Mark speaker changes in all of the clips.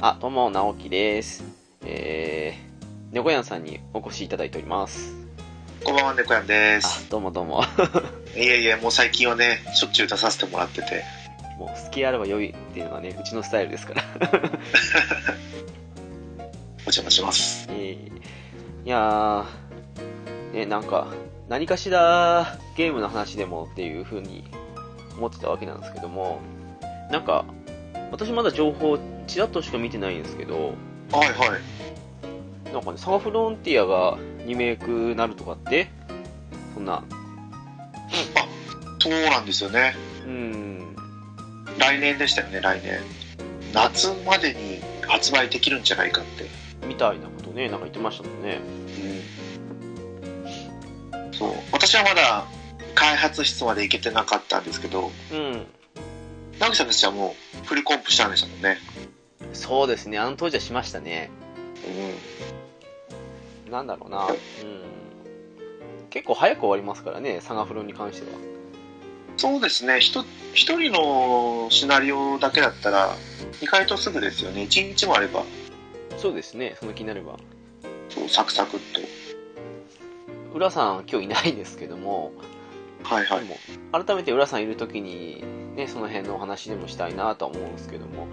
Speaker 1: あ、どうも、直樹です。えー、猫やんさんにお越しいただいております。
Speaker 2: こんばんは、猫やんで
Speaker 1: あ
Speaker 2: す。、
Speaker 1: どうもどうも。
Speaker 2: いやいや、もう最近はね、しょっちゅう出させてもらってて。
Speaker 1: もう、好きあれば良いっていうのがね、うちのスタイルですから。
Speaker 2: お邪魔します。
Speaker 1: えー、いやー、ね、なんか、何かしらゲームの話でもっていう風に思ってたわけなんですけども、なんか、私まだ情報、ちらっとしか見てないんですけど、
Speaker 2: はいはい。
Speaker 1: なんかね、サガフロンティアがリメイクなるとかって、そんな、
Speaker 2: そうなんですよね。
Speaker 1: うん、
Speaker 2: 来年でしたよね、来年。夏までに発売できるんじゃないかって。
Speaker 1: みたいなことね、なんか言ってましたもんね。
Speaker 2: うん。そう。私はまだ開発室まで行けてなかったんですけど、
Speaker 1: うん、
Speaker 2: 直樹さんたちはもうフルコンプしたんでしたもんね。
Speaker 1: そうですね、あの当時はしましたね。
Speaker 2: う
Speaker 1: なんだろうな、うん、結構早く終わりますからね、サガフロンに関しては。
Speaker 2: ん。そうですね。ひと一人のシナリオだけだったら、意外とすぐですよね。一日もあれば、
Speaker 1: そうですね、その気になれば。
Speaker 2: そう、サクサクっと。
Speaker 1: 浦さん、今日いないんですけども、
Speaker 2: はいはい
Speaker 1: で。も改めて浦さんいるときに、ね、その辺のお話でもしたいなとは思うんですけども、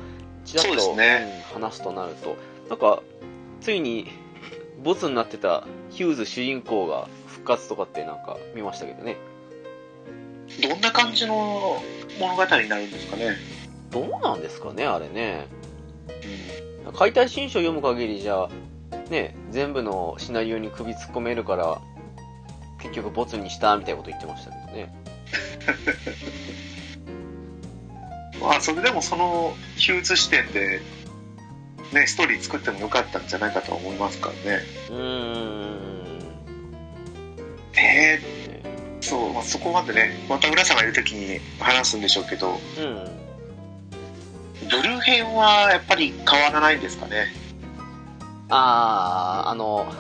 Speaker 1: ちらっ
Speaker 2: そう
Speaker 1: と
Speaker 2: ですね
Speaker 1: うん話すとなると、なんか、ついに、ボツになってたヒューズ主人公が復活とかってなんか見ましたけどね。
Speaker 2: どんな感じの物語になるんですかね。
Speaker 1: どうなんですかね、あれね。解体新書を読む限りじゃね全部のシナリオに首突っ込めるから結局ボツにしたみたいなこと言ってましたけどね
Speaker 2: まあ、それでもそのヒューズ視点で、ね、ストーリー作ってもよかったんじゃないかとは思いますからね。
Speaker 1: うーん
Speaker 2: えー、そう、まあ、そこまでね、また浦さんがいるときに話すんでしょうけど、
Speaker 1: うん
Speaker 2: ブルー編はやっぱり変わらないんですかね。
Speaker 1: あああの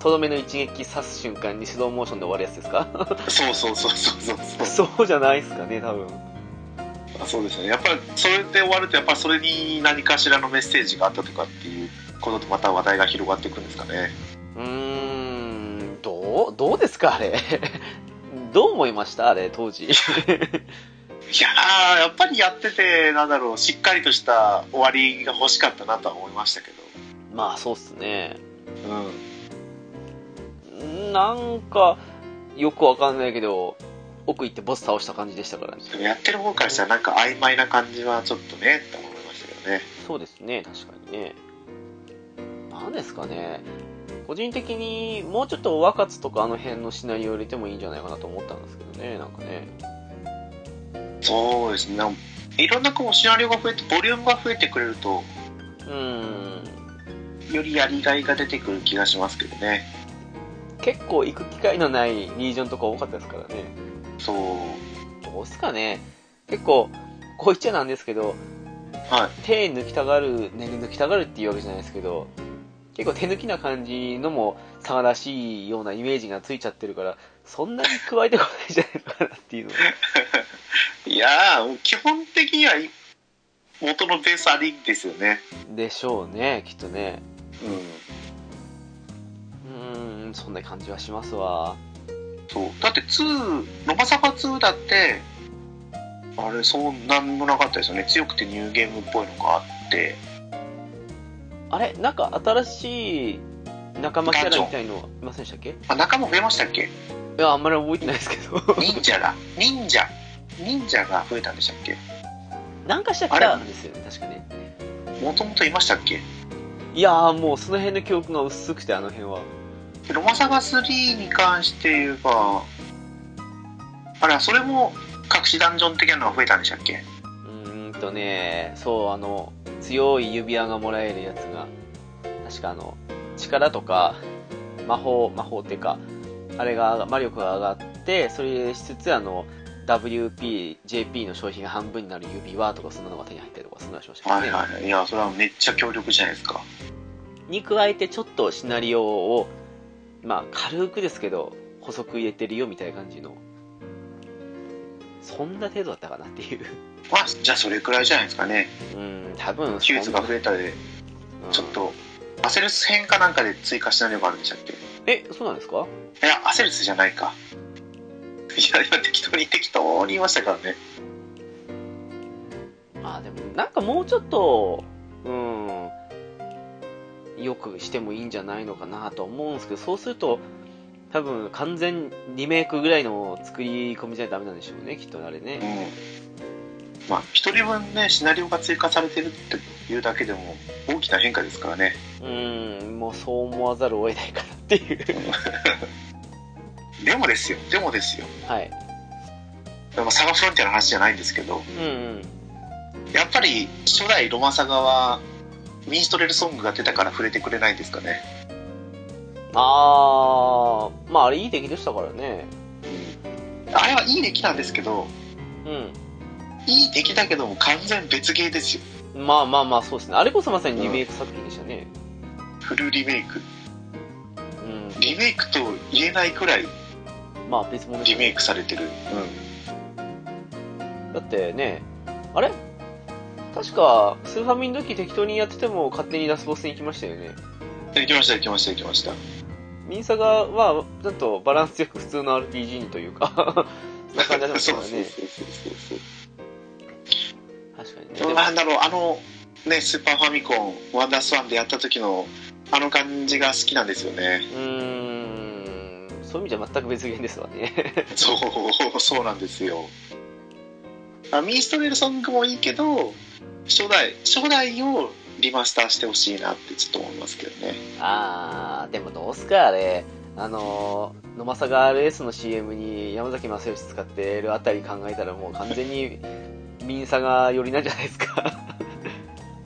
Speaker 1: とどめの一撃刺す瞬間にスローモーションで終わるやつですか
Speaker 2: そうそうそうそうそうそう。
Speaker 1: そうじゃないですかね多分
Speaker 2: あそうですよね。やっぱりそれで終わると、やっぱりそれに何かしらのメッセージがあったとかっていうこととまた話題が広がっていくんですかね。
Speaker 1: うーんどうどうですかあれ どう思いましたあれ当時
Speaker 2: いやーやっぱりやっててなんだろうしっかりとした終わりが欲しかったなとは思いましたけど、
Speaker 1: まあそうっすね
Speaker 2: うん、
Speaker 1: なんか、よくわかんないけど、奥行ってボス倒した感じでしたからね。
Speaker 2: でもやってる方からしたらなんか曖昧な感じはちょっとねって思いましたけどね
Speaker 1: そうですね、確かにね。なんですかね。個人的にもうちょっと若津とかあの辺のシナリオ入れてもいいんじゃないかなと思ったんですけどね、なんかね。
Speaker 2: そうですねなんいろんなこうシナリオが増えてボリュームが増えてくれると
Speaker 1: うーん。
Speaker 2: よりやりがいが出てくる気がしますけどね
Speaker 1: 結構行く機会のないリージョンとか多かったですからね。
Speaker 2: そう
Speaker 1: どうっすかね。結構、こう言っちゃなんですけど、
Speaker 2: はい
Speaker 1: 手抜きたがる、ね、抜きたがるっていうわけじゃないですけど、結構手抜きな感じのも、佐賀らしいようなイメージがついちゃってるから、そんなに加えてこないじゃないのかなっていうのは。
Speaker 2: いやーもう基本的にはい元のベースありですよね
Speaker 1: でしょうね、きっとね。
Speaker 2: うん
Speaker 1: うん、そんな感じはしますわ。
Speaker 2: そうだって2ロマサガ2だってあれそうなんもなかったですよね強くてニューゲームっぽいのがあって
Speaker 1: あれなんか新しい仲間キャラみたいのいませんでしたっけい
Speaker 2: あ仲間増えましたっけ
Speaker 1: や、あんまり覚えてないですけど。
Speaker 2: 忍者だ忍者忍者が増えたんでしたっけ
Speaker 1: なんかしたキャラなんですよね、確かね。
Speaker 2: もともといましたっけ
Speaker 1: いやーもうその辺の記憶が薄くて、あの辺は。
Speaker 2: ロマサガ3に関して言えばあれそれも隠しダンジョン的なのが増えたんでしたっけ
Speaker 1: うーんとね、そう、あの、強い指輪がもらえるやつが、確かあの、力とか、魔法、魔法っていうか、あれが、魔力が上がって、それしつつ、あの、WP、JP の消費が半分になる指輪とか、そんなのが手に入ったりとか、そんなのしました
Speaker 2: は
Speaker 1: ね。
Speaker 2: いはいはいいやそれはめっちゃ強力じゃないですか
Speaker 1: に加えてちょっとシナリオを、まあ、軽くですけど補足入れてるよみたいな感じのそんな程度だったかなっていう
Speaker 2: まあじゃあそれくらいじゃないですかね
Speaker 1: うん多分
Speaker 2: 手術が増えたで
Speaker 1: うん
Speaker 2: ちょっとアセルス編かなんかで追加シナリオがあるんでしたっけ
Speaker 1: えそうなんですか
Speaker 2: いやアセルスじゃないかいや今適当に適当に言いましたからね
Speaker 1: あでもなんかもうちょっとうんよくしてもいいんじゃないのかなと思うんですけどそうすると多分完全リメイクぐらいの作り込みじゃダメなんでしょうねきっとあれね
Speaker 2: うんまあ一人分ねシナリオが追加されてるっていうだけでも大きな変化ですからね
Speaker 1: うんもうそう思わざるを得ないかなっていう
Speaker 2: でもですよでもですよ
Speaker 1: はい
Speaker 2: でもサガフロンティアの話じゃないんですけど
Speaker 1: うんうん
Speaker 2: やっぱり初代ロマサガはミンストレルソングが出たから触れてくれないんですかね、
Speaker 1: あー、まああれいい出来でしたからね。
Speaker 2: あれはいい出来なんですけど
Speaker 1: う
Speaker 2: いい出来だけども完全別ゲーですよ
Speaker 1: ん。まあまあまあそうですね。あれこそまさにリメイク作品でしたね。
Speaker 2: フルリメイク
Speaker 1: うん。
Speaker 2: リメイクと言えないくらい
Speaker 1: まあ別物で
Speaker 2: リ
Speaker 1: す
Speaker 2: メイ
Speaker 1: ね。
Speaker 2: クされてる、
Speaker 1: だってね、あれ確か、スーファミの時適当にやってても勝手にラスボスに行きましたよね。
Speaker 2: うん、できましたできましたできました
Speaker 1: ミンサガは、ちゃんとバランスよく普通の RPG にというか、 そんな感じがしましたか
Speaker 2: そう
Speaker 1: ら
Speaker 2: そう
Speaker 1: ね。
Speaker 2: そうそう
Speaker 1: 確かにね。
Speaker 2: そうなんだろうあのねスーパーファミコンワンダースワンでやった時のあの感じが好きなんですよね
Speaker 1: うーん、そういう意味じゃ全く別源ですわね。
Speaker 2: そうそうなんですよあミンストレルソングもいいけど初代初代をリマスターしてほしいなってちょっと思いますけどね
Speaker 1: あー、でもどうすか、あれ。あのー、野間さが RS の CM に山崎正義使ってるあたり考えたらもう完全 にミンサが寄りなんじゃないですか。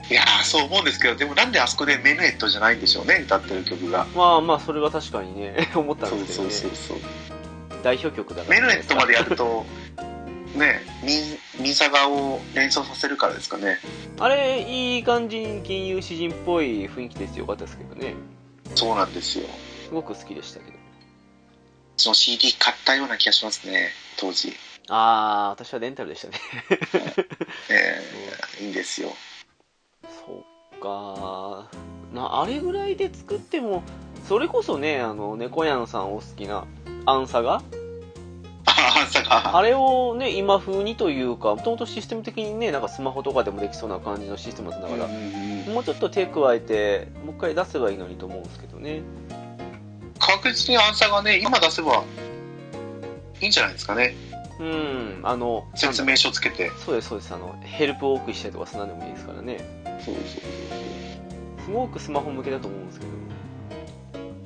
Speaker 2: いやーそう思うんですけどでもなんであそこでメヌエットじゃないんでしょうね歌ってる曲が
Speaker 1: まあまあ、それは確かにね、 思った
Speaker 2: そ
Speaker 1: ん
Speaker 2: う
Speaker 1: ですけど
Speaker 2: そう
Speaker 1: ね。
Speaker 2: そうそう
Speaker 1: 代表曲だから
Speaker 2: メ
Speaker 1: じゃ
Speaker 2: ル
Speaker 1: な
Speaker 2: ネ
Speaker 1: い
Speaker 2: ッ
Speaker 1: す
Speaker 2: ト
Speaker 1: か
Speaker 2: までやるとねミンミンサガを連想させるからですかね
Speaker 1: あれ、いい感じに金融詩人っぽい雰囲気ですよかったですけどね。
Speaker 2: そうなんですよ
Speaker 1: すごく好きでしたけど。
Speaker 2: その CD 買ったような気がしますね当時
Speaker 1: あー、私はレンタルでした ね。
Speaker 2: ええいいんですよ
Speaker 1: そっかなあれぐらいで作ってもそれこそねあの猫やんさんお好きなアンサが
Speaker 2: ああさ
Speaker 1: あ
Speaker 2: か
Speaker 1: れをね今風にというかもともとシステム的にねなんかスマホとかでもできそうな感じのシステムだった
Speaker 2: うん
Speaker 1: から、
Speaker 2: うんうん
Speaker 1: もうちょっと手加えてもう一回出せばいいのにと思うんですけどね
Speaker 2: 確実にアンサがね今出せばいいんじゃないですかね
Speaker 1: うんあの
Speaker 2: 説
Speaker 1: なんだ
Speaker 2: 明書つけて
Speaker 1: そうですそうですあのヘルプを多くしたりとかそんなんでもいいですからね
Speaker 2: そうそう
Speaker 1: すごくスマホ向けだと思うんですけど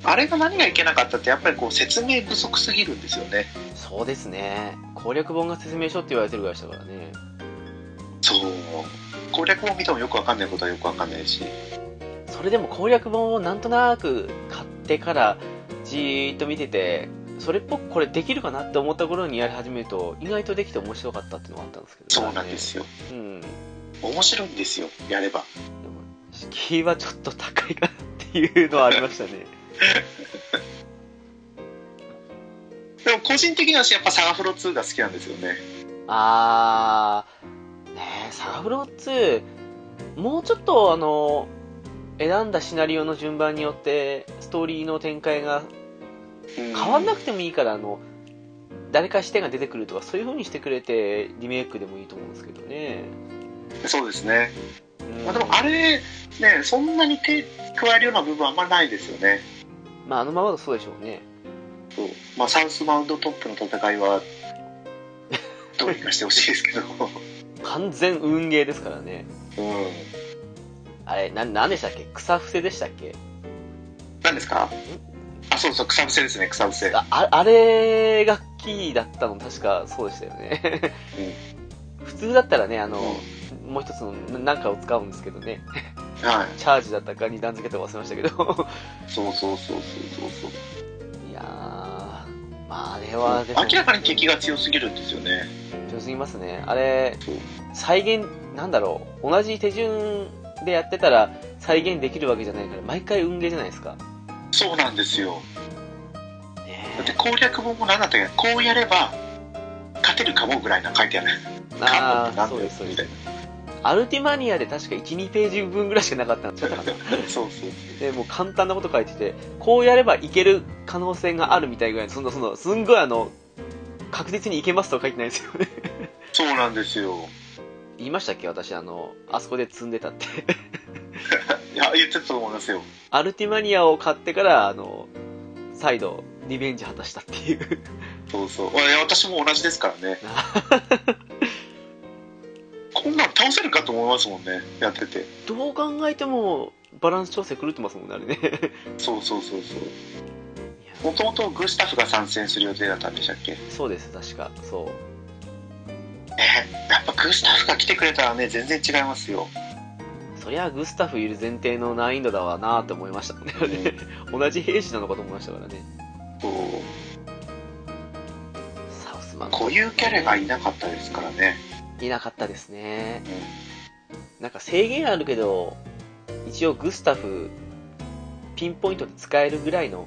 Speaker 2: あれが何がいけなかったってやっぱりこう説明不足すぎるんですよね
Speaker 1: そうですね攻略本が説明書って言われてるぐらいでしたからね
Speaker 2: そう攻略を見てもよくわかんないことはよくわかんないし
Speaker 1: それでも攻略本をなんとなく買ってからじーっと見ててそれっぽくこれできるかなって思った頃にやり始めると意外とできて面白かったっていうのがあったんですけど
Speaker 2: そうなんです
Speaker 1: よ、
Speaker 2: よ
Speaker 1: うんでも
Speaker 2: 面白いんですよやれば
Speaker 1: 敷居はちょっと高いかなっていうのはありましたね
Speaker 2: でも個人的にはやっぱサガフロ2が好きなんですよね
Speaker 1: あーねえサガフロー2もうちょっとあの選んだシナリオの順番によってストーリーの展開が
Speaker 2: 変
Speaker 1: 変わんなくてもいいからあの誰か視点が出てくるとかそういう風にしてくれてリメイクでもいいと思うんですけどね、
Speaker 2: そうですね、
Speaker 1: うん
Speaker 2: まあ、でもあれねそんなに手加えるような部分はあんまないですよね
Speaker 1: まああのままだそうでしょうね
Speaker 2: そう、まあ、サウスマウンドトップの戦いはどうにかしてほしいで すけどう
Speaker 1: 完全運ゲーですからね
Speaker 2: ん
Speaker 1: あれななんでしたっけ草伏せでしたっけ
Speaker 2: 何ですかあそうそう草伏せですね草伏せ
Speaker 1: あああれがキーだったの確かそうでしたよね普通だったらねあの、もう一つの何かを使うんですけどね
Speaker 2: はい
Speaker 1: チャージだったかに段付けとか忘れましたけど
Speaker 2: そうそうそうそうそうそう
Speaker 1: いやーまああれはでも
Speaker 2: 明らかに敵が強すぎるんですよね
Speaker 1: 強すぎますねあれ
Speaker 2: そう
Speaker 1: 再現なんだろう同じ手順でやってたら再現できるわけじゃないから毎回運ゲーじゃないですか
Speaker 2: そうなんですよ
Speaker 1: ね
Speaker 2: だって攻略本も何だったっけこうやれば勝てるかもぐらいな書いて ある
Speaker 1: あ
Speaker 2: 勝
Speaker 1: あ
Speaker 2: つ
Speaker 1: そう
Speaker 2: のって何だよ
Speaker 1: ですそう
Speaker 2: み
Speaker 1: で
Speaker 2: た
Speaker 1: す
Speaker 2: いな
Speaker 1: アルティマニアで確か12ページ分ぐらいしかなかったんですよ
Speaker 2: そうそう
Speaker 1: でもう簡単なこと書いててこうやればいける可能性があるみたいぐらいのそんなそのすんごいあの確実にいけますとは書いてないですよね
Speaker 2: そうなんですよ
Speaker 1: 言いましたっけ私あのあそこで積んでたって
Speaker 2: いや言ってたと思いますよ
Speaker 1: アルティマニアを買ってからあの再度リベンジ果たしたっていう
Speaker 2: そうそういや私も同じですからねこんなん倒せるかと思いますもんねやってて
Speaker 1: どう考えてもバランス調整狂ってますもんねあれね
Speaker 2: そうそうそうそうもともとグスタフが参戦する予定だったんでしたっけ
Speaker 1: そうです確かそう
Speaker 2: えやっぱグスタフが来てくれたらね全然違いますよ
Speaker 1: そりゃグスタフいる前提の難易度だわなと思いましたもんね、あれね同じ兵士なのかと思いましたからね
Speaker 2: そう
Speaker 1: サウスマン
Speaker 2: こういうキャラがいなかったですからね
Speaker 1: いなかったですね
Speaker 2: うん
Speaker 1: なんか制限あるけど一応グスタフピンポイントで使えるぐらいの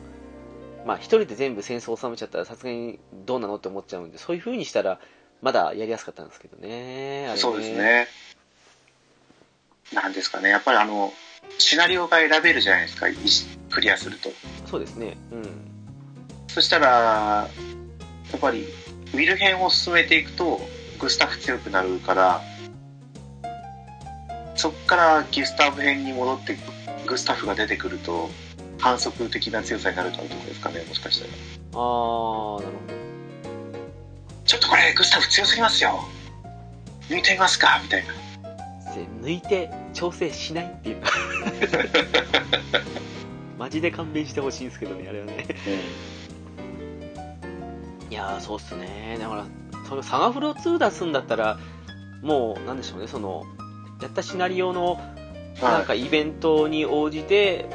Speaker 1: まあ一人で全部戦争を収めちゃったらさすがにどうなのって思っちゃうんでそういう風にしたらまだやりやすかったんですけどねあれ
Speaker 2: そうですね。なんですかね、やっぱりあの、シナリオが選べるじゃないですか、いクリアすると。
Speaker 1: そうですねうん
Speaker 2: そしたら、やっぱり、ウィル編を進めていくと、グスタフ強くなるから、そっからギスタフ編に戻って、グスタフが出てくると、反則的な強さになるからとかですかね、もしかしたら。
Speaker 1: あーなるほど
Speaker 2: ちょっとこれ、グスタフ強すぎますよ抜いてみますかみたいな。
Speaker 1: 抜いて調整しないって いうかマジで勘弁してほしいんですけどねあれはねいやーそうっすねだからそのサガフロ2出すんだったらもうなんでしょうねそのやったシナリオの
Speaker 2: は
Speaker 1: なんかイベントに応じて、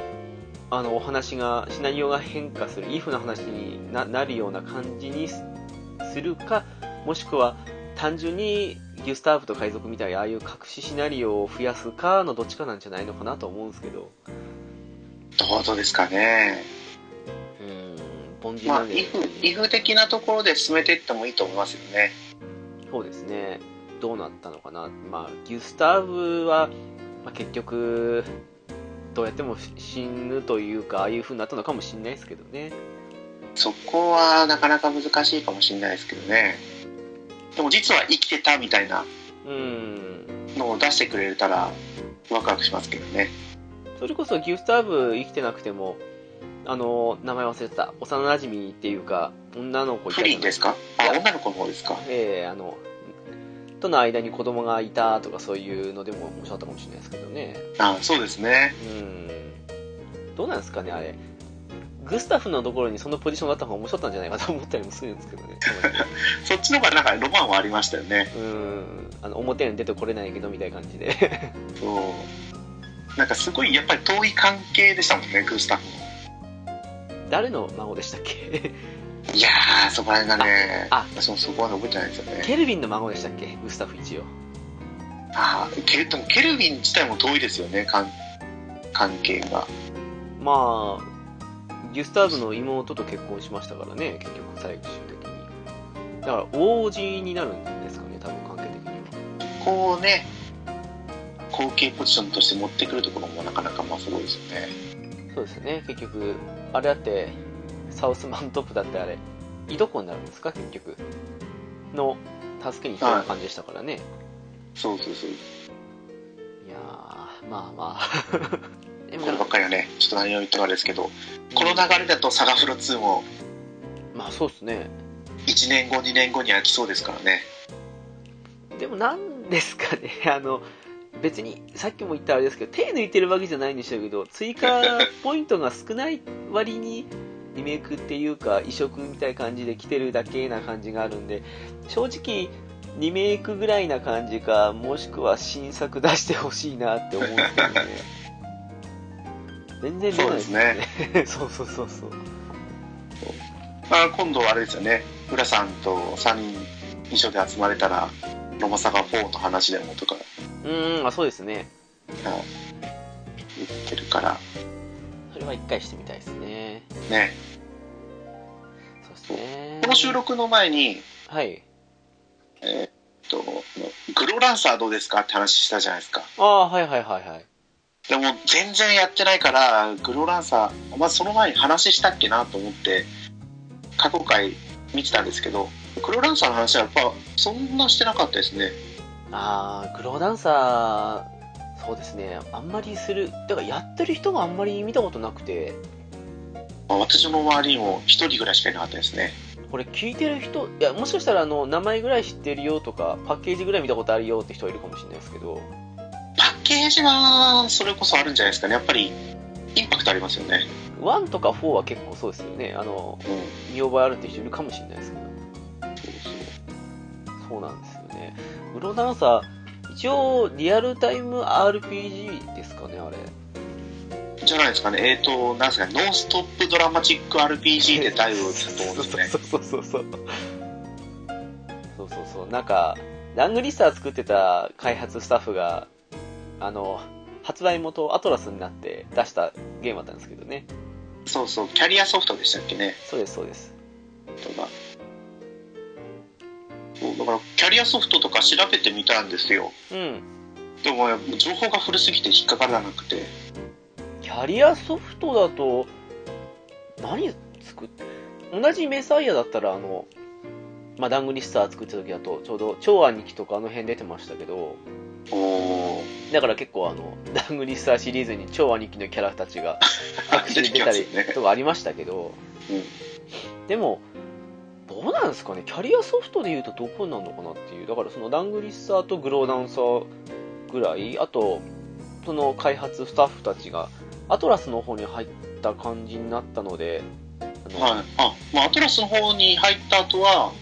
Speaker 1: あのお話がシナリオが変化するイフな話にななるような感じにすするかもしくは単純にギュスターブと海賊みたいなああいう隠しシナリオを増やすかのどっちかなんじゃないのかなと思うんですけど
Speaker 2: い。どうですかね。
Speaker 1: うん凡人
Speaker 2: ま
Speaker 1: な
Speaker 2: あ、
Speaker 1: んで、
Speaker 2: イフ、イフ的なところで進めていってもいいと思いますよね。
Speaker 1: そうですね、どうなったのかな、まあ、ギュスターブは、まあ、結局、どうやっても死ぬというか、ああいう風になったのかもしれないですけどね、
Speaker 2: そこはなかなか難しいかもしれないですけどね。でも実は生きてたみたいな
Speaker 1: うん、
Speaker 2: のを出してくれたらワクワクしますけどね。
Speaker 1: それこそギュスターブ生きてなくても、あの名前忘れてた、幼馴染っていうか、女の子いたじゃ
Speaker 2: フ
Speaker 1: ない
Speaker 2: リンですか
Speaker 1: い
Speaker 2: あ、
Speaker 1: や
Speaker 2: 女の子の方ですか
Speaker 1: ええあの、との間に子供がいたとか、そういうのでも面白かったかもしれないですけどね。
Speaker 2: あ、そうですね。
Speaker 1: うんどうなんですかね、あれ。グスタフのところにそのポジションがあった方が面白かったんじゃないかと思ったりもするんですけどね。
Speaker 2: そっちの方がなんかロマンはありましたよね。
Speaker 1: うん。あの、表に出てこれないけどみたいな感じで。
Speaker 2: そう。なんかすごいやっぱり遠い関係でしたもんね、グスタフも。
Speaker 1: 誰の孫でしたっけ
Speaker 2: いやー、そこら辺がね、
Speaker 1: ああ
Speaker 2: 私もそこまで覚えてないですよね。
Speaker 1: ケルビンの孫でしたっけグスタフ一応。
Speaker 2: あーケルでもケルビン自体も遠いですよね、関関係が。
Speaker 1: まあ、ギュスターブの妹と結婚しましたからね、結局最終的に。だから、王子になるんですかね、多分関係的には。
Speaker 2: こうね後継ポジションとして持ってくるところもなかなかまあすごいですよね
Speaker 1: そうですよね、結局、あれだって、サウスマントップだってあれ、いとこになるんですか、結局。の、助けに来たような感じでしたからね。
Speaker 2: そうそうそう。
Speaker 1: い、やー、まあまあ。 でも
Speaker 2: こればっかりはね、ちょっと何を言ったかあれですけど、この流れだとサガフロ2も
Speaker 1: まあそうっすね。
Speaker 2: 1年後、2年後に飽きそうですからね。
Speaker 1: でもなんですかね、 あの、別にさっきも言ったあれですけど、手抜いてるわけじゃないんでしょうけど、追加ポイントが少ない割に、リメイクっていうか、移植みたいな感じで来てるだけな感じがあるんで、正直、リメイクぐらいな感じか、もしくは新作出してほしいなって思うんですけどね。 全然出ないですね。 そうそうそうそう。
Speaker 2: まあ、今度はあれですよね、浦さんと3人一緒で集まれたら、ロマサガ4の話でもとか
Speaker 1: うーん、あ、そうですね。
Speaker 2: 言ってるから、
Speaker 1: それは一回してみたいですね。
Speaker 2: ね。
Speaker 1: そうですね。
Speaker 2: この収録の前に、
Speaker 1: はい。
Speaker 2: えーっと、グロランサーどうですかって話したじゃないですか。
Speaker 1: ああ、はいはいはいはい。
Speaker 2: でも全然やってないから、グロランサー、まずその前に話したっけなと思って、過去回見てたんですけど、グロランサーの話はやっぱそんなしてなかったですね。
Speaker 1: ああ、グローダンサー、そうですね、あんまりする、だからやってる人があんまり見たことなくて、
Speaker 2: まあ私の周りにも一人ぐらいしかいなかったですね。
Speaker 1: これ聞いてる人、いや、もしかしたらあの、名前ぐらい知ってるよとか、パッケージぐらい見たことあるよって人いるかもしれないですけど、
Speaker 2: パッケージはそれこそあるんじゃないですかね。やっぱりインパクトありますよね。
Speaker 1: 1とか4は結構そうですよね、あの、
Speaker 2: うん。
Speaker 1: 見覚えあるって人いるかもしれないですけど、
Speaker 2: そうそう
Speaker 1: そうなんですよね。グローダンサー、一応、リアルタイム RPG ですかね、あれ。
Speaker 2: じゃないですかね。えっ、と、なんですかね、ノンストップドラマチック RPG で大を打つと思うんですね。
Speaker 1: そうそうそうそうそうそうそうなんかラングリスター作ってた開発スタッフがあの発売元アトラスになって出したゲームだったんですけどね
Speaker 2: そうそう、キャリアソフトでしたっけね。
Speaker 1: そうですそうです
Speaker 2: とか。そうだから、キャリアソフトとか調べてみたんですよ。
Speaker 1: うん
Speaker 2: でも、情報が古すぎて引っかからなくて。
Speaker 1: キャリアソフトだと何作っ同じメサイアだったらあのまあ、ダングリスター作ってた時だと、ちょうど、超兄貴とかあの辺出てましたけど、
Speaker 2: おお。
Speaker 1: だから結構あの、ダングリスターシリーズに超兄貴のキャラたちが拍手で
Speaker 2: 出て
Speaker 1: 出
Speaker 2: き
Speaker 1: た
Speaker 2: ま
Speaker 1: り
Speaker 2: す ね。
Speaker 1: とかありましたけど、
Speaker 2: うん。
Speaker 1: でも、どうなんですかね、キャリアソフトで言うとどこになるのかなっていう、だからそのラングリッサーとグローダンサーぐらい、あと、その開発スタッフたちが、アトラスの方に入った感じになったので、あの
Speaker 2: はい。あ、まあ、アトラスの方に入った後は、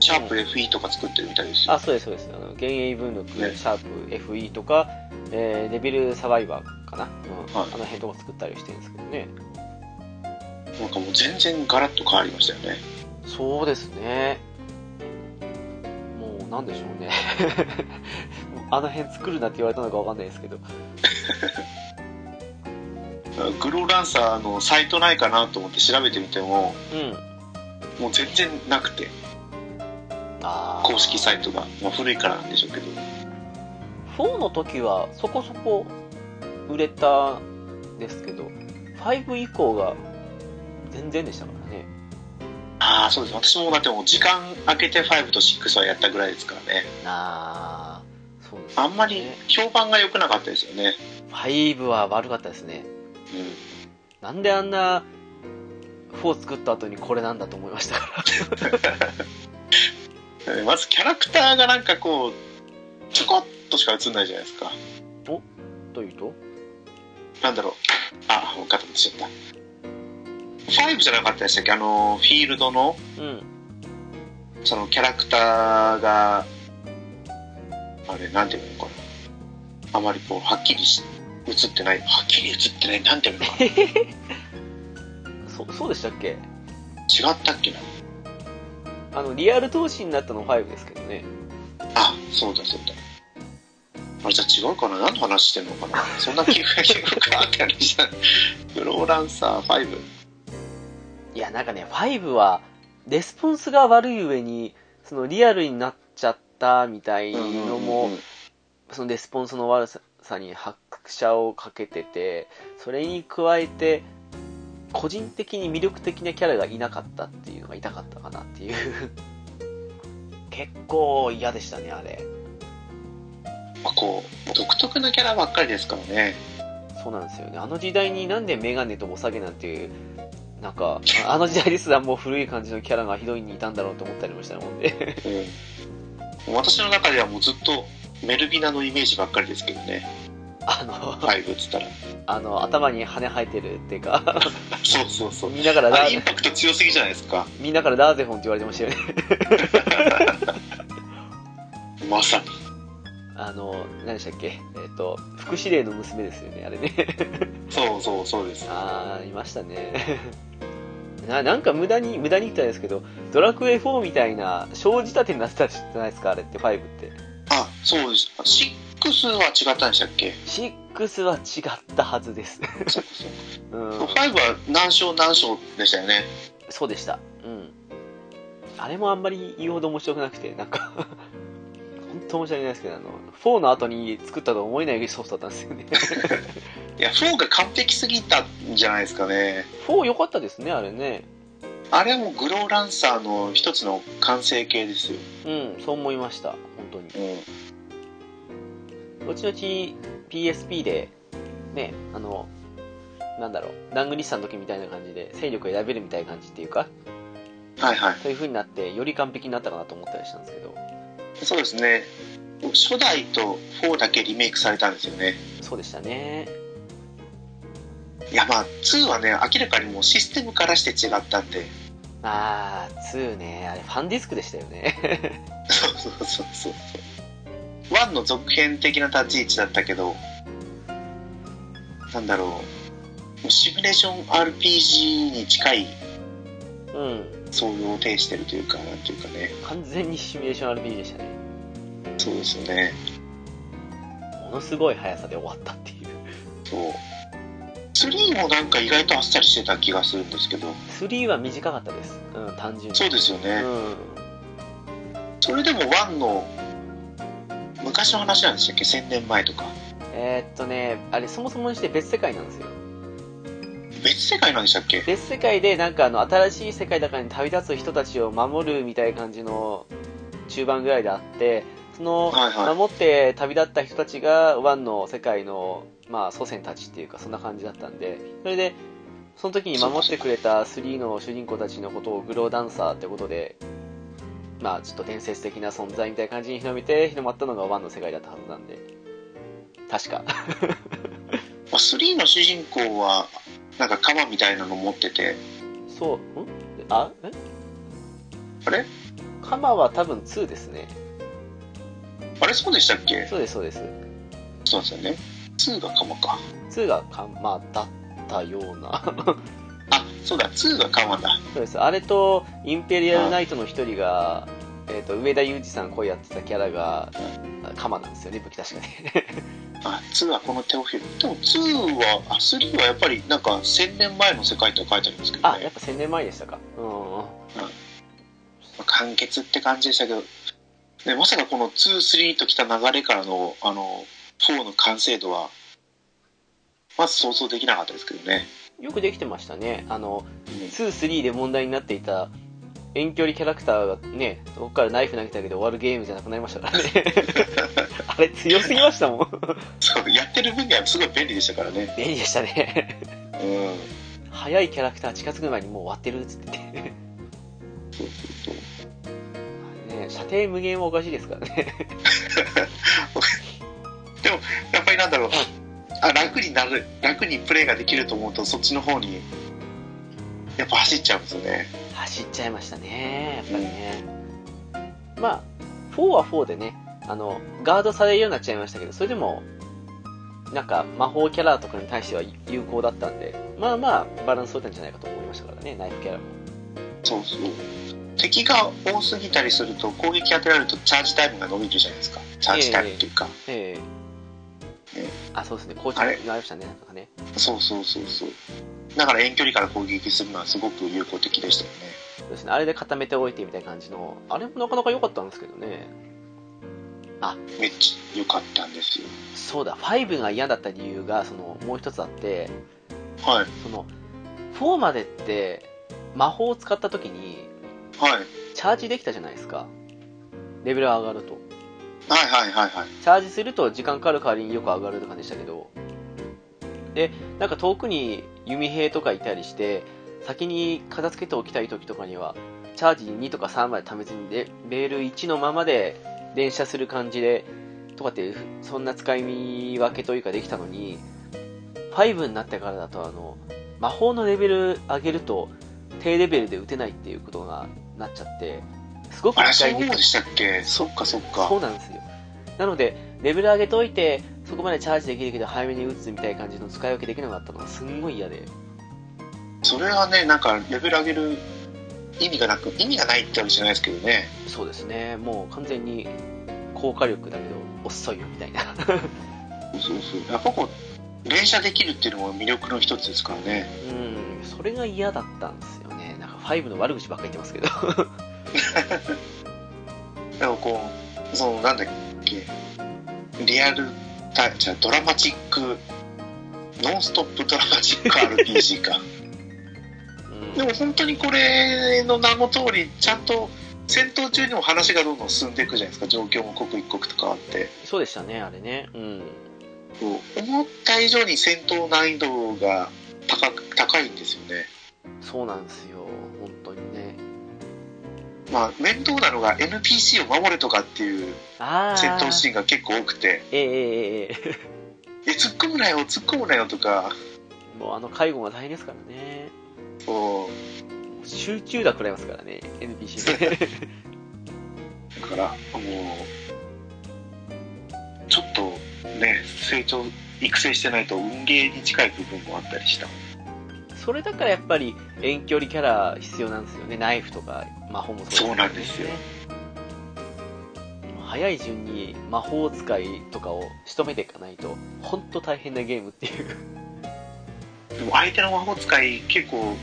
Speaker 2: シャープ FE とか作ってるみたいですよ。
Speaker 1: あそうです、そうです、あの幻影分力、
Speaker 2: ね
Speaker 1: シャープ、FE とか、えーデビルサバイバーかな、うん
Speaker 2: はい
Speaker 1: あの辺とか作ったりしてるんですけどね、
Speaker 2: なんかもう全然ガラッと変わりましたよね。
Speaker 1: そうですね。もう、なんでしょうね。 あの辺作るなって言われたのかわかんないですけど。
Speaker 2: グローランサーのサイトないかなと思って調べてみても、
Speaker 1: うん。
Speaker 2: もう全然なくて、
Speaker 1: あー
Speaker 2: 公式サイトが。まあ、古いからなんでしょうけど。
Speaker 1: 4の時はそこそこ売れたんですけど、5以降が全然でしたからね。
Speaker 2: ああ、そうです。私もだってもう時間空けて5と6はやったぐらいですからね。
Speaker 1: あー、そうです、ね。
Speaker 2: あんまり評判が良くなかったですよね。
Speaker 1: 5は悪かったですね。
Speaker 2: う
Speaker 1: なんであんな4作った後にこれなんだと思いましたから。
Speaker 2: ん。まずキャラクターがなんかこう、ちょこっとしか映んないじゃないですか。
Speaker 1: というと
Speaker 2: なんだろう。あ、分かったしちゃった。5じゃなかったでしたっけあの、フィールドの、
Speaker 1: うん。
Speaker 2: そのキャラクターが、あれ、なんていうのかな。あまりこう、はっきりし映ってない。はっきり映ってない。なんていうのかな。
Speaker 1: そそうでしたっけ
Speaker 2: 違ったっけな。
Speaker 1: あの、リアル投資になったの5ですけどね。
Speaker 2: あ、そうだそうだ。あれじゃあ違うかな何の話してんのかなそんな気分が気分かって話した。フローランサー5。
Speaker 1: いや、なんかね、5は、レスポンスが悪い上に、そのリアルになっちゃったみたいのも、そのレスポンスの悪さに拍車をかけてて、それに加えて、個人的に魅力的なキャラがいなかったっていうのが痛かったかなっていう 結構嫌でしたねあれ
Speaker 2: まあ、こう独特なキャラばっかりですからね
Speaker 1: そうなんですよねあの時代になんでメガネとおさげなんていうなんかあの時代ですらもう古い感じのキャラがひどいにいたんだろうと思ったりもしたもんで
Speaker 2: うん、私の中ではもうずっとメルビナのイメージばっかりですけどね
Speaker 1: あの
Speaker 2: 5っつったら
Speaker 1: あの頭に羽生えてるっていうか
Speaker 2: そうそうそう
Speaker 1: 見ながら
Speaker 2: あ
Speaker 1: ラ
Speaker 2: れインパクト強すぎじゃないですか
Speaker 1: みんなからダーゼフォンって言われてましたよね
Speaker 2: まさに
Speaker 1: あの何でしたっけえっ、と副司令の娘ですよねあれね
Speaker 2: そうそうそうです
Speaker 1: ああいましたね ななんか無駄に無駄に言ったらですけどドラクエ4みたいな生じたてになってたじゃないですかあれって5って
Speaker 2: あそうです6は違ったんでしたっけ
Speaker 1: 6は違ったはずです
Speaker 2: そうそう
Speaker 1: うん
Speaker 2: 5は何章何章でしたよね
Speaker 1: そうでしたうんあれもあんまり言うほど面白くなくてなんか 本当申し訳ないですけどあの4の後に作ったとは思えないソフトだったんですよね
Speaker 2: いや4が完璧すぎたんじゃないですかね
Speaker 1: 4良かったですねあれね
Speaker 2: あれはもうグローランサーの一つの完成形ですよ、
Speaker 1: うんそう思いました本当に
Speaker 2: うん、
Speaker 1: 後々 PSP で、ね、あの、なんだろう、ラングリッサの時みたいな感じで、勢力を選べるみたいな感じっていうか、
Speaker 2: はいはい
Speaker 1: そういう風になって、より完璧になったかなと思ったりしたんですけど、
Speaker 2: そうですね初代と4だけリメイクされたんですよね
Speaker 1: そうでしたね。
Speaker 2: いやまあ2はね明らかにもうシステムからして違ったんで
Speaker 1: あー、2ね、あれ、ファンディスクでしたよね。
Speaker 2: そうそうそうそう1の続編的な立ち位置だったけどなんだろうもうシミュレーション RPG に近い
Speaker 1: うん、
Speaker 2: 創業を呈してるというかなんていうかね
Speaker 1: 完全にシミュレーション RPG でしたね。
Speaker 2: そうですよね
Speaker 1: ものすごい速さで終わったっていう。
Speaker 2: そう3もなんか意外とあっさりしてた気がするんですけど
Speaker 1: 3は短かったです。うん、単純に。
Speaker 2: そうですよね、
Speaker 1: うん。
Speaker 2: それでも1の昔の話なんでしたっけ1000年前とか
Speaker 1: えーっとね、あれ、そもそもにして別世界なんですよ。
Speaker 2: 別世界なんでしたっけ
Speaker 1: 別世界でなんかあの新しい世界だからに旅立つ人たちを守るみたいな感じの中盤ぐらいであってその
Speaker 2: はいはい
Speaker 1: 守って旅立った人たちがワンの世界のまあ祖先たちっていうかそんな感じだったんでそれでその時に守ってくれた3の主人公たちのことをグローダンサーってことでまあちょっと伝説的な存在みたいな感じに広めて広まったのがワンの世界だったはずなんで確か
Speaker 2: まあ3の主人公はなんか鎌みたいなの持ってて
Speaker 1: そうんあえ
Speaker 2: あれ
Speaker 1: カマは多分2ですね
Speaker 2: あれそうでしたっけ
Speaker 1: そうですそうです
Speaker 2: そうなんですよね2が鎌か
Speaker 1: 2がカンマだったような
Speaker 2: あそうだ2が鎌だ
Speaker 1: そうですあれとインペリアルナイトの一人が、えー、と上田裕二さん恋やってたキャラがカマなんですよね武器確かね
Speaker 2: あ2はこのテオフィルでも2はあ3はやっぱりなんか1000年前の世界と書いてありますけど
Speaker 1: あや
Speaker 2: ね
Speaker 1: っぱ1000年前でしたかうん
Speaker 2: まあ完結って感じでしたけど、ね、まさかこの23ときた流れからのあの4の完成度はまず想像できなかったですけどね、
Speaker 1: よくできてましたねあの
Speaker 2: うん
Speaker 1: 23で問題になっていた遠距離キャラクターがねそこからナイフ投げたけど終わるゲームじゃなくなりましたからねあれ強すぎましたもん
Speaker 2: そうやってる分にはすごい便利でしたからね
Speaker 1: 便利でしたね
Speaker 2: うん
Speaker 1: 早いキャラクター近づく前にもう終わってるっつって て
Speaker 2: そうそうそう
Speaker 1: ね射程無限はおかしいですからね
Speaker 2: やっぱりなんだろうあ楽になる楽にプレイができると思うとそっちの方にやっぱ走っちゃうんですよね
Speaker 1: 走っちゃいましたねやっぱりね、まあ4は4でねあのガードされるようになっちゃいましたけどそれでもなんか魔法キャラとかに対しては有効だったんでまあまあバランス取れたんじゃないかと思いましたからねナイフキャラも
Speaker 2: そうそう敵が多すぎたりすると攻撃当てられるとチャージタイムが伸びるじゃないですかチャージタイムっていうか、
Speaker 1: ええ
Speaker 2: ええ
Speaker 1: あそうですねコーチに言われましたねなんかね
Speaker 2: そうそうそうそうだから遠距離から攻撃するのはすごく有効的でしたよね
Speaker 1: そうですねあれで固めておいてみたいな感じのあれもなかなか良かったんですけどね
Speaker 2: めっちゃ良かったんですよ
Speaker 1: そうだ5が嫌だった理由がそのもう一つあって
Speaker 2: はい
Speaker 1: その4までって、魔法を使った時に、
Speaker 2: はい
Speaker 1: チャージできたじゃないですか。レベルが上がると。
Speaker 2: はいはいはいはい
Speaker 1: チャージすると時間かかる代わりによく上がるとかでしたけど。で、なんか遠くに弓兵とかいたりして、先に片付けておきたい時とかには、チャージ2とか3まで貯めずに、でレール1のままで連射する感じで、とかって、そんな使い分けというかできたのに、5になってからだと、あの、魔法のレベル上げると、低レベルで打てないっていうことがなっちゃって、すごく
Speaker 2: あれ
Speaker 1: 使
Speaker 2: そう
Speaker 1: いにく
Speaker 2: で
Speaker 1: い。
Speaker 2: したっけそっかそっか
Speaker 1: そうなんですよ。なので、レベル上げといて、そこまでチャージできるけど、早めに打つみたいな感じの使い分けできなかったのがすんごい嫌で。
Speaker 2: それはねなんかレベル上げる意味がなく意味がないってわけじゃないですけどね
Speaker 1: そうですね、もう完全に効果力だけど、遅いよみたいな。
Speaker 2: そうそうそうやっぱこう連射できるっていうのも魅力の一つですからね
Speaker 1: うん、それが嫌だったんですよね。なんか5の悪口ばっかり言ってますけど。
Speaker 2: でもこうそのなんだっけリアルタイじゃあドラマチックノンストップドラマチック RPG か
Speaker 1: うん
Speaker 2: でも本当にこれの名の通りちゃんと戦闘中にも話がどんどん進んでいくじゃないですか状況も刻一刻と変わって
Speaker 1: そうでしたね、あれね。うん。
Speaker 2: こう思った以上に戦闘難易度が高く高いんですよね
Speaker 1: そうなんですよ、本当にね。
Speaker 2: まあ面倒なのが NPC を守れとかっていう
Speaker 1: ああ。
Speaker 2: 戦闘シーンが結構多くて
Speaker 1: ええええええ
Speaker 2: 「え突っ込むなよ突っ込むなよ」とか
Speaker 1: もうあの介護が大変ですからね。
Speaker 2: こう
Speaker 1: 集中打食らいますからね、NPC で。
Speaker 2: だからもうちょっとね成長育成してないと運ゲーに近い部分もあったりした
Speaker 1: それだからやっぱり遠距離キャラ必要なんですよねナイフとか魔法もそう
Speaker 2: そうなんですよ
Speaker 1: 早い順に魔法使いとかを仕留めていかないと本当大変なゲームっていう
Speaker 2: でも相手の魔法使い結構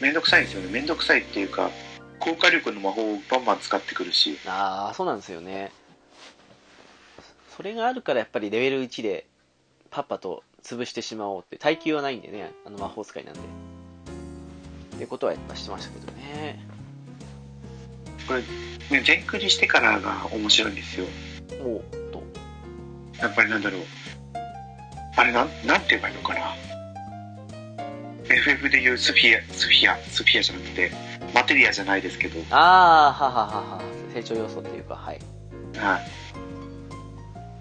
Speaker 2: 面倒くさいんですよね面倒くさいっていうか効果力の魔法をバンバン使ってくるし
Speaker 1: ああそうなんですよねそれがあるからやっぱりレベル1でパッパと潰してしまおうって耐久はないんでねあの魔法使いなんでってことはやっぱしてましたけどね
Speaker 2: ね全クリしてからが面白いんですよ
Speaker 1: おうと
Speaker 2: やっぱりなんだろうあれなんなんて言えばいいのかな FF でいうスフィアスフィアスフィアじゃなくてマテリアじゃないですけど
Speaker 1: ああはははは成長要素っていうかはい
Speaker 2: はい、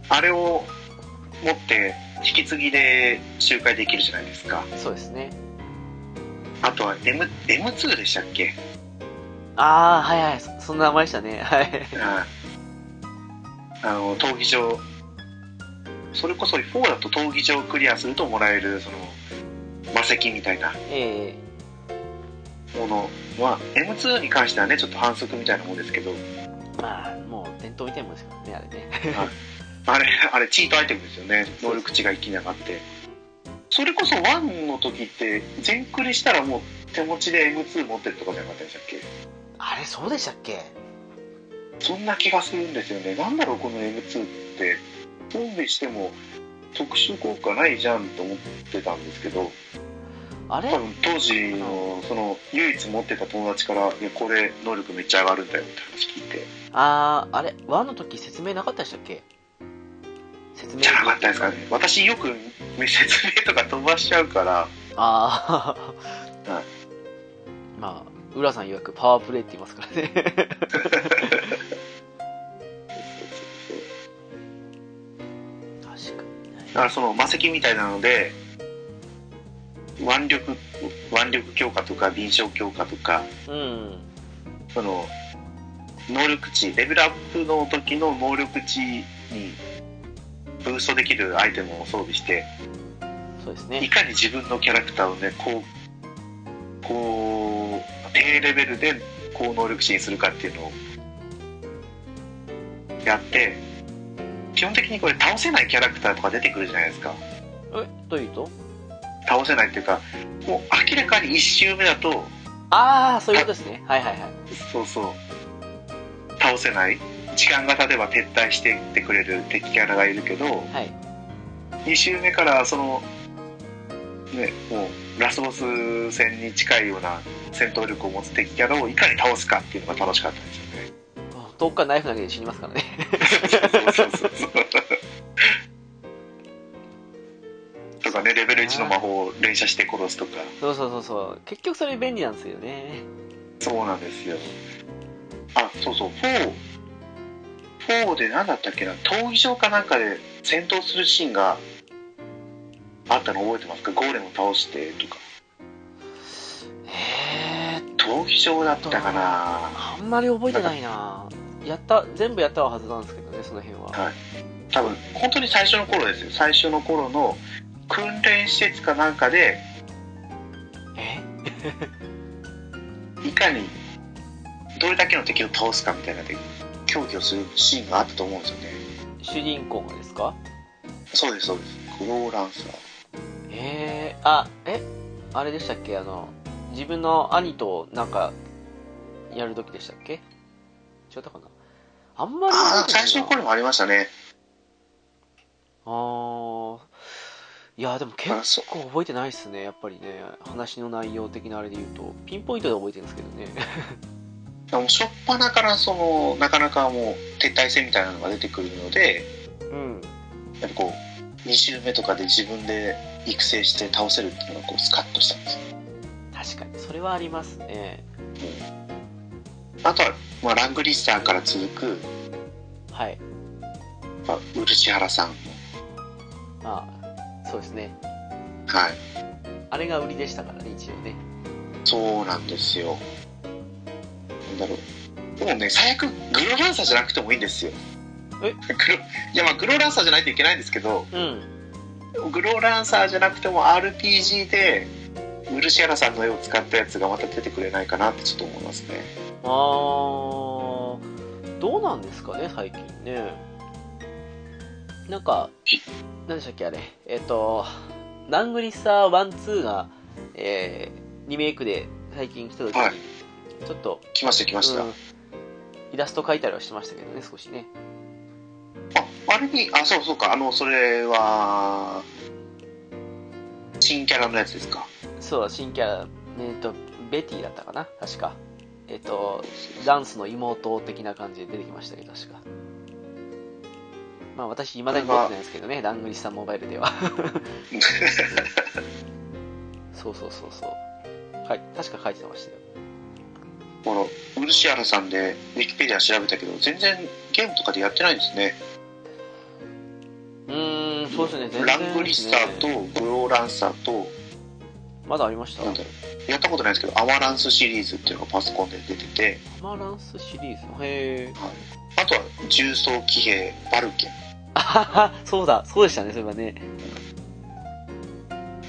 Speaker 2: あれを持って引き継ぎで周回できるじゃないですか
Speaker 1: そうですね
Speaker 2: あとは M M2 でしたっけ、
Speaker 1: ああ、はいはい、そそんな名前でしたね。はい。
Speaker 2: はいあの闘技場それこそ4だと闘技場クリアするともらえるその魔石みたいな
Speaker 1: え
Speaker 2: ものは M2 に関してはねちょっと反則みたいなもんですけど
Speaker 1: えまあ、もう伝統みたいなもんですからね、あれね。
Speaker 2: あれあれチートアイテムですよね能力値が一気に上がってそれこそ1の時って全クリしたらもう手持ちで M2 持ってるとかじゃなかったでしたっけ
Speaker 1: あれ、そうでしたっけ
Speaker 2: そんな気がするんですよねなんだろうこの M2 ってコンビしても特殊効果ないじゃんと思ってたんですけど
Speaker 1: あれ
Speaker 2: 多分当時のその唯一持ってた友達から「いやこれ能力めっちゃ上がるんだよ」って話聞いて
Speaker 1: あー、あれ、ワンの時説明なかったでしたっけ説明
Speaker 2: じゃなかったですかね私よく説明とか飛ばしちゃうから
Speaker 1: ああ、
Speaker 2: はい
Speaker 1: まあ、浦さん曰くパワープレイって言いますから ね。確か
Speaker 2: だからその魔石みたいなので腕力腕力強化とか臨床強化とか
Speaker 1: に。うん。
Speaker 2: その能力値レベルアップの時の能力値にブーストできるアイテムを装備して
Speaker 1: そうです
Speaker 2: い
Speaker 1: ね。
Speaker 2: かに自分のキャラクターをねこうこう低レベルで高能力値にするかっていうのをやって基本的にこれ倒せないキャラクターとか出てくるじゃないですか。
Speaker 1: え、というと
Speaker 2: 倒せないっていうかもう明らかに1周目だと
Speaker 1: ああ、そういうことですね。はいはいはい。
Speaker 2: そうそう倒せない時間が経てば撤退していってくれる敵キャラがいるけど
Speaker 1: はい。
Speaker 2: 2周目からそのねもうラスボス戦に近いような戦闘力を持つ敵キャラをいかに倒すかっていうのが楽しかったですよね。
Speaker 1: 遠くからナイフ投げて死にますからね。
Speaker 2: そうそうそうとかね、レベル1の魔法を連射して殺すとか、
Speaker 1: そうそうそうそう。結局それ便利なんですよね。
Speaker 2: そうなんですよ。あ、そうそう、4、4で何だったっけな、闘技場かなんかで戦闘するシーンがあったの覚えてますかゴーレムを倒してとか。
Speaker 1: えーっ
Speaker 2: 闘技場だったかな
Speaker 1: と、あんまり覚えてないな。やった、全部やったはずなんですけどね、その辺は。
Speaker 2: はい多分本当に最初の頃ですよ最初の頃の訓練施設かなんかで
Speaker 1: え
Speaker 2: いかにどれだけの敵を倒すかみたいなので競技をするシーンがあったと思うんですよね
Speaker 1: 主人公がですか
Speaker 2: そうですそうですグローランサー
Speaker 1: えー、あ、えあれでしたっけあの、自分の兄となんか、やるときでしたっけ違ったかなあんまり
Speaker 2: あ
Speaker 1: 覚
Speaker 2: あ
Speaker 1: えてな
Speaker 2: 最
Speaker 1: いな
Speaker 2: 初の頃もありましたね
Speaker 1: あーいやでも結構覚えてないですねやっぱりね話の内容的なあれで言うとピンポイントで覚えてるんですけどね
Speaker 2: でも初っ端からそのなかなかもう撤退戦みたいなのが出てくるので
Speaker 1: うん
Speaker 2: やっぱこう2周目とかで自分で育成して倒せるっていうのがこうスカッとしたんですよ
Speaker 1: 確かにそれはありますね
Speaker 2: あとは、まあ、ラングリッサーから続く
Speaker 1: はい
Speaker 2: まあ漆原さんも
Speaker 1: まあそうですね
Speaker 2: はい
Speaker 1: あれが売りでしたからね一応ね
Speaker 2: そうなんですよ。なんだろう。もうね、最悪、グロランサーじゃなくてもいいんですよ。
Speaker 1: え
Speaker 2: グロいや、まあ、グロランサーじゃないといけないんですけど、
Speaker 1: うん
Speaker 2: グロランサーじゃなくても RPG で、漆原さんの絵を使ったやつがまた出てくれないかなってちょっと思いますね。
Speaker 1: あーどうなんですかね最近ねなんか何でしたっけあれえっ、とラングリッサー12が、えー、リメイクで最近来た時に、
Speaker 2: はい
Speaker 1: ちょっと
Speaker 2: 来ました来ました。
Speaker 1: う
Speaker 2: あ
Speaker 1: んイラスト描いたりはしてましたけどね少しね
Speaker 2: あれに、あ、そうそうか、あの、それは、新キャラのやつですか。
Speaker 1: そうだ新キャラえっ、とベティだったかな確かえっ、とダンスの妹的な感じで出てきましたけど確かまあ私いまだに持ってないですけどねラングリッサーモバイルで はそうそうそうそうはい確か書いてましたよ
Speaker 2: この、漆原さんで、ウィキペディア調べたけど、全然ゲームとかでやってないんですね。
Speaker 1: うーんそうですね全然
Speaker 2: ラングリッサーとグローランサーと
Speaker 1: まだありました
Speaker 2: なんだろうやったことないですけどアマランスシリーズっていうのがパソコンで出てて
Speaker 1: マランスシリーズへえ
Speaker 2: あとは重装騎兵バルケン
Speaker 1: あははそうだそうでしたねそういえばね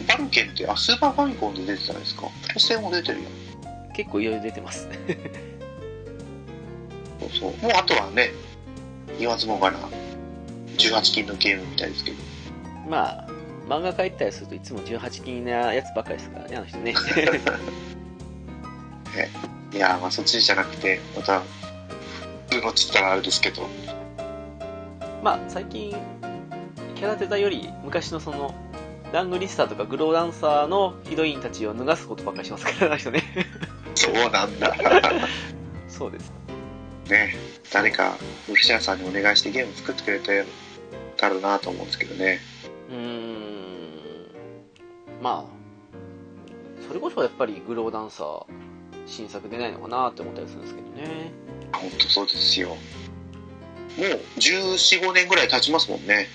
Speaker 2: バルケンってあスーパーファミコンで出てたんですかプレステも出てるよ
Speaker 1: 結構いろいろ出てます
Speaker 2: そうそうもうあとはね言わずもがな18禁のゲームみたいですけ ど
Speaker 1: まあ、漫画描いたりするといつも18禁なやつばっかりですからね、あの人ね。
Speaker 2: いやーまあそっちじゃなくてまた普通のっつったらあれですけど
Speaker 1: まあ、最近、キャラデザより昔のその、ラングリスターとかグローダンサーのヒロインたちを脱がすことばっかりしますから、あの人ね。
Speaker 2: そうなんだ
Speaker 1: そうです。
Speaker 2: ね誰か漆原さんにお願いしてゲーム作ってくれてたらなと思うんですけどね
Speaker 1: うーん。まあ、それこそやっぱりグローダンサー、新作出ないのかなって思ったりするんですけどね。
Speaker 2: 本当そうですよもう1415年ぐらい経ちますもんね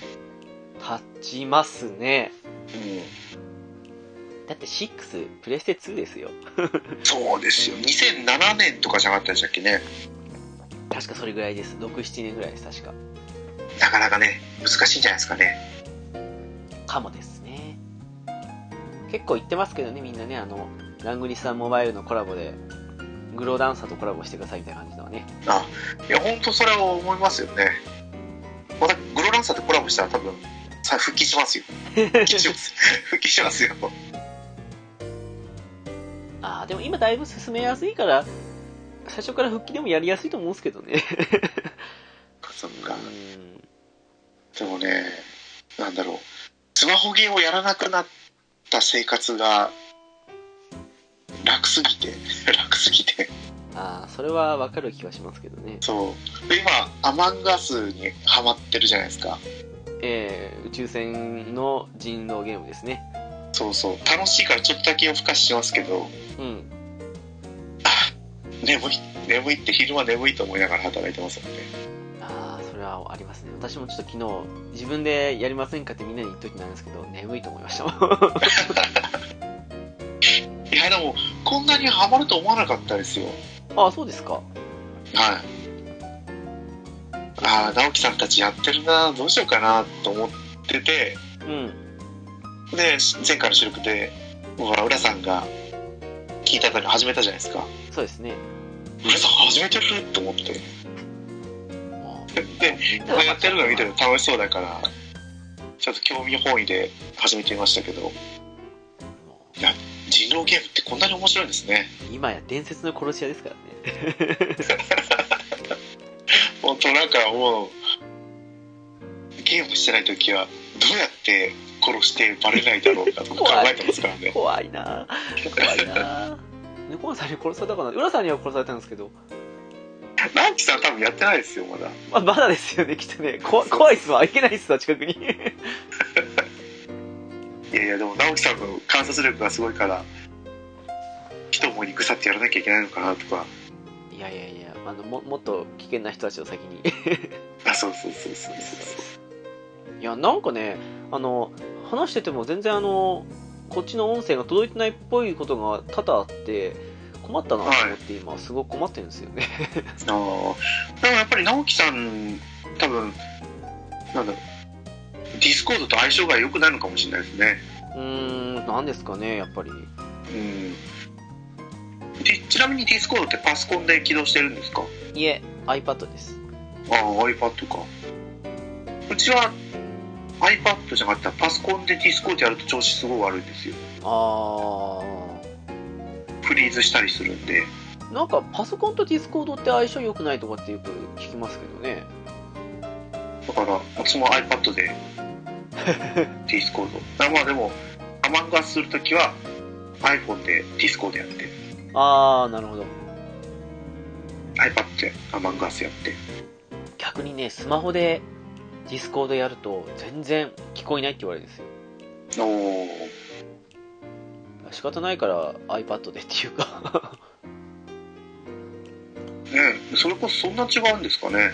Speaker 1: 立ちますね。
Speaker 2: う
Speaker 1: だって6、プレステ2ですよ。
Speaker 2: んそうですよ2007年とかじゃなかったでしたっけね
Speaker 1: 確かそれぐらいです。6、7年ぐらいです、確か。
Speaker 2: なかなかね難しいんじゃないですかね
Speaker 1: かもですね結構言ってますけどねみんなねあのラングリさんモバイルのコラボでグローダンサーとコラボしてくださいみたいな感じのはね
Speaker 2: あいや本当それは思いますよねまたグロランサーとコラボしたら多分さ復帰します よ復帰します復帰しますよ
Speaker 1: ああでも今だいぶ進めやすいから最初から復帰でもやりやすいと思うんですけどね
Speaker 2: そっか
Speaker 1: うん
Speaker 2: でもねなんだろうスマホゲーをやらなくなった生活がすぎて 楽すぎて
Speaker 1: ああ、それはわかる気がしますけどね。
Speaker 2: そうで今アマンガスにハマってるじゃないですか
Speaker 1: えー、宇宙船の人狼ゲームですね。
Speaker 2: そうそう楽しいからちょっとだけ夜更かししますけど
Speaker 1: うん。
Speaker 2: 眠い眠いって昼間眠いと思いながら働いてますもんね
Speaker 1: ああ、それはありますね。私もちょっと昨日、自分でやりませんかってみんなに言っときなんですけど、眠いと思いましたもん。
Speaker 2: いやでもこんなにハマると思わなかったですよ
Speaker 1: ああ、そうですか。
Speaker 2: はいああ直樹さんたちやってるなどうしようかなと思ってて
Speaker 1: うん。
Speaker 2: で前回の収録でほら浦さんが聞いたから始めたじゃないですか
Speaker 1: そうですね。
Speaker 2: 浦さん始めてると思って
Speaker 1: あ
Speaker 2: でやってるの見てると楽しそうだからちょっと興味本位で始めてみましたけど人狼ゲームってこんなに面白いんですね
Speaker 1: 今や伝説の殺し屋ですからね。
Speaker 2: 本当なんかもうゲームしてない時はどうやって殺してバレないだろうかとか考えてますからね
Speaker 1: 怖いなぁ怖いなぁ猫さんに殺されたかな浦さんには殺されたんですけど、
Speaker 2: 直樹さん多分やってないですよまだ
Speaker 1: まあ、まだですよねきっとねこ怖いっすわいけないっすわ近くに
Speaker 2: いやいやでも直樹さんの観察力がすごいから一思いに腐ってやらなきゃいけないのかなとか
Speaker 1: いやいやいやあのももっと危険な人たちを先に
Speaker 2: あそうそうそうそうそう
Speaker 1: いやなんかねあの話してても全然あのこっちの音声が届いてないっぽいことが多々あって困ったなと思って今すごく困ってるんですよね
Speaker 2: あのでもやっぱり直樹さん多分なんだろうディスコードと相性が良くないのかもしれないですね
Speaker 1: うーんなんですかねやっぱり
Speaker 2: うんでちなみにディスコードってパソコンで起動してるんですか
Speaker 1: いえ iPad です
Speaker 2: ああ iPad かうちは iPad じゃなくてパソコンでディスコードやると調子すごい悪いんですよ
Speaker 1: ああ
Speaker 2: フリーズしたりするんで
Speaker 1: なんかパソコンとディスコードって相性良くないとかってよく聞きますけどね。
Speaker 2: だから私も iPad でディスコードだからまあでもアマンガスするときは iPhone でディスコードやって
Speaker 1: あー、なるほど。
Speaker 2: iPad でアマンガスやって
Speaker 1: 逆にね、スマホでディスコードやると全然聞こえないって言われるんですよ。
Speaker 2: おお
Speaker 1: 仕方ないから iPad でっていう か、
Speaker 2: ねそれこそそんな違うんですかね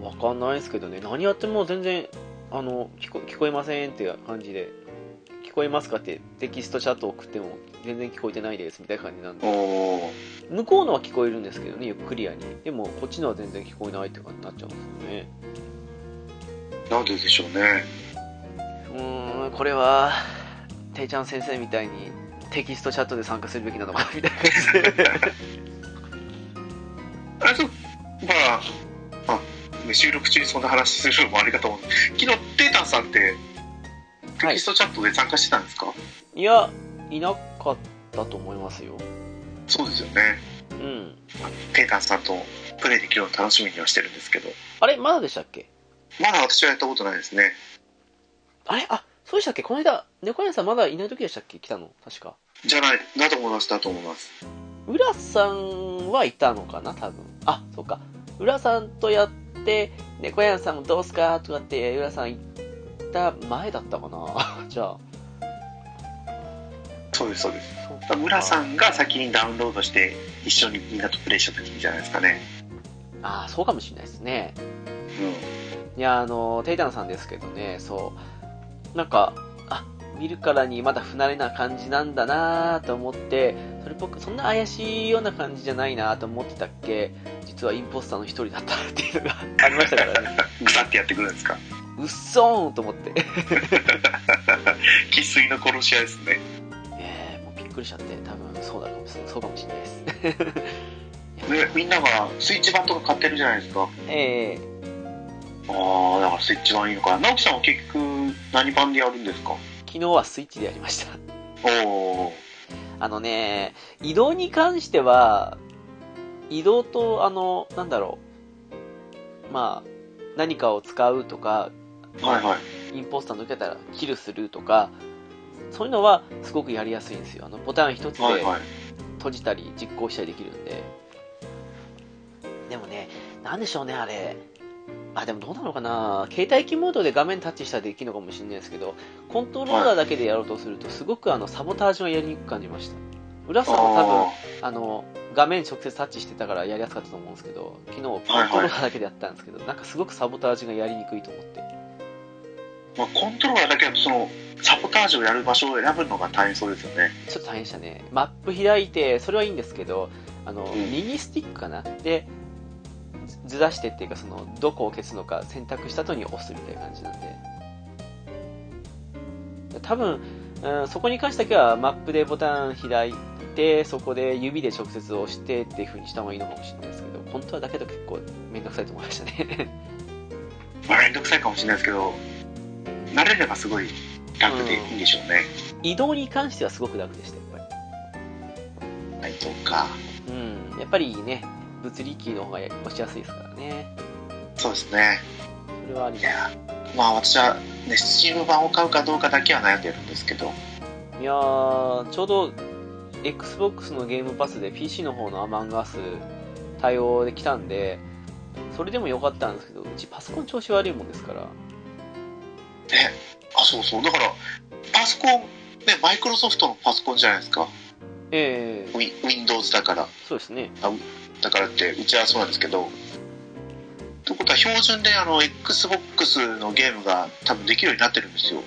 Speaker 1: わかんないですけどね、何やっても全然、あの、聞こ聞こえませんっていう感じで、聞こえますかってテキストチャット送っても全然聞こえてないですみたいな感じなん
Speaker 2: お
Speaker 1: で、
Speaker 2: お
Speaker 1: 向こうのは聞こえるんですけどね、よくクリアに。でも、こっちのは全然聞こえないって感じになっちゃうんですよね。
Speaker 2: なんででしょうね
Speaker 1: うーんこれはていちゃん先生みたいにテキストチャットで参加するべきなのかなみたいな感じで
Speaker 2: あれそうまああ、ね収録中にそんな話するのもありがとう昨日テータンさんってテ
Speaker 1: はい
Speaker 2: キストチャットで参加してたんですか、
Speaker 1: いやいなかったと思いますよ
Speaker 2: そうですよね
Speaker 1: うん
Speaker 2: テータンさんとプレイできるのを楽しみにはしてるんですけど
Speaker 1: あれまだでしたっけ
Speaker 2: まだ私はやったことないですね
Speaker 1: あれあそうでしたっけこの間猫屋さんまだいない時でしたっけ来たの確か
Speaker 2: じゃないだと思いますだと思います
Speaker 1: 浦さんはいたのかな多分あそうか浦さんとやって猫屋さんもどうすかとかって浦さん行った前だったかな じゃあ
Speaker 2: そうですそうです
Speaker 1: そう
Speaker 2: だから村さんが先にダウンロードして一緒にみんなとプレイした時じゃないですかね
Speaker 1: ああそうかもしれないですね
Speaker 2: う
Speaker 1: いや、あの、テイタンさんですけどね、そう、なんか、あ、見るからにまだ不慣れな感じなんだなと思って、それ僕、そんな怪しいような感じじゃないなと思ってたっけ、実はインポスターの一人だったっていうのがありましたから ね、
Speaker 2: んグサってやってくるんですか
Speaker 1: うっそーんと思って、
Speaker 2: 生粋の殺し屋ですね
Speaker 1: えー、もうびっくりしちゃって、多分そうだかもしそうかもしれないです。 いや
Speaker 2: ねみんながスイッチ版とか買ってるじゃないですか
Speaker 1: え
Speaker 2: ああだからスイッチ版いいのか直樹さんは結局何版でやるんですか
Speaker 1: ー、昨日はスイッチでやりました。
Speaker 2: おお
Speaker 1: あのね、移動に関しては、移動と、あの、なんだろう、まあ、何かを使うとか、
Speaker 2: はいはい
Speaker 1: インポスター抜けたらキルするとか、そういうのはすごくやりやすいんですよ。あのボタン一つで
Speaker 2: はいはい
Speaker 1: 閉じたり実行したりできるんででもねなんでしょうねあれあでもどうなのかな携帯機モードで画面タッチしたらできるのかもしれないですけどコントローラーだけでやろうとするとすごくあのサボタージュがやりにくく感じました浦さんも多分
Speaker 2: あ
Speaker 1: あの画面直接タッチしてたからやりやすかったと思うんですけど昨日コントローラーだけでやったんですけど、なんかすごくサボタージュがやりにくいと思って
Speaker 2: ーまあ、コントローラーだけだとそのサボタージュをやる場所を選ぶのが大変そうですよね
Speaker 1: ちょっと大変でしたねマップ開いてそれはいいんですけどあの、
Speaker 2: うん
Speaker 1: 右スティックかなでずずらしてっていうかそのどこを消すのか選択した後に押すみたいな感じなんで多分、うん、そこに関してだけはマップでボタン開いてそこで指で直接押してっていう風にした方がいいのかもしれないですけど本当はだけど結構めんどくさいと思いましたね
Speaker 2: まあ面倒くさいかもしれないですけど慣れればすごい楽でいいんでしょうね、
Speaker 1: 移動に関してはすごく楽でしたやっぱ
Speaker 2: はいそうか
Speaker 1: りうんやっぱりね物理キーの方がや押しやすいですからね
Speaker 2: そうですね
Speaker 1: それはあり
Speaker 2: い
Speaker 1: ます
Speaker 2: やまあ私はねスチーム版を買うかどうかだけは悩んでるんですけど
Speaker 1: いやーちょうど XBOX のゲームパスで PC の方のアマンガス対応できたんでそれでも良かったんですけどうちパソコン調子悪いもんですから
Speaker 2: ねあそうそうだからパソコンねマイクロソフトのパソコンじゃないですか
Speaker 1: ええ
Speaker 2: ウィ Windows だから
Speaker 1: そうですね
Speaker 2: だからってうちはそうなんですけどということは標準であの XBOX のゲームが多分できるようになってるんですよ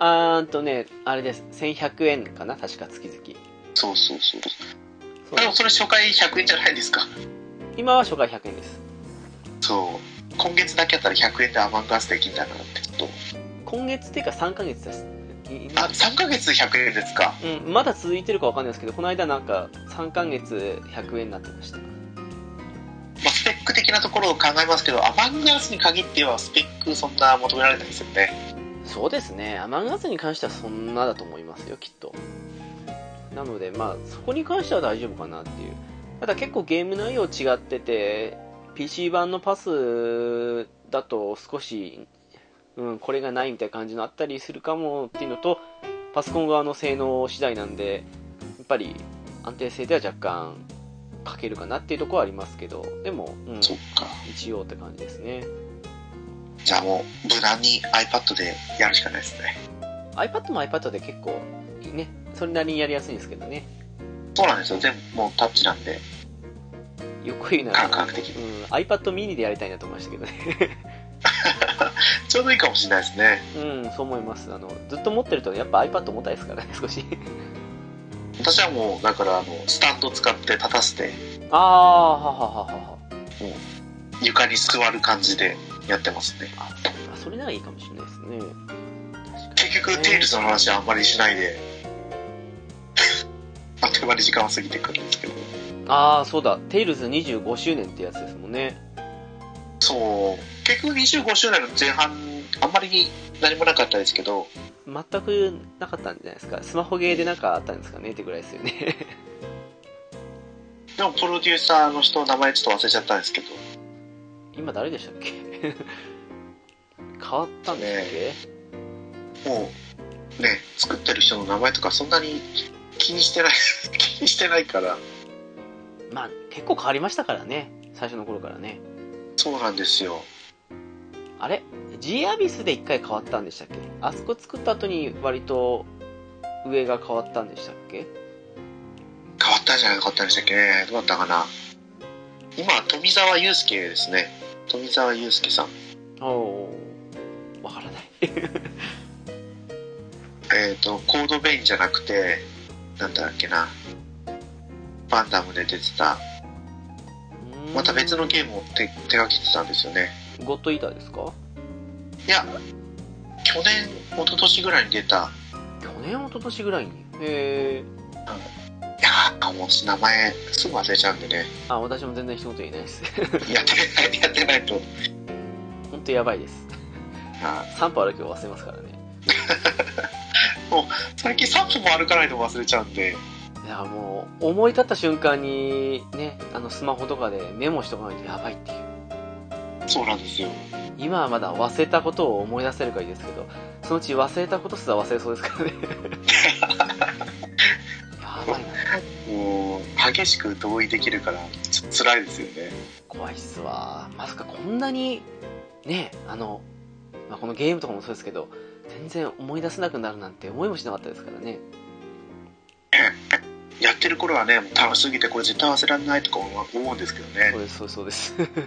Speaker 1: あーんとねあれです1100円かな確か月々
Speaker 2: そうそうそう
Speaker 1: そう
Speaker 2: でもそれ初回100円じゃないですか
Speaker 1: 今は初回100円です
Speaker 2: そう今月だけやったら100円でアマンガスできんだなってちょっと
Speaker 1: 今月っていうか3ヶ月ですい
Speaker 2: あ3ヶ月100円ですか
Speaker 1: うん、まだ続いてるかわかんないですけどこの間なんか3ヶ月100円になってました
Speaker 2: まあ、スペック的なところを考えますけどアマンガスに限ってはスペックそんな求められないですよね
Speaker 1: そうですね、アマンガスに関してはそんなだと思いますよ、きっと。なので、まあ、そこに関しては大丈夫かなっていう。ただ結構ゲーム内容違ってて、PC 版のパスだと少し、うん、これがないみたいな感じのあったりするかもっていうのと、パソコン側の性能次第なんで、やっぱり安定性では若干欠けるかなっていうところはありますけど、でも、うん、
Speaker 2: そっか
Speaker 1: 一応って感じですね。
Speaker 2: じゃあもう無難に iPad でやるしかないですね
Speaker 1: iPad も iPad で結構、ね、それなりにやりやすいんですけどね。
Speaker 2: そうなんですよ全部もうタッチなんで
Speaker 1: よく言うなら、
Speaker 2: 感覚的
Speaker 1: う
Speaker 2: に
Speaker 1: ん、iPad mini でやりたいなと思いましたけどね。
Speaker 2: ちょうどいいかもしれないですね
Speaker 1: うん、そう思います。あの、ずっと持ってると、やっぱ iPad 重たいですからね、 少し。
Speaker 2: 私はもうだからあのスタンド使って立たせて
Speaker 1: ああ、ははははは。
Speaker 2: 床に座る感じでやってますね
Speaker 1: あ、あそれならいいかもしれないですね。
Speaker 2: 結局テイルズの話はあんまりしないで あっという間に時間は過ぎてくるんですけど
Speaker 1: ああ、そうだ。テイルズ25周年ってやつですもんね。
Speaker 2: そう結局25周年の前半あんまり何もなかったですけど
Speaker 1: 全くなかったんじゃないですか。スマホゲーでなんかあったんですかねってぐらいですよね。
Speaker 2: でもプロデューサーの人の名前ちょっと忘れちゃったんですけど
Speaker 1: 今誰でしたっけ 変わったんですっけ、
Speaker 2: もうね作ってる人の名前とかそんなに気にしてない 気にしてないから
Speaker 1: まあ、結構変わりましたからね。最初の頃からね。
Speaker 2: そうなんですよ
Speaker 1: あれ ?G アビスで一回変わったんでしたっけあそこ作った後に割と上が変わったんでしたっけ
Speaker 2: 変わったんじゃなかったんでしたっけねどうだったかな今は富澤祐介ですね富澤祐介さん
Speaker 1: おおーわからない。
Speaker 2: えっ、とコードベインじゃなくてなんだっけなバンダムで出てたまた別のゲームを手手がけてたんですよね
Speaker 1: ム。ゴッドイーターですか
Speaker 2: いや去年一昨年ぐらいに出た
Speaker 1: 去年、一昨年ぐらいに。へえ。
Speaker 2: いやーもう名前すぐ忘れちゃうんでね
Speaker 1: あ、私も全然一言言えないです。
Speaker 2: やってないやってないと
Speaker 1: ほんとやばいです。
Speaker 2: あ
Speaker 1: 3歩歩きを忘れますからね。
Speaker 2: 最近3分も歩かないと忘れちゃうんで
Speaker 1: いや、もう、思い立った瞬間に、ね、あの、スマホとかでメモしとかないとやばいっていう。
Speaker 2: そうなんですよ
Speaker 1: 今はまだ忘れたことを思い出せるかいいですけど、そのうち忘れたことすら忘れそうですからね。やばいな。
Speaker 2: もう激しく同意できるからちょっと辛いですよね
Speaker 1: 怖いっすわまさかこんなにねあの、まあ、このゲームとかもそうですけど全然思い出せなくなるなんて思いもしなかったですからね
Speaker 2: やってる頃はねもう楽しすぎてこれ絶対忘れられないとか思う思うんですけどね
Speaker 1: そうですそうです そうです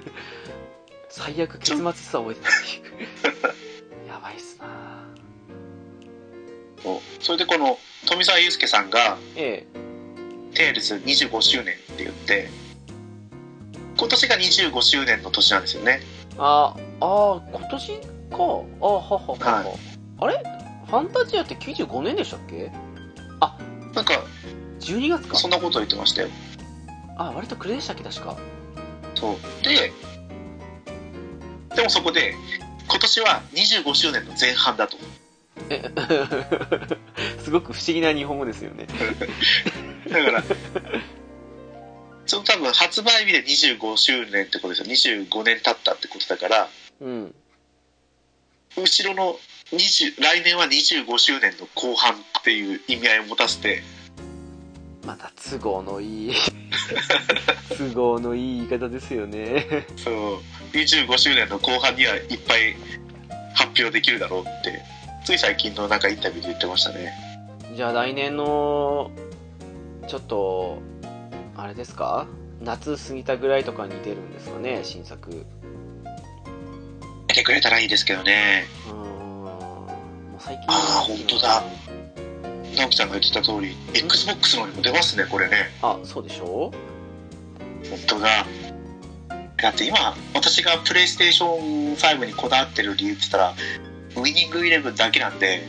Speaker 1: 最悪結末すら覚えてない っていうやばいっすな
Speaker 2: そうそれでこの富澤祐介さんが
Speaker 1: え
Speaker 2: 「テールズ25周年」って言って今年が25周年の年なんですよね
Speaker 1: えああ今年かあはははは、
Speaker 2: は
Speaker 1: あれファンタジアって95年でしたっけ
Speaker 2: なんか
Speaker 1: 12月か
Speaker 2: そんなこと言ってましたよ
Speaker 1: あ割と暮れでしたっけ確か
Speaker 2: そうででもそこで今年は25周年の前半だと
Speaker 1: え すごく不思議な日本語ですよね
Speaker 2: だからその多分発売日で25周年ってことですよ25年経ったってことだから
Speaker 1: うん
Speaker 2: 後ろの20来年は25周年の後半っていう意味合いを持たせて
Speaker 1: また都合の いい都合のいい言い方ですよね
Speaker 2: そう25周年の後半にはいっぱい発表できるだろうってつい最近のなんかインタビューで言ってましたね
Speaker 1: じゃあ来年のちょっとあれですか夏過ぎたぐらいとかに出るんですかね新作う
Speaker 2: 出てくれたらいいですけどね
Speaker 1: ーんもう最近
Speaker 2: あー本当だ直樹さんが言ってた通り XBOX のにも出ますねこれね
Speaker 1: あそうでしょ
Speaker 2: 本当だだって今私がプレイステーション5にこだわってる理由って言ったらウィニングイレブンだけなんで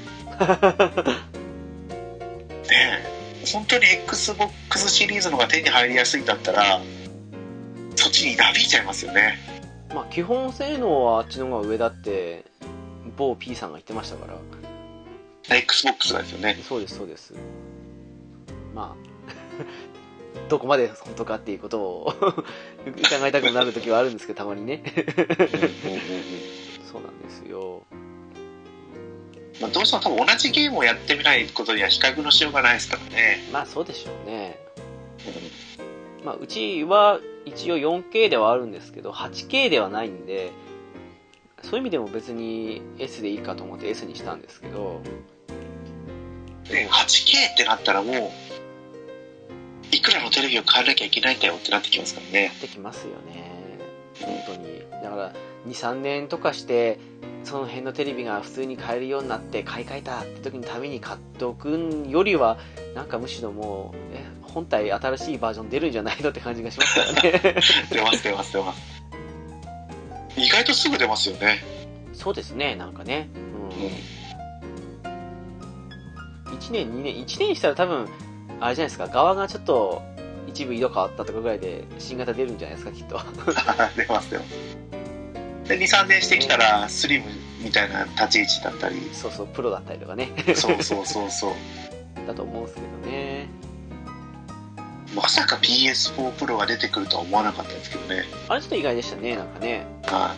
Speaker 2: ねえ本当に XBOX シリーズの方が手に入りやすいんだったらそっちになびいちゃいますよね
Speaker 1: まあ基本性能はあっちの方が上だって某 P さんが言ってましたから
Speaker 2: XBOX がですよね
Speaker 1: そうですそうですまあ どこまで本当かっていうことを 疑いたくなる時はあるんですけどたまにねそうなんですよ
Speaker 2: まあどうしても多分同じゲームをやってみないことには比較のしようがないですからね
Speaker 1: まあそうでしょうねまあ、うちは一応 4K ではあるんですけど 8K ではないんでそういう意味でも別に S でいいかと思って S にしたんですけど
Speaker 2: で 8K ってなったらもういくらのテレビを買わなきゃいけないんだよってなってきますからね
Speaker 1: できますよね本当にだから23年とかしてその辺のテレビが普通に買えるようになって買い替えたって時のために買っておくよりはなんかむしろもうえ本体新しいバージョン出るんじゃないのって感じがしますからね
Speaker 2: 出ます出ます出ます意外とすぐ出ますよね
Speaker 1: そうですねなんかね
Speaker 2: うん
Speaker 1: うん1年2年1年したら多分あれじゃないですか側がちょっと一部色変わったとかぐらいで新型出るんじゃないですか きっと
Speaker 2: 出ます出ますで23年してきたらスリムみたいな立ち位置だったり
Speaker 1: そうそうプロだったりとかね
Speaker 2: そうそうそうそう
Speaker 1: だと思うんですけどね
Speaker 2: まさか PS4 プロが出てくるとは思わなかったですけどね
Speaker 1: あれちょっと意外でしたねなんかね
Speaker 2: は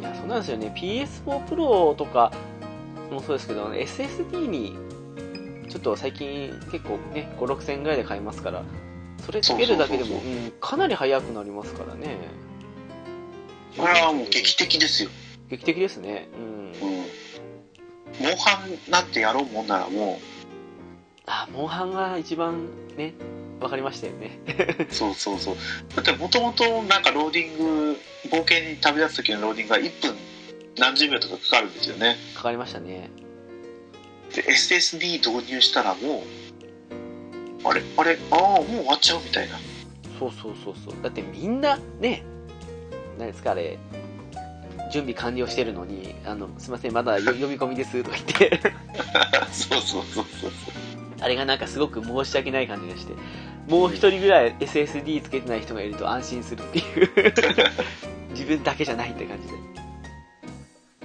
Speaker 2: い
Speaker 1: やそうなんですよね PS4 Pro とかもそうですけど SSD にちょっと最近結構ね56000ぐらいで買いますからそれつけるだけで
Speaker 2: そう
Speaker 1: も
Speaker 2: そう
Speaker 1: うんかなり速くなりますからね
Speaker 2: いこれはもう劇的ですよ、
Speaker 1: 劇的ですねうん
Speaker 2: うん、モンハンなってやろうもんならも
Speaker 1: あモンハンが一番ねわかりましたよね
Speaker 2: うそうそうそうだってもともとなんかローディング冒険に旅立つ時のローディングが1分何十秒とかかかるんですよね
Speaker 1: かかりましたね
Speaker 2: で SSD 導入したらもうあれあれああもう終わっちゃうみたいな
Speaker 1: そうそうそうそうだってみんなね何ですかあれ準備完了してるのに「あのすいませんまだよ読み込みです」とか言って
Speaker 2: そうそうそうそう
Speaker 1: あれがなんかすごく申し訳ない感じがしてもう一人ぐらい SSD つけてない人がいると安心するっていう 自分だけじゃないって感じで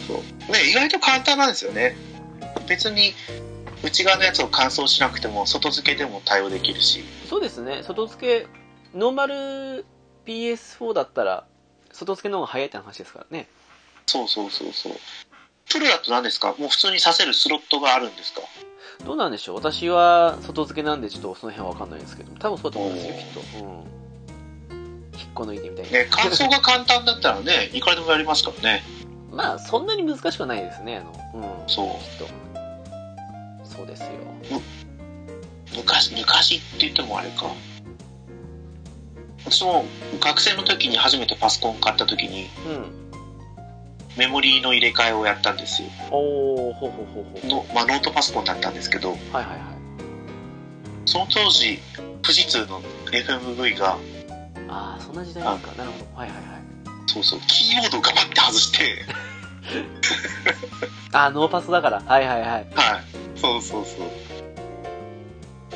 Speaker 2: そうね意外と簡単なんですよね別に内側のやつを乾燥しなくても外付けでも対応できるし
Speaker 1: そうですね外付けノーマル PS4 だったら外付けの方が早いって話ですからね
Speaker 2: そうそうそうそうプロだと何ですかもう普通にさせるスロットがあるんですか
Speaker 1: どうなんでしょう私は外付けなんでちょっとその辺はわかんないんですけど、多分そうだと思うんですよ、
Speaker 2: お
Speaker 1: き
Speaker 2: ー
Speaker 1: っと。うん。引っこ抜いてみたいな。
Speaker 2: ね、感想が簡単だったら ね、いくらでもやりますからね。
Speaker 1: まあ、そんなに難しくはないですね、あの、うん。
Speaker 2: そう
Speaker 1: きっと。そうですよ。
Speaker 2: 昔、昔って言ってもあれか。私も学生の時に初めてパソコン買った時に
Speaker 1: うん。
Speaker 2: メモリーの入れ替えをやったんですよ。
Speaker 1: おー、ほうほうほうほう。
Speaker 2: のまあ、ノートパソコンだったんですけど、
Speaker 1: はいはいはい。
Speaker 2: その当時、富士通の FMV が、
Speaker 1: ああ、そんな時代ですか。なるほど。はいはいはい。
Speaker 2: そうそう、キーボードをガバッて外して、
Speaker 1: あー、ノーパスだから。はいはいはい。
Speaker 2: はい。そうそうそ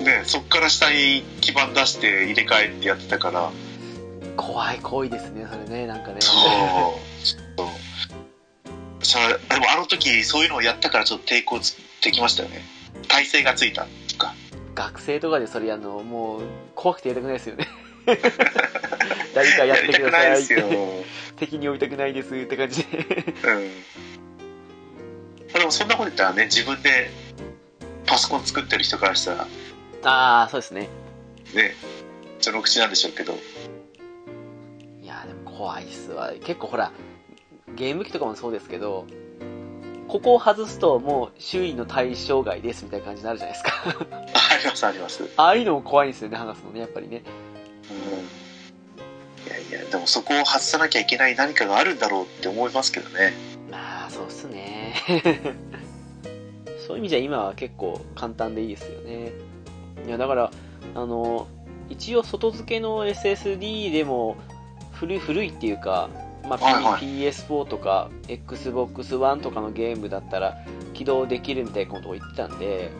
Speaker 2: う。ね、そっから下に基盤出して入れ替えってやってたから、
Speaker 1: 怖い行為ですね、それね、なんかね。
Speaker 2: そう。そう。それでもあの時そういうのをやったからちょっと抵抗つできましたよね。体勢がついたとか。
Speaker 1: 学生とかでそれやるの、もう、怖くてやりた くないですよね。誰かやってくださ
Speaker 2: や
Speaker 1: い
Speaker 2: り
Speaker 1: った
Speaker 2: くないです
Speaker 1: て。
Speaker 2: よ。
Speaker 1: 敵に呼びたくないですって感じで。
Speaker 2: うん。でもそんなこと言ったらね、自分でパソコン作ってる人からしたら、
Speaker 1: ああ、そうですね。
Speaker 2: ね、序の口なんでしょうけど、
Speaker 1: いやーでも怖いっすわ。結構ほら、ゲーム機とかもそうですけど、ここを外すともう周囲の対象外ですみたいな感じになるじゃないですか。
Speaker 2: ありますあります。うん。
Speaker 1: ああいうのも怖いんですよね、話すのね、やっぱりね。
Speaker 2: いやいや、でもそこを外さなきゃいけない何かがあるんだろうって思いますけどね。
Speaker 1: まあ、そうっすね。 そういう意味じゃ今は結構簡単でいいですよね。いや、だから、あの、一応外付けの SSD でも古い古いっていうか、まあ、
Speaker 2: はいはい
Speaker 1: PS4 とか Xbox One とかのゲームだったら起動できるみたいなことを言ってたんで、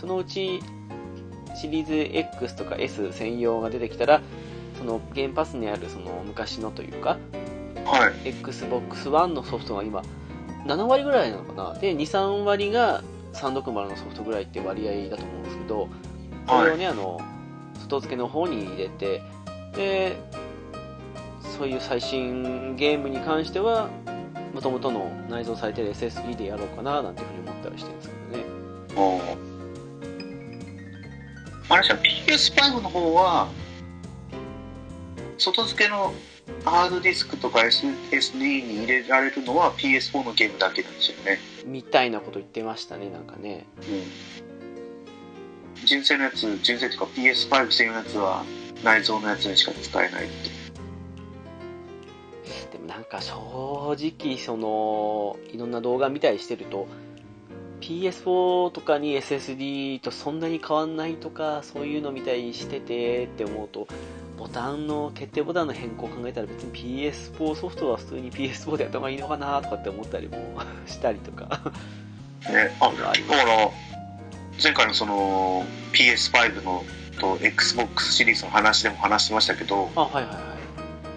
Speaker 1: そのうちシリーズ X とか S 専用が出てきたら、そのゲームパスにあるその昔のというか、
Speaker 2: はい。
Speaker 1: Xbox One のソフトが今7割ぐらいなのかなで23割が360のソフトぐらいって割合だと思うんですけどこれを
Speaker 2: はい。
Speaker 1: ねあの外付けの方に入れてでそういう最新ゲームに関しては元々の内蔵されてる SSD でやろうかななんていうふうに思ったりしてるんですけどね
Speaker 2: おーあれじゃん PS5 の方は、外付けのハードディスクとか SSD に入れられるのは PS4 のゲームだけなんですよね。
Speaker 1: みたいなこと言ってましたねなんかね
Speaker 2: うん。純正のやつ、純正っていうか PS5 専用のやつは内蔵のやつにしか使えないって。
Speaker 1: でもなんか正直そのいろんな動画見たりしてると PS4 とかに SSD とそんなに変わんないとかそういうのみたいにしててって思うとボタンの決定ボタンの変更を考えたら別に PS4 ソフトは普通に PS4 でやった方がいいのかなとかって思ったりもしたりとか
Speaker 2: ね。あ、
Speaker 1: あり
Speaker 2: だから、前回のその PS5 のと Xbox シリーズの話でも話してましたけど、
Speaker 1: あはいはいはい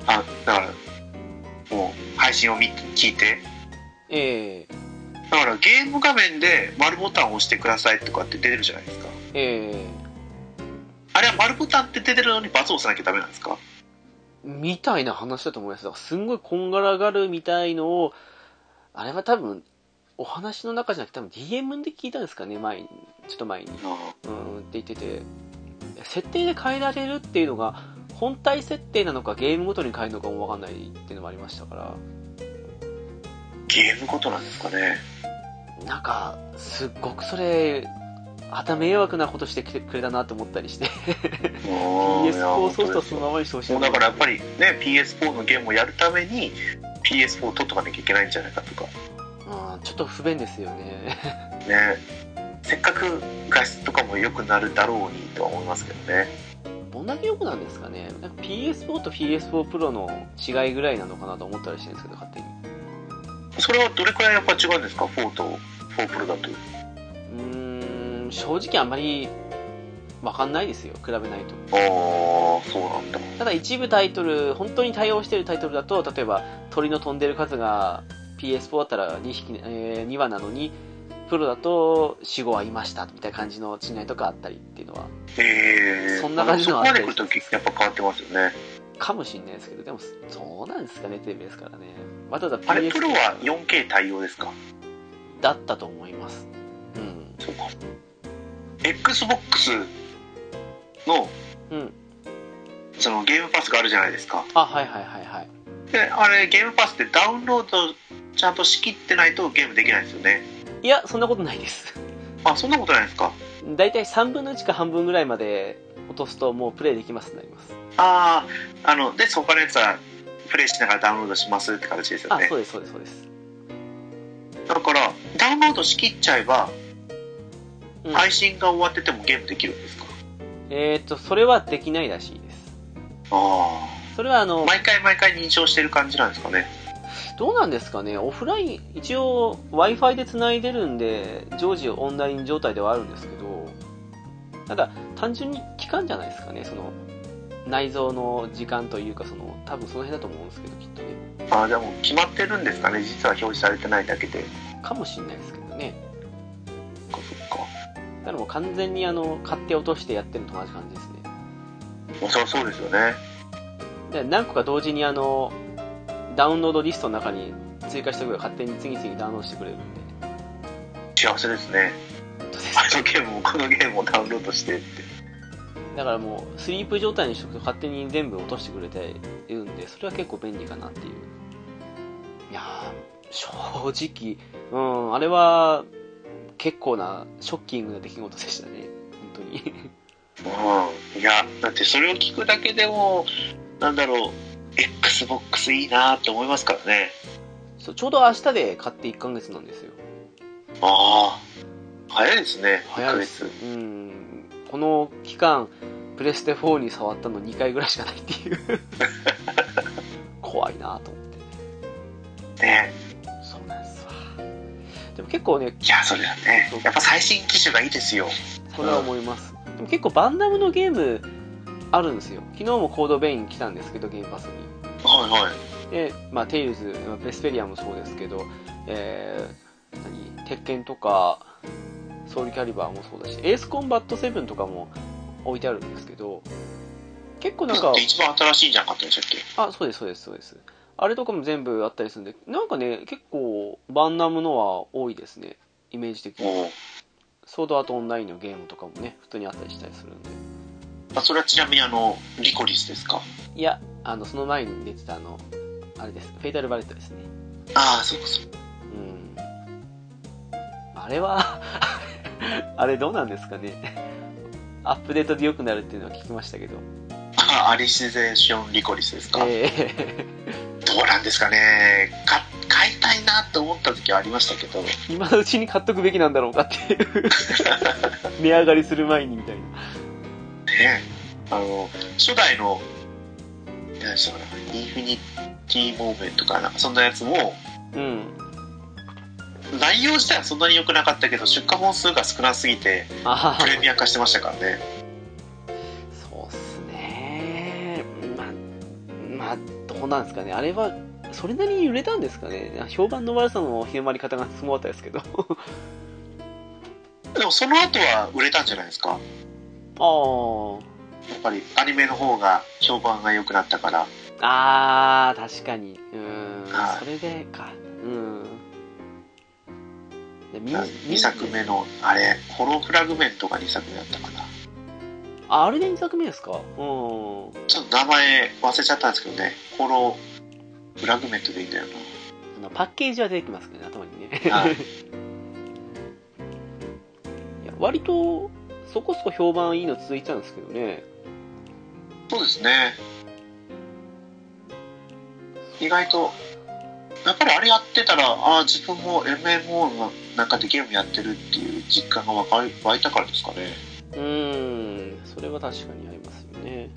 Speaker 2: あだからもう配信を見聞いて
Speaker 1: ええ
Speaker 2: だからゲーム画面で丸ボタンを押してくださいとかって出てるじゃないですか
Speaker 1: ええ
Speaker 2: あれは丸ボタンって出てるのに罰を押さなきゃダメなんですか
Speaker 1: みたいな話だと思います。だからすんごいこんがらがるみたいのを、あれは多分、お話の中じゃなくて多分 DM で聞いたんですかね、前に。ちょっと前に。うん、って言ってて。設定で変えられるっていうのが、本体設定なのかゲームごとに変えるのかもわかんないっていうのもありましたから。
Speaker 2: ゲームことなんですかね
Speaker 1: なんか、すっごくそれ、旗迷惑なことしてきてくれたなと思ったりして。PS4 ソフトはそのままにしてほしい
Speaker 2: も
Speaker 1: な
Speaker 2: うだからやっぱりね PS4 のゲームをやるために PS4 を取っとかなきゃいけないんじゃないかとか
Speaker 1: うん、ちょっと不便ですよね。
Speaker 2: ねせっかく画質とかも良くなるだろうにとは思いますけどね
Speaker 1: どんだけ良くなんですかねなんか PS4 と PS4 Pro の違いぐらいなのかなと思ったりしてるんですけど、勝手に。
Speaker 2: それはどれくらいやっぱ違うんですか4と4プロだと
Speaker 1: うーん、正直あんまりわかんないですよ、比べないと。
Speaker 2: ああそうなんだ
Speaker 1: ただ一部タイトル、本当に対応してるタイトルだと、例えば鳥の飛んでる数が PS4 だったら2匹、えー2羽なのに、プロだと4、5はいました、みたいな感じの違いとかあったりっていうのは、
Speaker 2: ええ
Speaker 1: そんな感じのは
Speaker 2: そこ
Speaker 1: あっ
Speaker 2: ま
Speaker 1: た
Speaker 2: で
Speaker 1: り
Speaker 2: 来
Speaker 1: しま
Speaker 2: ると
Speaker 1: す
Speaker 2: やっぱ変わってますよね
Speaker 1: かもしんないですけど、でも、そうなんですかね、テレビですからね。わざわざ
Speaker 2: あれプロ
Speaker 1: PS4
Speaker 2: は 4K 対応ですか
Speaker 1: だったと思います。うん。
Speaker 2: そうか XBOX の
Speaker 1: うん。
Speaker 2: そのゲームパスがあるじゃないですか
Speaker 1: あ、はいはいはいはい。
Speaker 2: であれゲームパスってダウンロードちゃんと仕切ってないとゲームできないですよね
Speaker 1: いや、そんなことないです。
Speaker 2: あそんなことないですか
Speaker 1: だいたい3分の1か半分ぐらいまで落とすともうプレイできますになります。
Speaker 2: あああので他のやつはプレイしながらダウンロードしますって形ですよ
Speaker 1: あ、
Speaker 2: ね
Speaker 1: そうですそうですそうです。
Speaker 2: だからダウンロード仕切っちゃえば
Speaker 1: うん
Speaker 2: 配信が終わっててもゲームできるんですか、
Speaker 1: えっ、と、それはできないらしいです。
Speaker 2: あ
Speaker 1: それはあ
Speaker 2: あ
Speaker 1: の、
Speaker 2: 毎回毎回認証してる感じなんですかね
Speaker 1: どうなんですかね、オフライン、一応 Wi-Fi で繋いでるんで、常時オンライン状態ではあるんですけど、ただ、単純に期間じゃないですかね、その、内蔵の時間というか、その、多分その辺だと思うんですけど、きっとね。
Speaker 2: ああじゃあもう決まってるんですかね実は表示されてないだけで
Speaker 1: かもしんないですけどね。
Speaker 2: そっかそ
Speaker 1: だからもう完全にあの、買って落としてやってるのと同じ感じですね。
Speaker 2: っかそりゃそうですよね
Speaker 1: で何個か同時にあのダウンロードリストの中に追加しておけば勝手に次々ダウンロードしてくれるんで
Speaker 2: 幸せで すね
Speaker 1: 本当です
Speaker 2: あのゲームもこのゲームもダウンロードしてって
Speaker 1: だからもうスリープ状態にしとくと勝手に全部落としてくれているんでそれは結構便利かなっていういやー正直うんあれは結構なショッキングな出来事でしたね本当に
Speaker 2: うんいやだってそれを聞くだけでもなんだろう XBOX いいなって思いますからね
Speaker 1: そうちょうど明日で買って1ヶ月なんですよ
Speaker 2: ああ早いですね
Speaker 1: 早いですうんこの期間プレステ4に触ったの2回ぐらいしかないって いう怖いなと思って
Speaker 2: 1ヶ月ね
Speaker 1: そうなんですわでも結構ね
Speaker 2: いやそれだねやっぱ最新機種がいいですよ
Speaker 1: それは思いますでも結構バンダムのゲームあるんですよ昨日もコードベイン来たんですけどゲームパスに
Speaker 2: はいはい
Speaker 1: で、まあ、テイルズ、まあベスペリアもそうですけど、えー、何鉄拳とか、ソウルキャリバーもそうだし、エースコンバット7とかも置いてあるんですけど、結構なん
Speaker 2: だ
Speaker 1: か
Speaker 2: って、一番新しいんじゃなかったでしたっけ
Speaker 1: あ、そうです、そうです、そうです。あれとかも全部あったりするんで、なんかね、結構、バンダムのは多いですね、イメージ的に。
Speaker 2: おう
Speaker 1: ソードアートオンラインのゲームとかもね、普通にあったりしたりするんで。
Speaker 2: あそれはちなみにあのリコリスですか
Speaker 1: いや、あの、その前に出てたあの、あれです、フェイタルバレットですね。
Speaker 2: ああそうかそう
Speaker 1: うんあれは、 あれどうなんですかね。アップデートで良くなるっていうのは聞きましたけど。
Speaker 2: あ アリシゼーションリコリスですか、
Speaker 1: ええ
Speaker 2: どうなんですかねか買いたいなと思った時はありましたけど
Speaker 1: 今のうちに買っとくべきなんだろうかって いう。値上がりする前にみたいな。
Speaker 2: ねあの初代の何でしたかねインフィニティモーメントかなそんなやつも
Speaker 1: うん。
Speaker 2: 内容自体はそんなに良くなかったけど出荷本数が少なすぎて
Speaker 1: あ
Speaker 2: プレミア化してましたからね
Speaker 1: あ、そうっすね。まあ、まあ、どうなんですかね。あれは、それなりに揺れたんですかね。評判の悪さの広まり方がすごかったですけど。
Speaker 2: でもその後は売れたんじゃないですか
Speaker 1: ああ。
Speaker 2: やっぱりアニメの方が評判が良くなったから
Speaker 1: あー、確かに。うーん、
Speaker 2: はい
Speaker 1: それでか。うん。でみ
Speaker 2: 2作目のあれ「ホロフラグメント」が2作目だったかな
Speaker 1: あ、あれで2作目ですかうん。
Speaker 2: ちょっと名前忘れちゃったんですけどねホロフラグメントでいいんだよ
Speaker 1: あのパッケージは出てきますけどね、頭にね。
Speaker 2: な、はい、
Speaker 1: いや割と、そこそこ評判いいの続いてたんですけどね。
Speaker 2: そうですね意外とやっぱりあれやってたらああ自分も MMO の中でゲームやってるっていう実感が湧か湧いたからですかね
Speaker 1: うーん、それは確かにありますよね。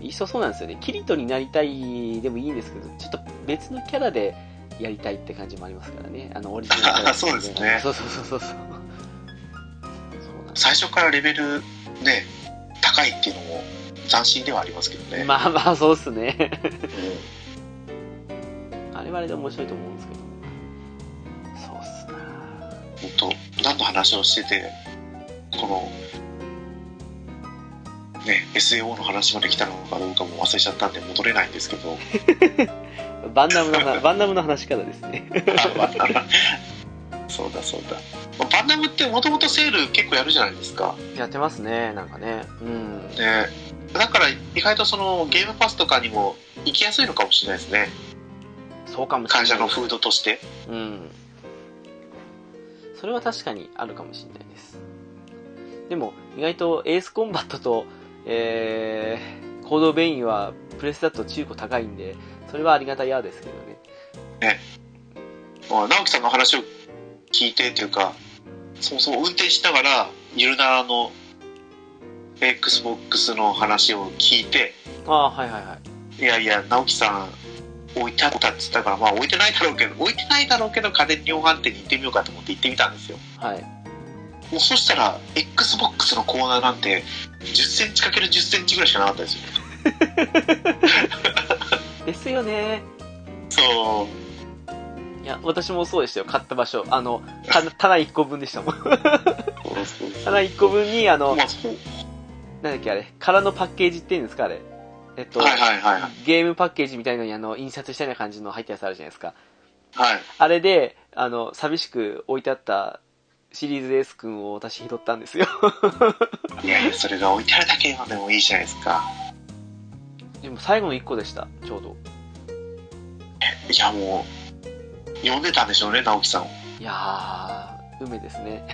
Speaker 1: いっそそうなんですよね。キリトになりたいでもいいんですけど、ちょっと別のキャラでやりたいって感じもありますからね。あの、オリジナルキャラ
Speaker 2: そうですね
Speaker 1: そうそうそうそうそう。そうなんです
Speaker 2: 最初からレベルね高いっていうのも斬新ではありますけどね、
Speaker 1: まあまあ、そうっすね。
Speaker 2: うん
Speaker 1: あれはあれで面白いと思うんですけど。そうっすな
Speaker 2: 本当何の話をしててこのね SAO の話まで来たのかどうかも忘れちゃったんで戻れないんですけど
Speaker 1: バンダムの話、バンダムの話からですね。
Speaker 2: あまあそうだそうだまあバンダムってもともとセール結構やるじゃないですか
Speaker 1: やってますね、なんかね。うん。
Speaker 2: ねだから意外とそのゲームパスとかにも行きやすいのかもしれないですね
Speaker 1: そうかもしれない。
Speaker 2: 会社の風土として
Speaker 1: うん。それは確かにあるかもしれないです。でも、意外とエースコンバットと、えー、行動ベインはプレスだと中古高いんで、それはありがたいやですけどね。
Speaker 2: まあ直樹さんの話を聞いてというかそもそも運転しながらゆるならの XBOX の話を聞いて
Speaker 1: ああー、はいはいはい。
Speaker 2: いやいや直樹さん置いてあったって言ったからまあ置いてないだろうけど置いてないだろうけど家電量販店に行ってみようかと思って行ってみたんですよ
Speaker 1: はい。
Speaker 2: もうそしたら XBOX のコーナーなんて1 0 c m 1 0センチぐらいしかなかったですよ
Speaker 1: ですよね。
Speaker 2: そう
Speaker 1: いや、私もそうでしたよ。買った場所。あの、た棚1個分でしたもん。
Speaker 2: そうそうそう
Speaker 1: 棚1個分に、あの
Speaker 2: ま、あそう
Speaker 1: なんだっけあれ、空のパッケージって言うんですか、あれ。えっと、
Speaker 2: はいはいはいはい
Speaker 1: ゲームパッケージみたいのにあの印刷したような感じの入ったやつあるじゃないですか。
Speaker 2: はい
Speaker 1: あれで、あの、寂しく置いてあったシリーズ S 君を私拾ったんですよ。
Speaker 2: いやいやそれが置いてあるだけでもいいじゃないですか
Speaker 1: でも最後の1個でした、ちょうど。
Speaker 2: いやもう読んでたんでしょうね直樹さんを
Speaker 1: いやー、梅ですね。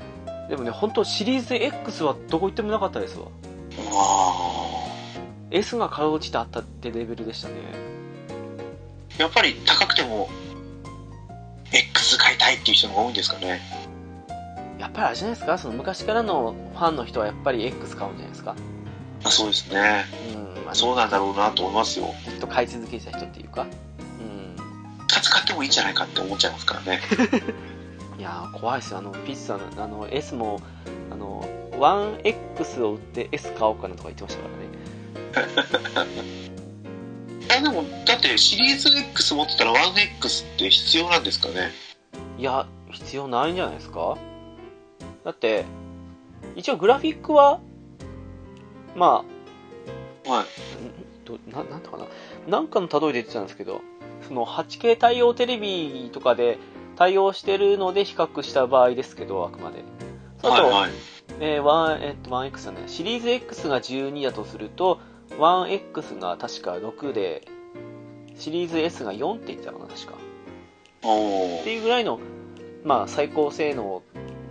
Speaker 1: でもね、本当シリーズ X はどこ行ってもなかったですわ。
Speaker 2: あ
Speaker 1: S が軽落ちてあったってレベルでしたね。
Speaker 2: ーやっぱり高くても X 買いたいっていう人の方が多いんですかね
Speaker 1: やっぱりあれじゃないですか、その昔からのファンの人はやっぱり X 買うんじゃないですか。
Speaker 2: あそうですね
Speaker 1: うん、まあ、
Speaker 2: そうなんだろうなと思いますよ
Speaker 1: ずっと買い続けてた人っていうか。うん。
Speaker 2: 2つ買ってもいいんじゃないかって思っちゃいますからね
Speaker 1: いやー怖いですよ、あのピッツさん、あの S もあの 1X を売って S 買おうかなとか言ってましたからね、
Speaker 2: あでもだってシリーズ X 持ってたら 1X って必要なんですかね
Speaker 1: いや、必要ないんじゃないですか、だって、一応グラフィックは、ま
Speaker 2: はい
Speaker 1: あ、んどななんとかな、なんかの例えで言ってたんですけど、その 8K 対応テレビとかで対応してるので比較した場合ですけど、あくまで。それ
Speaker 2: は
Speaker 1: と
Speaker 2: いはい
Speaker 1: えー、1えっと 1X じゃないシリーズ X が12だとすると 1X が確か6でシリーズ S が4って言ってたかな確か
Speaker 2: お
Speaker 1: って
Speaker 2: ー
Speaker 1: いうぐらいの、まあ、最高性能を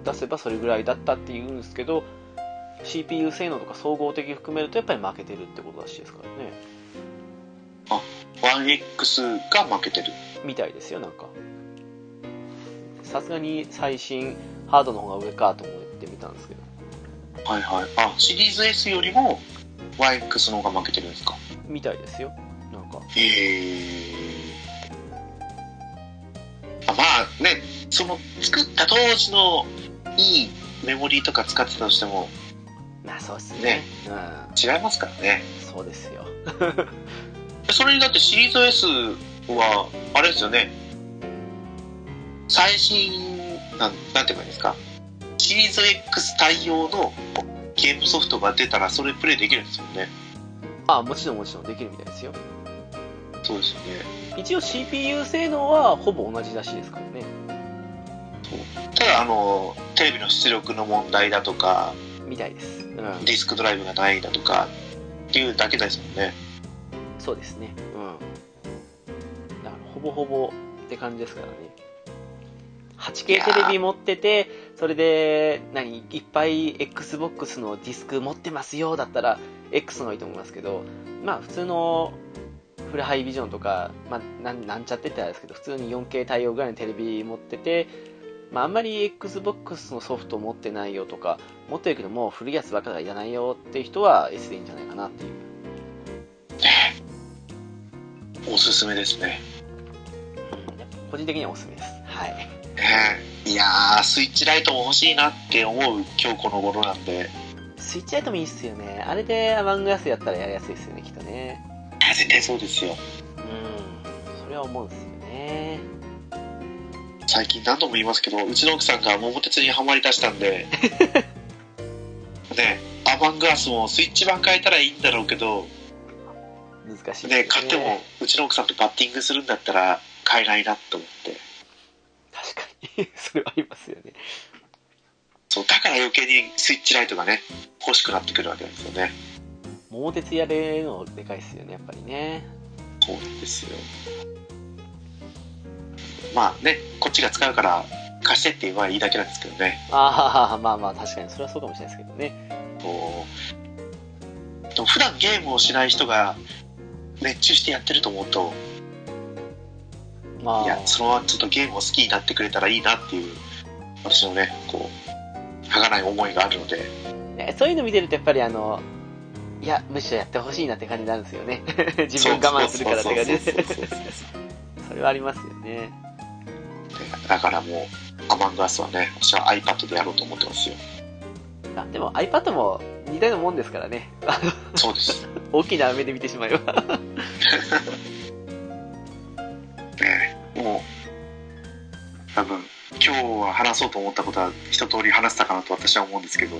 Speaker 1: 出せばそれぐらいだったっていうんですけど CPU 性能とか総合的に含めるとやっぱり負けてるってことらしいですからね
Speaker 2: 1X が負けてる
Speaker 1: みたいですよなんかさすがに最新ハードの方が上かと思ってみたんですけど
Speaker 2: はいはいあシリーズ S よりも 1X の方が負けてるんですか
Speaker 1: みたいですよなんか
Speaker 2: えー、あまあねその作った当時のいいメモリーとか使ってたとしても
Speaker 1: まあそうっすね
Speaker 2: ね
Speaker 1: うん
Speaker 2: 違いますからね
Speaker 1: そうですよ
Speaker 2: それにだってシリーズ S はあれですよね最新なんなんて言えばいいんですかシリーズ X 対応のゲームソフトが出たらそれプレイできるんですよね
Speaker 1: あもちろんもちろんできるみたいですよ
Speaker 2: そうですよね
Speaker 1: 一応 CPU 性能はほぼ同じらしいですからね
Speaker 2: ただあのテレビの出力の問題だとか
Speaker 1: みたいですうん
Speaker 2: ディスクドライブがないだとかっていうだけですもんね
Speaker 1: そうですねうんだからほぼほぼって感じですからね
Speaker 2: い
Speaker 1: 8K
Speaker 2: や
Speaker 1: テ
Speaker 2: ー
Speaker 1: レビ持っててそれで何いっぱい XBOX のディスク持ってますよだったら X の方がいいと思いますけどまあ普通のフルハイビジョンとか、まあ、なんなんちゃってってあれですけど普通に 4K 対応ぐらいのテレビ持ってて、まあ、あんまり XBOX のソフト持ってないよとか持ってるけどもう古いやつばっかりはいらないよって人は S でいいんじゃないかなっていう
Speaker 2: おすすめですね
Speaker 1: 個人的にはおすすめですはい
Speaker 2: いやースイッチライトも欲しいなって思う今日この頃なんで
Speaker 1: スイッチライトもいいっすよねあれでアマングアスやったらやりやすいっすよねきっとね
Speaker 2: 絶対そうですよ
Speaker 1: うんそれは思うんですよね
Speaker 2: 最近何度も言いますけどうちの奥さんが桃鉄にはまりだしたんでねアバングラスもスイッチ版変えたらいいんだろうけど、
Speaker 1: 難しいです
Speaker 2: ね、買ってもうちの奥さんとバッティングするんだったら買えないなと思って
Speaker 1: 確か それはありますよね。
Speaker 2: そうだから余計にスイッチライトがね欲しくなってくるわけですよね
Speaker 1: 桃鉄やれるのでかいっすよね、やっぱりね。
Speaker 2: そうなんですよまあねこっちが使うから貸してって言えばいいだけなんですけどね
Speaker 1: ああ、まあまあ、確かに、それはそうかもしれないですけどね。
Speaker 2: そうでも普段ゲームをしない人が熱中してやってると思うと
Speaker 1: ま
Speaker 2: いや
Speaker 1: あ、
Speaker 2: そのままちょっとゲームを好きになってくれたらいいなっていう私のねこう儚い思いがあるので
Speaker 1: ねそういうの見てると、やっぱりあの、いや、むしろやってほしいなって感じになるんですよね。 自分我慢するからって感じ
Speaker 2: そうそう
Speaker 1: で。
Speaker 2: そうそうそうそう
Speaker 1: それはありますよね。
Speaker 2: でだからもうアマンガスはね私は iPad でやろうと思ってますよ
Speaker 1: あでも iPad も似たようなもんですからね。あの
Speaker 2: そうです
Speaker 1: 大きな目で見てしまえば。
Speaker 2: ねもう多分今日は話そうと思ったことは一通り話したかなと私は思うんですけど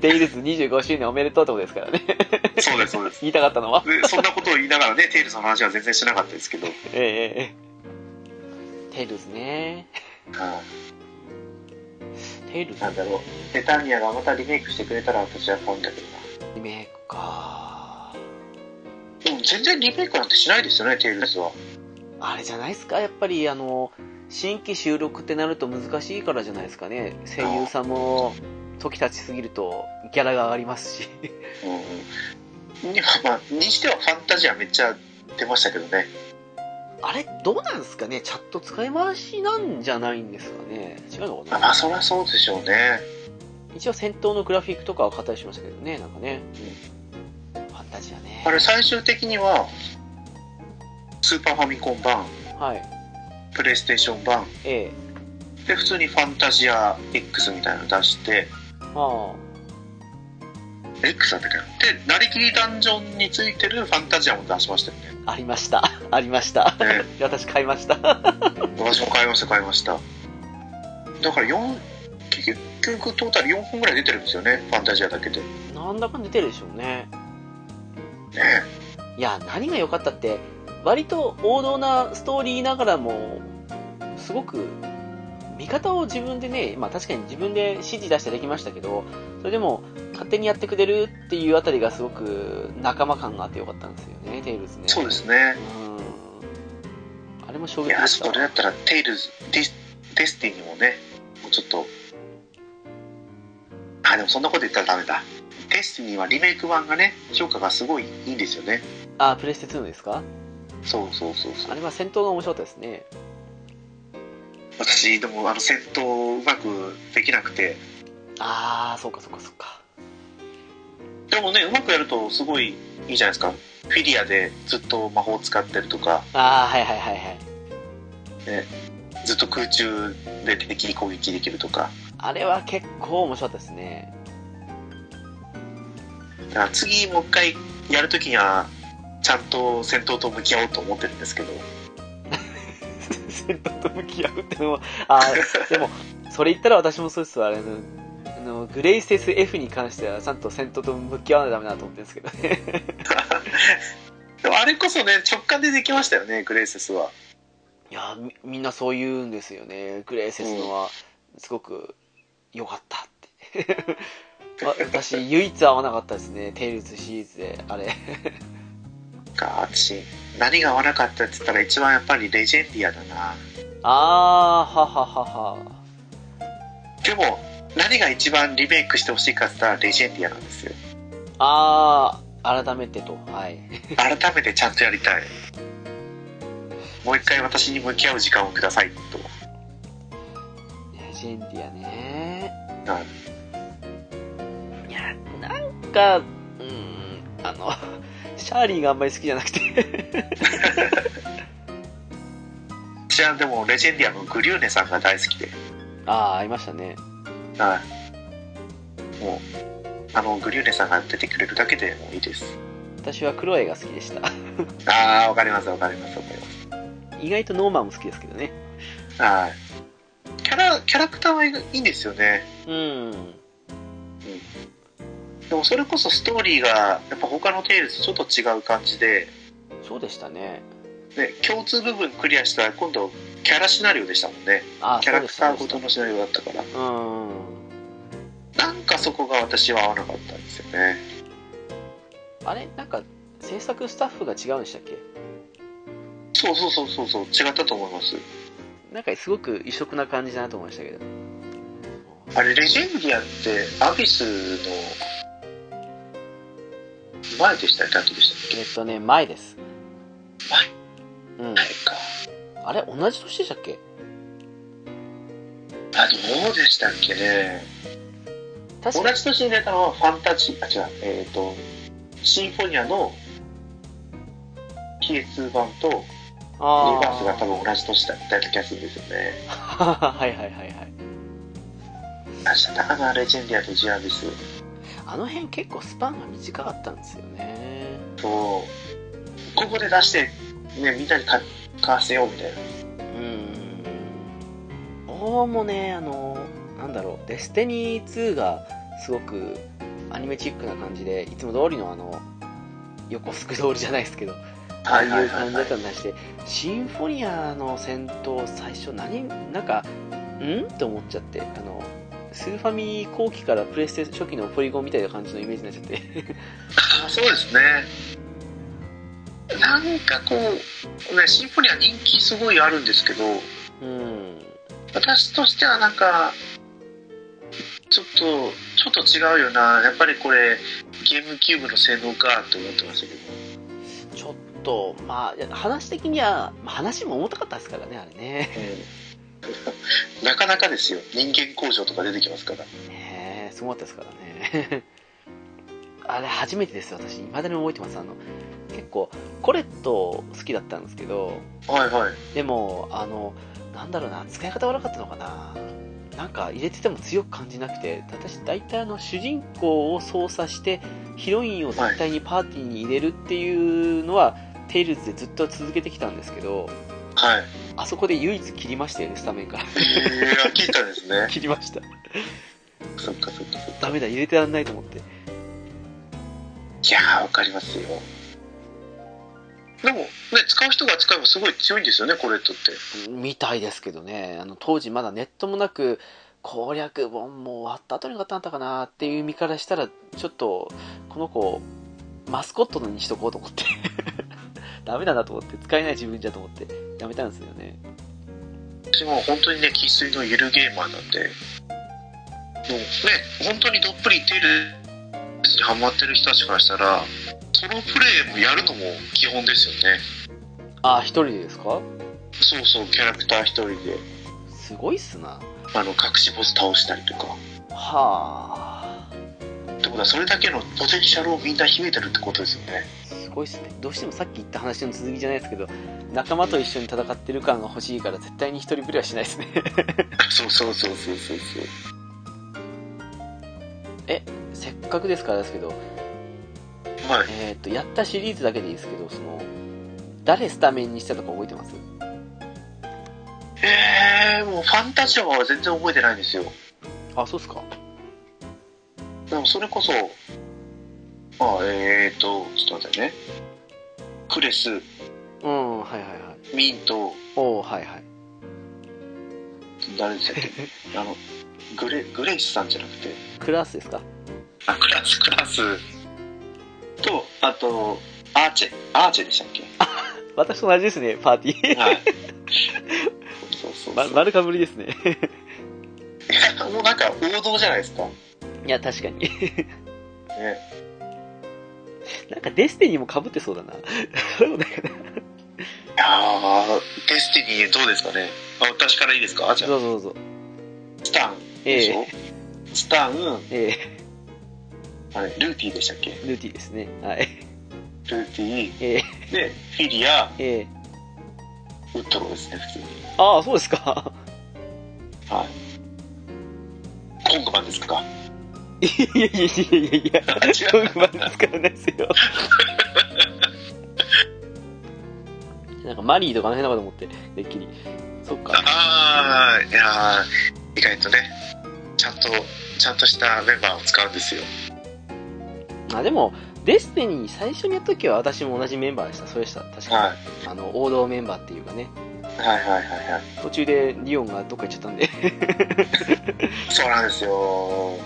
Speaker 1: デイルズ25周年おめでとうってことですからね。
Speaker 2: そうですそうです
Speaker 1: 言いたかったのは。
Speaker 2: でそんなことを言いながらねテイルズの話は全然しなかったですけど、うん
Speaker 1: ええええ。テイルズね。テイルズ
Speaker 2: なんだろうネタニアがまたリメイクしてくれたら私は買うんだけどな
Speaker 1: リメイクか。
Speaker 2: でも全然リメイクなんてしないですよねテイルズは
Speaker 1: あれじゃないですか、やっぱりあの、新規収録ってなると難しいからじゃないですかね。声優さんも時経ちすぎるとギャラが上がりますし。
Speaker 2: うんにまあにしてはファンタジアめっちゃ出ましたけどね
Speaker 1: あれ、どうなんですかねチャット使い回しなんじゃないんですかね違うのか
Speaker 2: ま
Speaker 1: な
Speaker 2: あそりゃそうでしょうね
Speaker 1: 一応戦闘のグラフィックとかは形しましたけどね、なんかね。ファンタジアね
Speaker 2: あ。れ最終的にはスーパーファミコン版
Speaker 1: はい。
Speaker 2: プレイステーション版
Speaker 1: ええ。
Speaker 2: で普通にファンタジア X みたいなの出して
Speaker 1: あ
Speaker 2: X だったっけなでなりきりダンジョンについてるファンタジアも出しましたよ
Speaker 1: あ、ありました。 ありました。
Speaker 2: ねね
Speaker 1: 私買いました。
Speaker 2: 私も買いました買いましただから4結局トータル4本ぐらい出てるんですよねファンタジアだけでね
Speaker 1: なんだかんだ出てるでしょうね。いや、何が良かったって、割と王道なストーリーながらも、すごく、見方を自分でね、まあ確かに自分で指示出してできましたけど、それでも勝手にやってくれるっていうあたりがすごく仲間感があって良かったんですよね、テイルズね。
Speaker 2: そうですね
Speaker 1: うん。あれも衝
Speaker 2: い
Speaker 1: 撃で
Speaker 2: や
Speaker 1: し
Speaker 2: そ
Speaker 1: た
Speaker 2: れ。だったらテイルズデスデスティニーもねもうちょっとあでもそんなこと言ったらダメだデスティニーはリメイク版がね評価がすごいいいんですよね
Speaker 1: あ、プレステ2のですか
Speaker 2: そうそうそうそ
Speaker 1: あ
Speaker 2: う
Speaker 1: れは戦闘が面白かったですね。
Speaker 2: 私でもあの戦闘うまくできなくて
Speaker 1: あー、そうかそうかそうか。
Speaker 2: でもねうまくやるとすごいいいじゃないですかフィリアでずっと魔法使ってるとか
Speaker 1: あー、はいはいはいはい。
Speaker 2: ずっと空中で敵に攻撃できるとか
Speaker 1: あれは結構面白かったですね。
Speaker 2: だから次もう一回やるときにはちゃんと戦闘と向き合おうと思ってるんですけど
Speaker 1: 戦闘と向き合うってのは、あーでも、それ言ったら私もそうですわ、あれの、あの、グレイセス F に関しては、ちゃんと戦闘と向き合わないとダメだなと思ってるんですけど ね。
Speaker 2: でもあれこそね直感でできましたよねグレイセスはい
Speaker 1: やーみ、みんなそう言うんですよね。グレイセスのは、すごく良かった って。わ私、唯一合わなかったですね。テイルズシリーズで、あれ。
Speaker 2: か私何が合わなかったって言ったら一番やっぱりレジェンディアだな
Speaker 1: あー、はははは。
Speaker 2: でも何が一番リメイクしてほしいかって言ったらレジェンディアなんですよ
Speaker 1: あー、改めてと。はい。
Speaker 2: 改めてちゃんとやりたいもう一回私に向き合う時間をくださいと
Speaker 1: レジェンディアね。
Speaker 2: はい
Speaker 1: や、なんか、うーん、あの、 シャーリーがあんまり好きじゃなくて。
Speaker 2: 私はでもレジェンディアのグリューネさんが大好きで、
Speaker 1: ああ、ありましたね。
Speaker 2: はい、もうあのグリューネさんが出てくれるだけでもういいです
Speaker 1: 私はクロエが好きでした。
Speaker 2: ああわかりますわかりますわかります
Speaker 1: 意外とノーマンも好きですけどね。
Speaker 2: はいキャラキャラクターはいいんですよね
Speaker 1: うん。
Speaker 2: でもそれこそストーリーがやっぱ他のテイルズとちょっと違う感じで
Speaker 1: そうでしたね。
Speaker 2: で共通部分クリアしたら今度キャラシナリオでしたもんね
Speaker 1: ああ
Speaker 2: キャラクター
Speaker 1: そうでし
Speaker 2: ご
Speaker 1: た
Speaker 2: と
Speaker 1: そうで
Speaker 2: のシナリオだったから
Speaker 1: したうん
Speaker 2: なんかそこが私は合わなかったんですよね
Speaker 1: あれなんか制作スタッフが違うんでしたっけ
Speaker 2: そうそうそうそうそう違ったと思います
Speaker 1: なんかすごく異色な感じだなと思いましたけど
Speaker 2: あれレジェンディアってアビスの前でしたっけ後でしたっ
Speaker 1: えっとね前ですうん
Speaker 2: け前か
Speaker 1: あれ同じ年でしたっけ
Speaker 2: あどうでしたっけね
Speaker 1: 確
Speaker 2: 同
Speaker 1: か
Speaker 2: じ年に出たのはファンタジーあ違うえっ、とシンフォニアの PS 版とリ
Speaker 1: あ
Speaker 2: バースが多分同じ年だった気がするんですよね
Speaker 1: あ はいはいはいはい
Speaker 2: あじゃったかなレジェンディアとジアビス
Speaker 1: あの辺結構スパンが短かったんですよね
Speaker 2: そうここで出してねみんなに買買わせようみたいな
Speaker 1: うんおおもねあのなんだろうデスティニー2がすごくアニメチックな感じでいつも通りのあの横すく通りじゃないですけどああいう感じだったのに対して、シンフォニアの戦闘、最初何、なんか、んって思っちゃって、あの、スーファミ後期からプレステ初期のポリゴンみたいな感じのイメージになっちゃって。
Speaker 2: あそうですねなんかこう、ね、シンフォニア人気すごいあるんですけど
Speaker 1: うん。
Speaker 2: 私としてはなんかちょっとちょっと違うよなやっぱりこれゲームキューブの性能かって思ってましたけ ど
Speaker 1: ちょっと、まあいや、話的には、まあ話も重たかったですからね、あれね。
Speaker 2: なかなかですよ人間工場とか出てきますから
Speaker 1: ねえ、すごかったですからね。 あれ、初めてです、私。未だに覚えてます。あの、結構、コレット好きだったんですけど、
Speaker 2: はいはい
Speaker 1: でもあのなんだろうな使い方悪かったのかななんか入れてても強く感じなくて私大体あの主人公を操作してヒロインを絶対にパーティーに入れるっていうのは、テイルズでずっと続けてきたんですけど
Speaker 2: はい
Speaker 1: あそこで唯一切りましたよねスタメンから
Speaker 2: いや聞いたんですね
Speaker 1: 切りました
Speaker 2: そっかそっかそっか
Speaker 1: ダメだ入れてらんないと思って
Speaker 2: いやーわかりますよでもね使う人が使えばすごい強いんですよねコレットって
Speaker 1: みたいですけどねあの当時まだネットもなく攻略本も終わった後に買ったんだったかなっていう身からしたらちょっとこの子マスコットにしとこうと思って ダメだなと思って使えない自分じゃと思ってやめたんですよね
Speaker 2: 私も本当にね生粋のゆるゲーマーなんでもうね本当にどっぷりテールズにハマってる人たちからしたらソロプレイもやるのも基本ですよね
Speaker 1: ああ一人でですか
Speaker 2: そうそうキャラクター一人です
Speaker 1: ごいっすな
Speaker 2: あの隠しボス倒したりとか
Speaker 1: はあ
Speaker 2: ってことはそれだけのポテンシャルをみんな秘めてるってことですよね
Speaker 1: すごいっすねどうしてもさっき言った話の続きじゃないですけど仲間と一緒に戦ってる感が欲しいから絶対に一人プレイはしないですね
Speaker 2: そうそうそうそうそうそう
Speaker 1: せっかくですからですけど
Speaker 2: はい
Speaker 1: えー、とやったシリーズだけでいいですけどその誰スタメンにしたとか覚えてます
Speaker 2: えー、もうファンタジアは全然覚えてないんですよ
Speaker 1: あそうっすか
Speaker 2: でもそれこそ、あ、えーと、ちょっと待ってね。クレス、
Speaker 1: うんはいはいはい
Speaker 2: ミント、
Speaker 1: おおはいはい
Speaker 2: 誰でしたっ けあの、グレ、グレイスさんじゃなくて、
Speaker 1: クラスですか
Speaker 2: あ、クラス、クラス。と、あと、アーチェ、アーチェでしたっけ
Speaker 1: 私と同じですねパーティ ー
Speaker 2: はい。そうそうそう。
Speaker 1: ま丸かぶりですね
Speaker 2: もうなんか王道じゃないですか。ね。
Speaker 1: いや確かになんかデスティニーもかぶってそうだなそれもなんか
Speaker 2: いやー、デスティニーどうですかね。あ、私からいいですかあ、じゃ
Speaker 1: ど
Speaker 2: あ、
Speaker 1: うぞどうぞ
Speaker 2: スタンで
Speaker 1: え
Speaker 2: しょ、
Speaker 1: え
Speaker 2: スタン、
Speaker 1: え
Speaker 2: あれ、ルーティーでしたっけ
Speaker 1: えルーティーですねはい
Speaker 2: ルーティー、
Speaker 1: ええ
Speaker 2: で、フィリア、
Speaker 1: ええ
Speaker 2: ウッドローですね、普通に。
Speaker 1: ああそうですか
Speaker 2: はい。コングマンですか。
Speaker 1: いやいやいやいや いや
Speaker 2: 違
Speaker 1: トン
Speaker 2: う
Speaker 1: グまで使わないですよなんかマリーとかあの辺のかと思っててっきりそっ か
Speaker 2: ああ、いやー意外とね、ちゃんと、ちゃんとしたメンバーを使うんですよ。
Speaker 1: あでもデスペニー最初にやった時は私も同じメンバーでした。そうでした。確かに。
Speaker 2: はい
Speaker 1: あの、王道メンバーっていうかね。
Speaker 2: はいはいはいはい
Speaker 1: 途中でリオンがどっか行っちゃったんで。
Speaker 2: そうなんですよ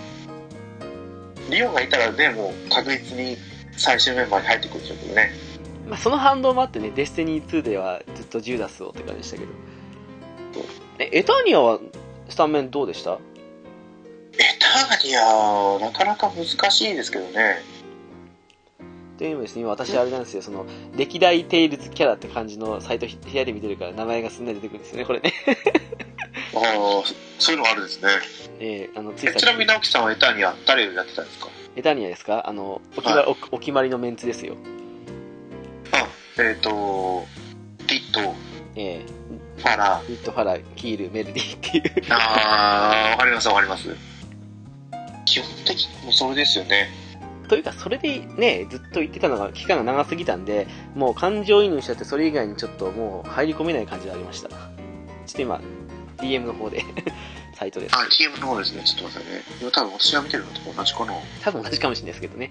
Speaker 2: リオンがいたらねもう確実に最終メンバーに入ってくるでしょうけどね
Speaker 1: まあ、その反動もあってね、デスティニー2ではずっとジューダスをって感じでしたけど。え、エターニアはスタメンどうでした
Speaker 2: エターニアなかなか難しいですけどね
Speaker 1: というのもですね、今私あれなんですよ、その、歴代テイルズキャラって感じのサイトひ部屋で見てるから名前がすんなり出てくるんですよね、これ ね。
Speaker 2: ああそういうのがあるんですね
Speaker 1: えーあの、つい
Speaker 2: え
Speaker 1: さっき
Speaker 2: ちなみに直樹さんはエターニア誰をやってたんですか
Speaker 1: エターニアですかあの、お決まり、
Speaker 2: はい
Speaker 1: おお決まりのメンツですよ。
Speaker 2: あえっ、とディット
Speaker 1: えー
Speaker 2: ファラ
Speaker 1: ミッドファラ、キール、メルディっていう。
Speaker 2: あーわかりますわかります基本的にもうそれですよね
Speaker 1: というか、それでね、ずっと言ってたのが、期間が長すぎたんで、もう感情移入しちゃって、それ以外にちょっともう入り込めない感じがありました。ちょっと今、DM の方で、 サイトです。
Speaker 2: あ TM の方ですねちょっと待ってくださいね今多分私が見てるのと同じかな
Speaker 1: 多分同じかもしれないですけどね。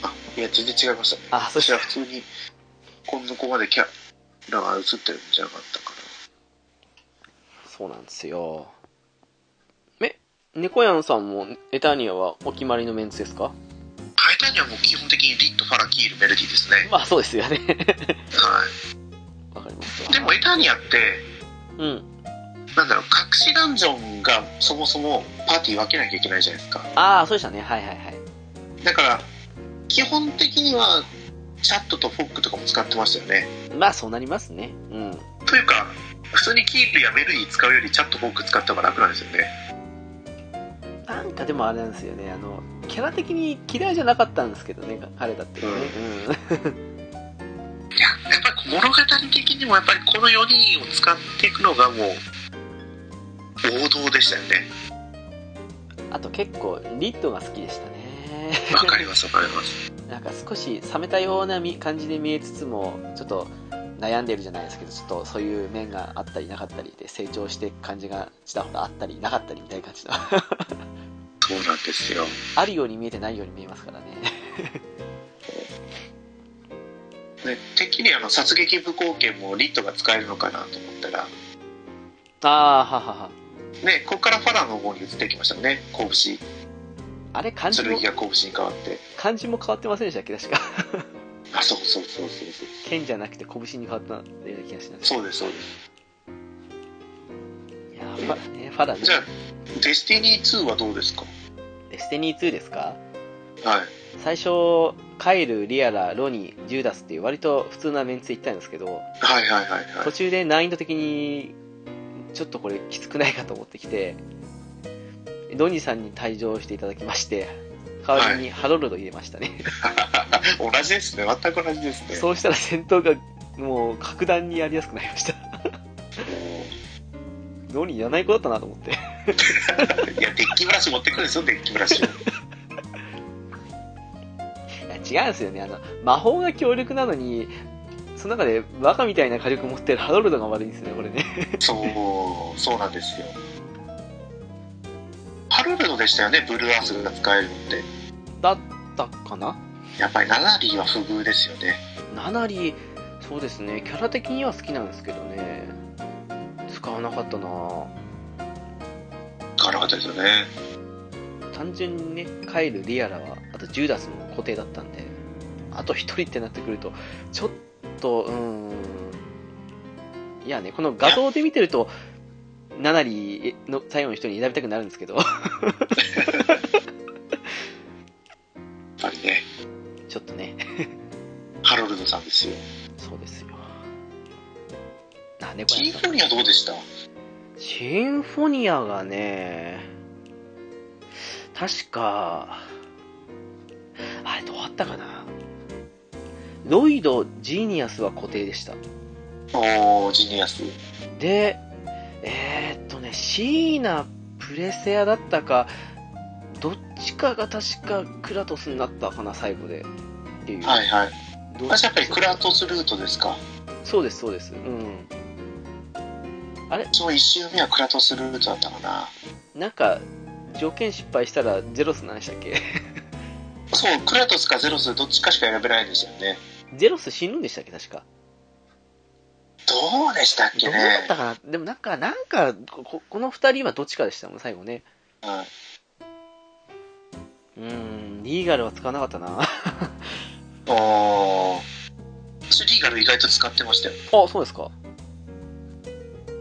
Speaker 2: あいや全然違いましたね
Speaker 1: あ、そし
Speaker 2: 私
Speaker 1: た
Speaker 2: は
Speaker 1: ら、
Speaker 2: 普通にこんな子までキャラが映ってるんじゃなかったか
Speaker 1: そうなんですよ。え、猫やんさんも、エターニアはお決まりのメンツですか
Speaker 2: なエターニアはもう基本的にリット、ファラ、キール、メルディですね。
Speaker 1: まあ、そうですよね。
Speaker 2: は
Speaker 1: わかりますわ
Speaker 2: い。でも、エターニアって、
Speaker 1: うん。
Speaker 2: なんだろう、隠しダンジョンがそもそもパーティー分けなきゃいけないじゃないですか。
Speaker 1: ああ、そうでしたね。はいはいはい。
Speaker 2: だから、基本的には、チャットとフォックとかも使ってましたよね。
Speaker 1: まあ、そうなりますね。うん。
Speaker 2: というか、普通にキールやメルディ使うよりチャットフォック使った方が楽なんですよね。
Speaker 1: なんかでもあれなんですよね、あの、キャラ的に嫌いじゃなかったんですけどね、彼だってね。うん。
Speaker 2: いや、やっぱり物語的にもやっぱりこの4人を使っていくのがもう、王道でしたよね。
Speaker 1: あと結構、リットが好きでしたね。
Speaker 2: わかりますわかります。
Speaker 1: なんか少し冷めたようなみ感じで見えつつも、ちょっと悩んでるじゃないですけど、ちょっとそういう面があったりなかったりで、成長していく感じがしたほどあったりなかったりみたいな感じ の。
Speaker 2: そうなんですよ。
Speaker 1: あるように見えてないように見えますからね。
Speaker 2: ね、てっきりあの殺撃武功剣もリットが使えるのかなと思ったら、
Speaker 1: ああ、ははは。
Speaker 2: ね、ここからファラの方に移ってきましたね、拳、
Speaker 1: あれ、漢字も
Speaker 2: 剣、が拳に変わって。
Speaker 1: 漢字も変わってませんでしたっけ 確か。
Speaker 2: あ、そうそうそうそうそう。
Speaker 1: 剣じゃなくて拳に変わったような気がします。
Speaker 2: そうです、そうです。
Speaker 1: いやー、ファラね、ファラね。
Speaker 2: じゃあ、デスティニー2はどうですか
Speaker 1: デスティニー2ですか
Speaker 2: はい。
Speaker 1: 最初カイルリアラロニージューダスっていう割と普通なメンツで行ったんですけど
Speaker 2: はいはいはいは
Speaker 1: 途中で難易度的にちょっとこれきつくないかと思ってきてロニーさんに退場していただきまして代わりにハロルド入れましたね、
Speaker 2: い。同じですね、全く同じですね。
Speaker 1: そうしたら戦闘がもう格段にやりやすくなりましたロニーやらない子だったなと思って
Speaker 2: いや、デッキブラシ持ってくるんですよ、デッキブラ シを。
Speaker 1: いや違うんですよねあの魔法が強力なのにその中でバカみたいな火力持ってるハロルドが悪いんですねこれね
Speaker 2: そう、そうなんですよ。ハルルドでしたよね、ブルーアースが使えるのって。
Speaker 1: だったかな
Speaker 2: やっぱりナナリーは不遇ですよね。
Speaker 1: ナナリそうですねキャラ的には好きなんですけどね使わなかったなぁ
Speaker 2: 使わなかったですよね。
Speaker 1: 単純にねカイルリアラはあとジューダスも固定だったんであと1人ってなってくるとちょっとうーんいやねこの画像で見てるとナナリの最後の人に選びたくなるんですけど
Speaker 2: やっぱりね、
Speaker 1: ちょっとね
Speaker 2: ハロルドさんですよ。
Speaker 1: そうですよあ猫
Speaker 2: シン
Speaker 1: やん
Speaker 2: フ
Speaker 1: さ
Speaker 2: ォ
Speaker 1: ん
Speaker 2: ニアどうでした
Speaker 1: シンフォニアがね、確か、あれどうあったかなロイド、ジーニアスは固定でした。
Speaker 2: おー、ジニアス。
Speaker 1: で、えーっとね、シーナ、プレセアだったか、どっちかが確かクラトスになったかな、最後で。っていう。
Speaker 2: はいはい。
Speaker 1: どっ
Speaker 2: 私やっぱりクラトスルートですか。
Speaker 1: そうです、そうです。うん。あれ
Speaker 2: その1周目はクラトスルートだったかな。
Speaker 1: なんか、条件失敗したらゼロスなんでしたっけ
Speaker 2: そう、クラトスかゼロスどっちかしか選べないんですよね。
Speaker 1: ゼロス死ぬんでしたっけ確か。
Speaker 2: どうでしたっけ
Speaker 1: どうだっ
Speaker 2: ね
Speaker 1: た。かなでもなんか、なんか、ここの二人はどっちかでしたもん、最後ね。
Speaker 2: うん
Speaker 1: うーん、リーガルは使わなかったな。 あ、
Speaker 2: あースリーガル意外と使ってましたよ。
Speaker 1: そうですか。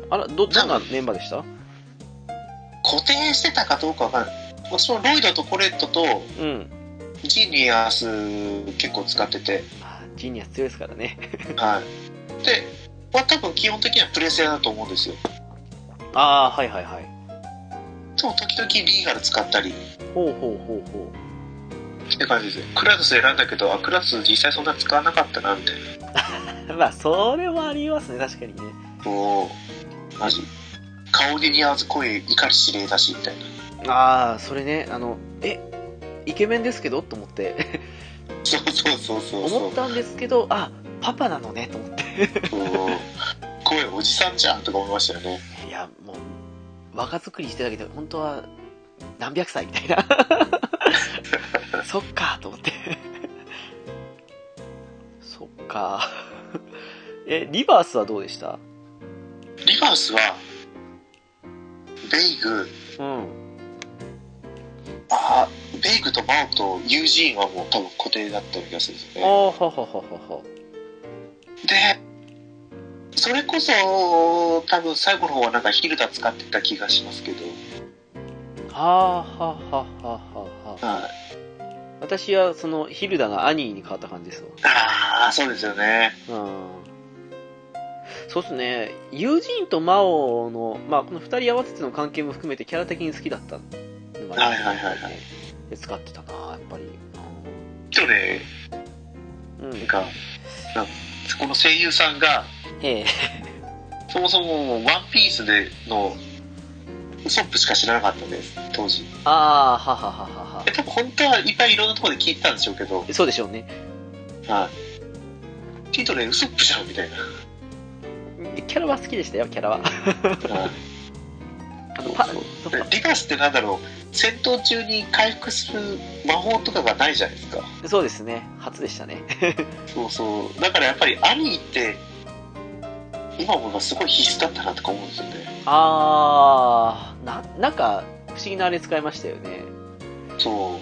Speaker 1: あら、ど、どん
Speaker 2: 多
Speaker 1: なメンバーでした
Speaker 2: 固定してたかどうかわかんない。そのロイドとコレットと
Speaker 1: うん。
Speaker 2: ジーニアス結構使ってて、
Speaker 1: まあジーニアス強いですからね。
Speaker 2: はい。で、まあ、多分基本的にはプレセだと思うんですよ。
Speaker 1: ああ、はいはいはい。
Speaker 2: でも時々リーガル使ったり
Speaker 1: ほうほうほうほ
Speaker 2: って感じですよクラトス選んだけど、あ、クラトス実際そんな使わなかったな、みたいな。
Speaker 1: う。まあ、それはありますね、確かにね。
Speaker 2: もう、マジ。顔に似合わず声怒り指令だし、みたいな。
Speaker 1: ああ、それね、あの、え、イケメンですけどと思って、
Speaker 2: そうそうそうそうそう。
Speaker 1: 思ったんですけど、あ、パパなのね、と思って。
Speaker 2: うん声おじさんじゃんとか思いましたよね。
Speaker 1: いや、もう、若作りしてたけど、本当は、何百歳みたい な。そっか、と思って。 そっか。え、リバースはどうでした
Speaker 2: リバースは、ベイグ、
Speaker 1: うん。
Speaker 2: あーベイグとマオとユージーンはもう多分固定だった気がするんです
Speaker 1: あ
Speaker 2: よ
Speaker 1: ーは
Speaker 2: ね。
Speaker 1: はははは。
Speaker 2: で、それこそ、多分最後の方はなんかヒルダ使ってた気がしますけど、
Speaker 1: はーははははは。
Speaker 2: はい。
Speaker 1: 私は、その、ヒルダがアニーに変わった感じですわ。
Speaker 2: ああ、そうですよね。
Speaker 1: うんそうっすね、友人と魔王の、まあ、この二人合わせての関係も含めてキャラ的に好きだったのが
Speaker 2: はいはいはいは
Speaker 1: で使ってたな、やっぱり。
Speaker 2: 今日ね、
Speaker 1: うん、
Speaker 2: なんか、なんかこの声優さんが、
Speaker 1: ええ、
Speaker 2: そもそもワンピースでの、ウソップしか知らなかったんです、当時。
Speaker 1: ああ、ははははは
Speaker 2: え。多分本当はいっぱいいろんなところで聞いてたんでしょうけど、
Speaker 1: そうでしょうね。
Speaker 2: はい。聞いたらウソップじゃんみたいな。
Speaker 1: でキャラは好きでしたよ、キャラは。あのパ
Speaker 2: そう
Speaker 1: そう
Speaker 2: で
Speaker 1: か
Speaker 2: リバースってなんだろう、戦闘中に回復する魔法とかがないじゃないですか。
Speaker 1: そうですね、初でしたね。
Speaker 2: そうそう。だからやっぱりアニーって、今思えばすごい必須だったなとか思うんですよね。
Speaker 1: ああ、ななんか、不思議なあれ使いましたよね。
Speaker 2: そ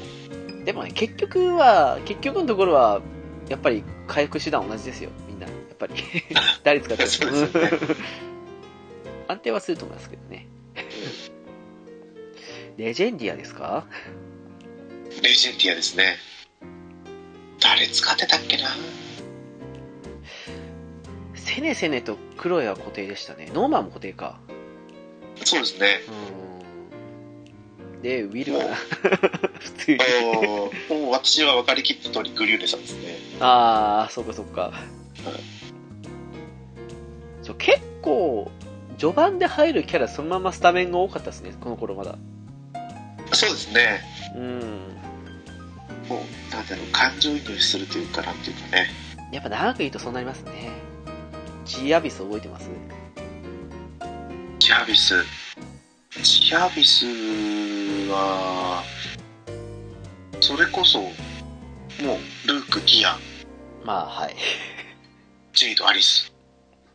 Speaker 1: でもね、結局は、結局のところは、やっぱり回復手段同じですよ、みんな。やっぱ り。誰使っても
Speaker 2: そうですよね
Speaker 1: 安定はすると思いますけどね。レジェンディアですか
Speaker 2: う。レジェンティアですね。誰使ってたっけな
Speaker 1: セネセネとクロエは固定でしたね。ノーマンも固定か。
Speaker 2: そうですね。
Speaker 1: うーん。で、ウィルかな。普通に。
Speaker 2: おー もう私は分かりきった通りグリューレさんですね。
Speaker 1: ああ、そっかそっか。そう結構、序盤で入るキャラそのままスタメンが多かったですね、この頃まだ。
Speaker 2: そうですね。
Speaker 1: うん。
Speaker 2: もう、なんだろう、感情移入するというか、なんていうかね。
Speaker 1: やっぱ長く言うとそうなりますね。ジアビス覚えてます
Speaker 2: ジアビス。ジアビスは、それこそ、もう、ルーク、ギアン、
Speaker 1: まあ、はい。
Speaker 2: ジェイド、アリス。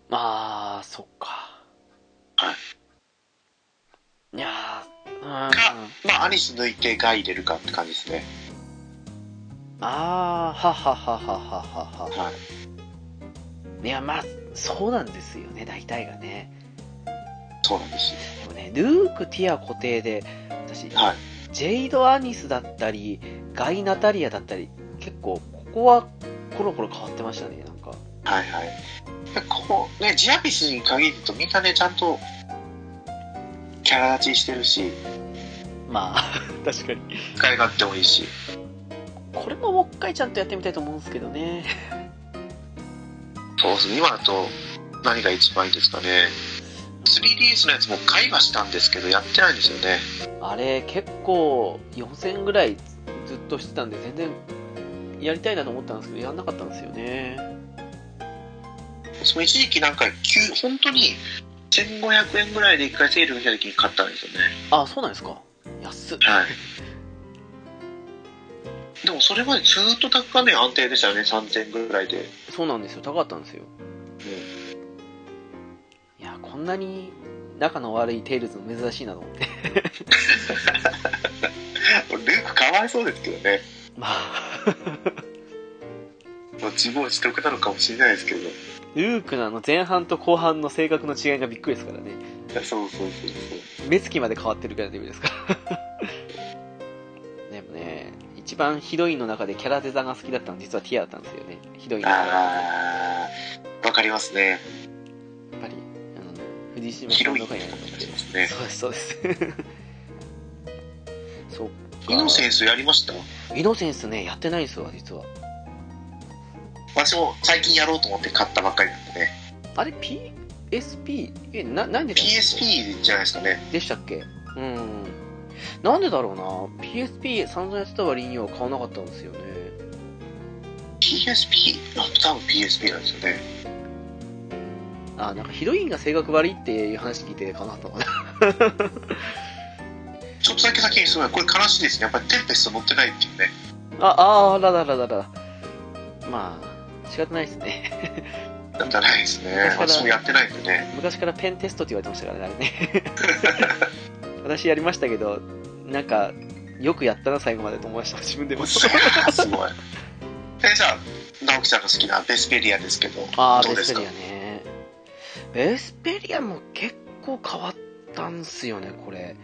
Speaker 1: まあ、そっか。。
Speaker 2: はい
Speaker 1: いやー、うん。
Speaker 2: かまあ、アリス抜いてガイ入れるかって感じですね。
Speaker 1: あー、ははははははは。
Speaker 2: はい。
Speaker 1: いや、まあ、そうなんですよね、大体がね。
Speaker 2: そうなんです。
Speaker 1: でもね、ルーク、ティア固定で、私、
Speaker 2: はい。
Speaker 1: ジェイド・アニスだったり、ガイ・ナタリアだったり、結構、ここはコロコロ変わってましたね、なんか。
Speaker 2: はいはい。でこう、ね、ジアビスに限ると、みんなね、ちゃんと、キャラ立ちしてるし、
Speaker 1: まあ、 確かに。
Speaker 2: 使い勝手もいいし。
Speaker 1: これももう一回ちゃんとやってみたいと思うんですけどね。
Speaker 2: そうですね、今だと何が一番いいですかね。3DS のやつも買いはしたんですけど、やってないんですよね。
Speaker 1: あれ、結構、4000ぐらいずっとしてたんで、全然、やりたいなと思ったんですけど、やんなかったんですよね。
Speaker 2: その一時期なんか、急本当に1500円ぐらいで一回セールが来た時に買ったんですよね。
Speaker 1: あ、そうなんですか。い安っ。
Speaker 2: はい。 でもそれまでずーっと高価面安定でしたよね、3000ぐらいで。
Speaker 1: そうなんですよ。高かったんですよ。いや、こんなに仲の悪いテイルズも珍しいなと思 って。
Speaker 2: これルークかわいそうですけどね。
Speaker 1: まあ、
Speaker 2: もう自分は得なのかもしれないですけど。い
Speaker 1: ルークのあの前半と後半の性格の違いがびっくりですからね。
Speaker 2: やそうそうそう
Speaker 1: 目つきまで変わってるからレベルですから でもね一番ヒロインの中でキャラデザが好きだったの実はティアだったんですよねヒロインの中でや
Speaker 2: ああ、わかりますね。
Speaker 1: っぱり、うん、藤島
Speaker 2: ヒ
Speaker 1: さん
Speaker 2: ロイン
Speaker 1: と
Speaker 2: っ
Speaker 1: か
Speaker 2: て
Speaker 1: になる
Speaker 2: 感
Speaker 1: かもし
Speaker 2: じ
Speaker 1: れな
Speaker 2: で
Speaker 1: い
Speaker 2: すね。
Speaker 1: そうですそうです そっか
Speaker 2: イノセンスやりました
Speaker 1: イノセンスねやってないんですわ実は
Speaker 2: 私も最近やろうと思って買ったばっかりなんでね。
Speaker 1: あれ PSP えななんでだっけ
Speaker 2: PSP じゃないですかね。
Speaker 1: でしたっけうんなんでだろうな PSP 散々やってた割には買わなかったんですよね
Speaker 2: PSP? あ多分 PSP なんですよね。
Speaker 1: あなんかヒロインが性格悪いっていう話聞いて買わなか ったのかな
Speaker 2: ちょっとだけ先にすごい、これ悲しいですね。やっぱりテンペスト乗ってないっていうね。
Speaker 1: ああーらららららまあ仕方ないですね
Speaker 2: なんじゃないですね。
Speaker 1: だから
Speaker 2: 私もやってないんでね。
Speaker 1: 昔からペンテストって言われてましたからね あれね私やりましたけどなんかよくやったな最後までと思いました自分でも
Speaker 2: すごい。え、じゃあ、直樹ちゃんの好きなベスペリアですけど、
Speaker 1: ああ
Speaker 2: どう
Speaker 1: ベ
Speaker 2: です
Speaker 1: スペ
Speaker 2: か
Speaker 1: リアねベスペリアも結構変わったんすよねこれ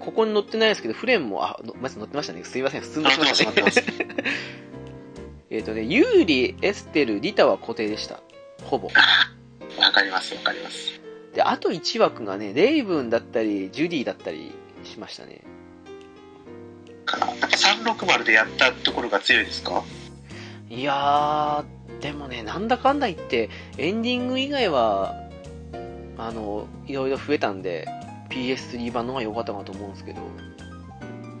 Speaker 1: ここに載ってないですけどフレームもあのまず載ってましたねすいません普通に
Speaker 2: 乗
Speaker 1: 載
Speaker 2: っ
Speaker 1: ってて
Speaker 2: ま、
Speaker 1: ますした
Speaker 2: 乗っ
Speaker 1: ね
Speaker 2: てます。
Speaker 1: えっ、とね、ユーリ、エステル、リタは固定でした。ほぼ。
Speaker 2: わかります、わかります。
Speaker 1: で、あと1枠がね、レイブンだったり、ジュディだったりしましたね。
Speaker 2: から、やっぱ360でやったところが強いですか
Speaker 1: いやー、でもね、なんだかんだ言って、エンディング以外は、あの、いろいろ増えたんで、PS3 版の方が良かったかなと思うんですけど。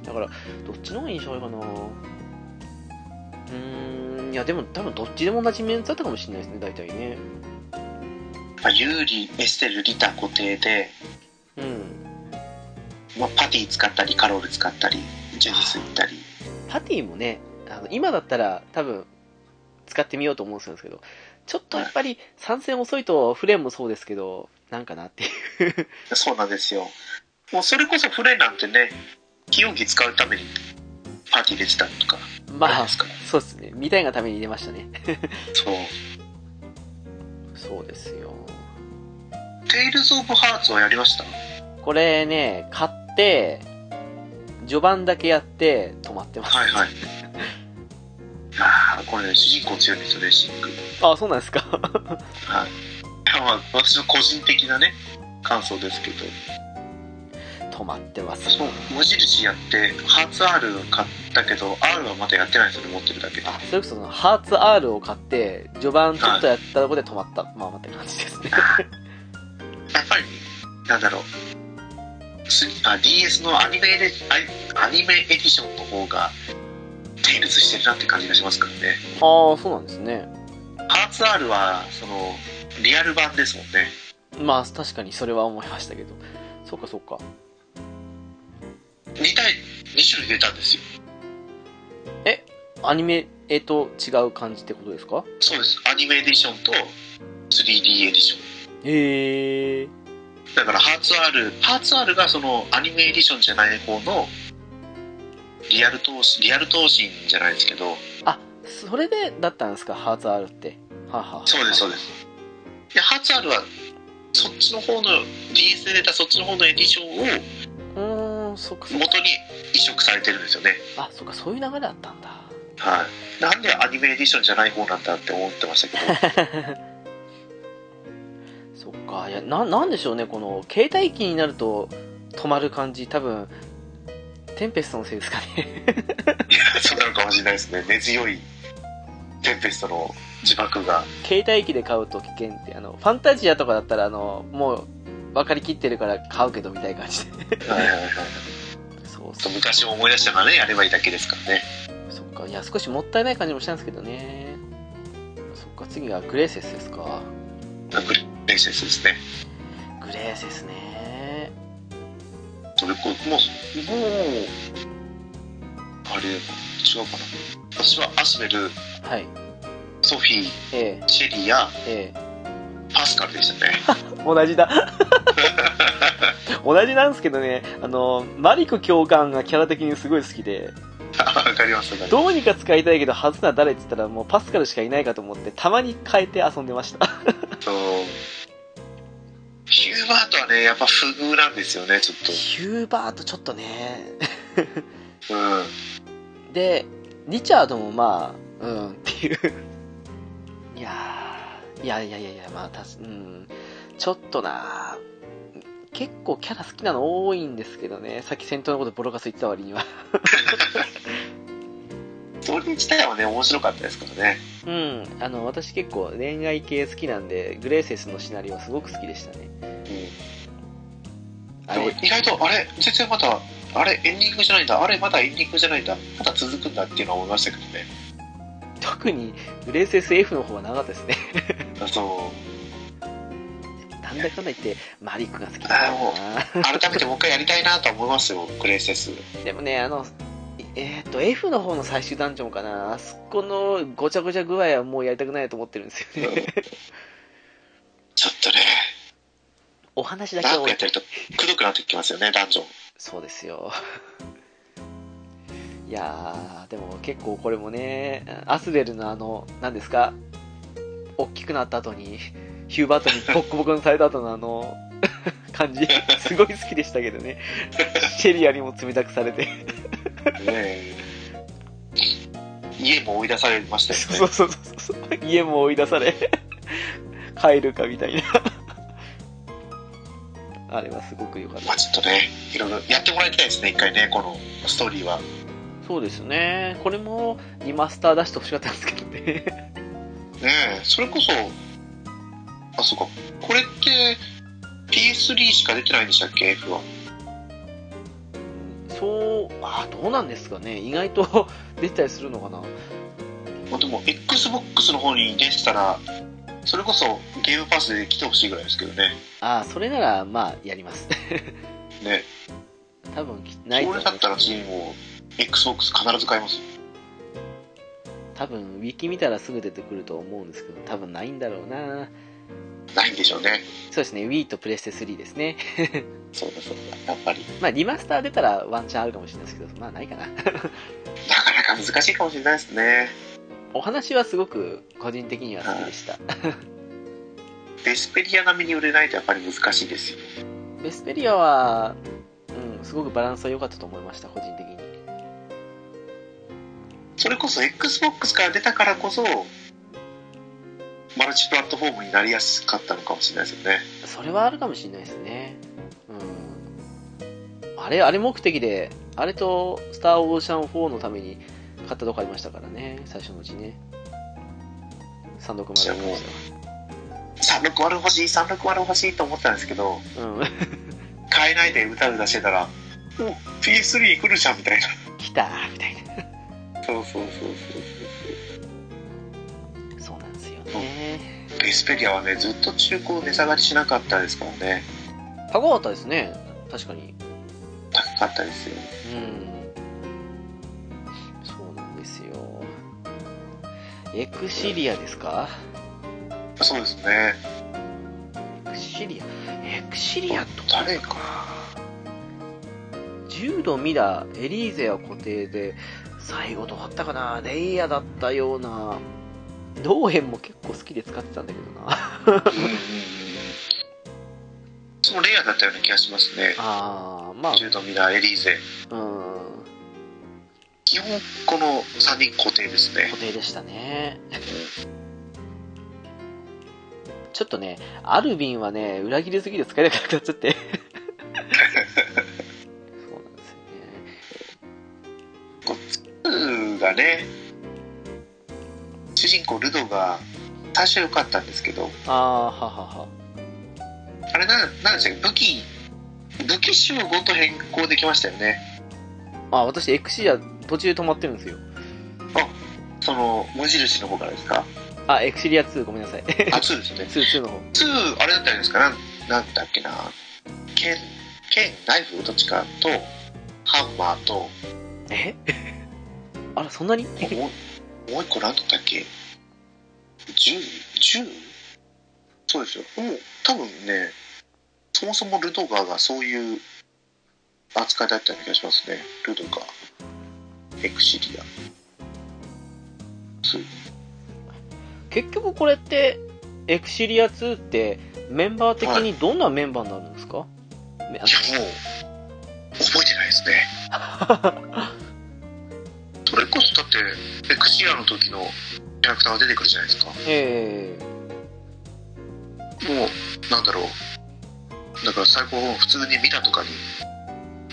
Speaker 1: だから、どっちの方が印象いいかなうーん、いや、でも多分どっちでも同じメンツだったかもしれないですね、大体ね。
Speaker 2: まあ、ユーリ、エステル、リタ固定で、
Speaker 1: うん。
Speaker 2: まあ、パティ使ったり、カロール使ったり、ジュニス行ったり。
Speaker 1: パティもねあの今だったら多分使ってみようと思うんですけどちょっとやっぱり参戦遅いとフレームもそうですけどなんかなっていう
Speaker 2: そうなんですよ。もうそれこそフレイなんてね、起用機使うためにパーティー出てたりとか、
Speaker 1: ま
Speaker 2: り
Speaker 1: あ
Speaker 2: ますから。
Speaker 1: そうですね見たいがために出ましたね
Speaker 2: そう。
Speaker 1: そうですよ
Speaker 2: テイルズ・オブ・ハーツはやりました
Speaker 1: これね買って序盤だけやって止まってます、
Speaker 2: はいはい。 ああ、これね、主人公強いんですよね、シンク。
Speaker 1: あそうなんですか
Speaker 2: はい。 まあ、私の個人的なね、感想ですけど、
Speaker 1: 止まってます
Speaker 2: 私も無印やって、ハーツ R 買ったけど、R はまだやってないんですよね、持ってるだけで。
Speaker 1: それこそそのハーツ R を買って序盤ちょっとやったとこで止まった、まあまあって感じですね
Speaker 2: やっぱり、 なんだろう。すあ DS のアニメでアニメエディションの方がテイルズしてるなって感じがしますからね
Speaker 1: ああそうなんですね
Speaker 2: ハーツ R はそのリアル版ですもんね
Speaker 1: まあ確かにそれは思いましたけどそうかそうか
Speaker 2: 2対2種類出たんですよ
Speaker 1: アニメ絵と違う感じってことですか
Speaker 2: そうですアニメエディションと 3D エディション
Speaker 1: へえ
Speaker 2: だからハーツ R ハーツ R がそのアニメエディションじゃない方のリアル闘神リアル闘神じゃないですけど
Speaker 1: あそれでだったんですかハーツ R ってはあはあはあ
Speaker 2: そうですそうですでハーツ R はそっちの方の DS で出たそっちの方のエディションを
Speaker 1: うーんそっかそっか
Speaker 2: 元に移植されてるんですよね
Speaker 1: あそっかそういう流れだったんだ
Speaker 2: はいなんでアニメエディションじゃない方なんだって思ってましたけど
Speaker 1: そっかいやななんでしょうねこの携帯機になると止まる感じ多分テンペストのせいですかね
Speaker 2: そうなのかもしれないですね根強いテンペストの自爆が
Speaker 1: 携帯機で買うと危険ってあのファンタジアとかだったらあのもう分かりきってるから買うけどみたいな感じで
Speaker 2: はいはいはい
Speaker 1: そうそう
Speaker 2: 昔を思い出したからねやればいいだけですからね
Speaker 1: そっか、いや、少しもったいない感じもしたんですけどね。そっか、次がグレーセスですか。
Speaker 2: グレーセスですね
Speaker 1: グレーセスね。
Speaker 2: それこもう、もう、あれ、違うかな。私はアスベル、
Speaker 1: はい。
Speaker 2: ソフィー、
Speaker 1: え
Speaker 2: シェリア、
Speaker 1: え、え
Speaker 2: パスカルでしたね。
Speaker 1: え。同じだ。同じなんですけどね、あの、マリク教官がキャラ的にすごい好きで、
Speaker 2: わかります、わかりま
Speaker 1: どうにか使いたいけど、外すのは誰って言ったらもうパスカルしかいないかと思って、たまに変えて遊んでました。
Speaker 2: すそうヒューバートはね、やっぱ不遇なんですよね、ちょっ
Speaker 1: ヒューバートちょっとね、
Speaker 2: と。うん。
Speaker 1: で、リチャードもまあ、うん、っていう。いやー、いやいやいやいや、まあ、たし、うん、ちょっとな結構キャラ好きなの多いんですけどね、さっき戦闘のことボロカス言ってた割には。
Speaker 2: ストーリー自体はね、面白かったですからね。
Speaker 1: うん、あの、私結構恋愛系好きなんで、グレーセスのシナリオはすごく好きでしたね。
Speaker 2: うん。
Speaker 1: あ
Speaker 2: でも
Speaker 1: れ、
Speaker 2: 意外と、あれ、全然まだ、あれ、エンディングじゃないんだ。あれ、まだエンディングじゃないんだ。まだ続くんだっていうのは思いましたけどね。
Speaker 1: 特にグレーセス F の方は長かったですね。
Speaker 2: そう。
Speaker 1: なんだかんだ言って、マリックが好きだ
Speaker 2: あーも
Speaker 1: な
Speaker 2: 改めてもう一回やりたいなと思いますよ、グレイセス。
Speaker 1: でもね、あの、えーっと、F の方の最終ダンジョンかな、あそこのごちゃごちゃ具合はもうやりたくないと思ってるんです
Speaker 2: ち
Speaker 1: よ
Speaker 2: ょっ
Speaker 1: ね。
Speaker 2: とね、
Speaker 1: お話だけは
Speaker 2: 長
Speaker 1: 置
Speaker 2: くや
Speaker 1: い
Speaker 2: ってると、くどくなってきますよね、ダンジョン。
Speaker 1: そうですよ。いやー、でも結構これもね、アスベルのあの、何ですか、大きくなった後に、ヒューバートにボッコボコにされた後のあの、 感じ、すごい好きでしたけどね。シェリアにも冷たくされて。
Speaker 2: ねえ家も追い出されましたよね。
Speaker 1: そうそうそうそう。家も追い出され、 帰るかみたいな。あれはすごく良かった
Speaker 2: まあ。ちょっとね、いろいろやってもらいたいですね、一回ね、このストーリーは。
Speaker 1: そうですね。これもリマスター出してほしかったんですけどね。
Speaker 2: ねえ、それこそ、あ、そうか、これって、PS3 しか出てないんでしたっけ、F は。
Speaker 1: そう、あどうなんですかね。意外と 出てたりするのかな。
Speaker 2: まあ、でも、Xbox の方に出てたら、それこそゲームパスで来てほしいぐらいですけどね。
Speaker 1: あそれなら、まあ、やります。
Speaker 2: ね
Speaker 1: 多分き、ないと
Speaker 2: こ
Speaker 1: 思
Speaker 2: れ
Speaker 1: う
Speaker 2: だったら次もう XBOX 必ず買いますよ
Speaker 1: 多分、ウィキ見たらすぐ出てくると思うんですけど、多分ないんだろうな。
Speaker 2: ないんでしょうね
Speaker 1: そうですね。Wii とプレステ3ですね。
Speaker 2: そうだそうだやっぱり
Speaker 1: まあ、リマスター出たらワンチャンあるかもしれないですけど、まあ、ないかな。
Speaker 2: なかなか難しいかもしれないですね
Speaker 1: お話はすごく個人的には好きでした。
Speaker 2: デスペリア並みに売れないとやっぱり難しいですよ
Speaker 1: ベスペリアは、うん、すごくバランスは良かったと思いました、個人的に。
Speaker 2: それこそ XBOX から出たからこそマルチプラットフォームになりやすかったのかもしれないですよね
Speaker 1: それはあるかもしれないですね。うん。あれ、あれ目的で、あれと、スター・オーシャン4のために買ったとこありましたからね、最初のうちね。三読までありまし
Speaker 2: 360欲しい360欲しいと思ったんですけど
Speaker 1: たよ。うん。
Speaker 2: 買えないでうたうたしてたら「お PS3 来るじゃん」みたいな
Speaker 1: 来たーみたいな。
Speaker 2: そうそうそう
Speaker 1: そうなんですよね。
Speaker 2: そうデスペリアはねずっと中古値下がりしなかったですからね
Speaker 1: 高かったですね、確かに。
Speaker 2: 高かったですよ
Speaker 1: うんそうなんですよエクシリアですか
Speaker 2: そうですね
Speaker 1: エクシリアエクシリアと
Speaker 2: 誰か
Speaker 1: 柔道ミラエリーゼは固定で最後どうだったかなレイヤーだったようなローヘンも結構好きで使ってたんだけどな
Speaker 2: そのレイヤーだったような気がしますね
Speaker 1: ああま
Speaker 2: ジュード・ミラーエリーゼ
Speaker 1: あうん
Speaker 2: 基本この3人固定ですね
Speaker 1: 固定でしたねちょっとねアルビンはね裏切りすぎて使えなくなっちゃってそ うなんですよね
Speaker 2: 2がね主人公ルドが最初良かったんですけど
Speaker 1: ああははは
Speaker 2: あれななんでしたっけ武器武器種をごと変更できましたよね
Speaker 1: あ私 XC は途中で止まってるんですよ
Speaker 2: その無印の方からですか
Speaker 1: あエクシリア2ごめんなさい
Speaker 2: あ2ですよね
Speaker 1: 2 2の方
Speaker 2: 2あれだったじゃないですかなんなんだっけな剣剣ナイフどっちかとハンマーと
Speaker 1: えあら、そんなに
Speaker 2: もうもう一個何だったっけ銃銃そうですよもう多分ねそもそもルドガーがそういう扱いだったような気がしますねルドガーエクシリアそう
Speaker 1: 結局これって、エクシリア2って、メンバー的にどんなメンバーになるんですか、めあ
Speaker 2: いやもう覚えてないですねそれこそだってエクシリアの時のキャラクターが出てくるじゃないですか
Speaker 1: え
Speaker 2: もうなんだろうだから最高普通に見たとかに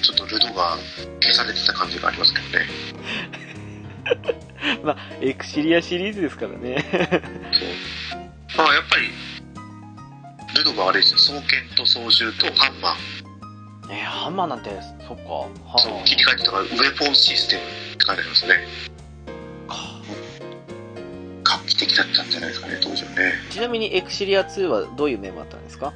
Speaker 2: ちょっとルドが消されてた感じがありますけどね
Speaker 1: えまあ、エクシリアシリーズですからね。
Speaker 2: まあやっぱりルドがあれですよ双剣と操縦とハンマー
Speaker 1: えー、ハンマーなんて、そっか。ハ
Speaker 2: そ
Speaker 1: ンマ
Speaker 2: う
Speaker 1: ー
Speaker 2: 切り替えてたからウェポンシステムって書いてありますね
Speaker 1: か
Speaker 2: 画期的だったんじゃないですかね当時はね
Speaker 1: ちなみにエクシリア2はどういうメンバーだったんですか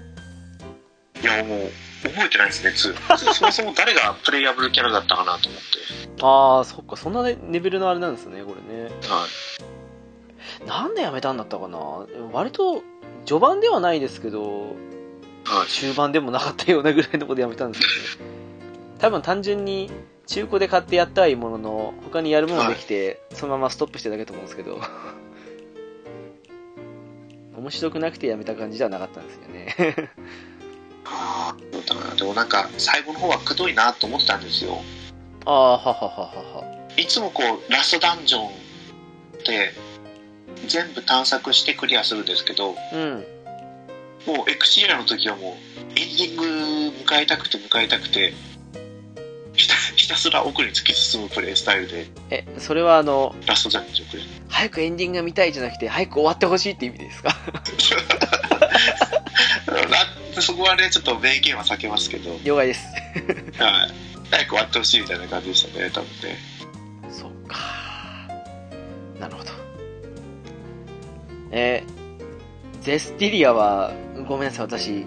Speaker 2: いやもう覚えてないですね2そもそも誰がプレイアブルキャラだったかなと思って
Speaker 1: ああ、そっか、そんなレベルのあれなんですね、これね。
Speaker 2: はい
Speaker 1: なんでやめたんだったかな割と、序盤ではないですけど、
Speaker 2: はい
Speaker 1: 終盤でもなかったようなぐらいのことでやめたんですよね。多分単純に、中古で買ってやったはいいものの、他にやるものできて、そのままストップしてただけだと思うんですけど。面白くなくてやめた感じではなかったんですよね。
Speaker 2: ああどうだったかなでもなんか最後の方はくどいなと思ってたんですよ
Speaker 1: ああ、ははははは。
Speaker 2: いつもこうラストダンジョンって全部探索してクリアするんですけど
Speaker 1: うん。
Speaker 2: もうエクシリアの時はもうエンディング迎えたくて迎えたくてひたひたすら奥に突き進むプレイスタイルで
Speaker 1: え、それはあの、
Speaker 2: ラストダンジョンクリア
Speaker 1: 早くエンディングが見たいじゃなくて、早く終わってほしいって意味ですか
Speaker 2: なそこはねちょっと名言は避けますけど、はい、
Speaker 1: 了解です。
Speaker 2: 早く終わってほしいみたいな感じでしたね多分ね
Speaker 1: そっか。なるほど。えーゼスティリアは、ごめんなさい、私、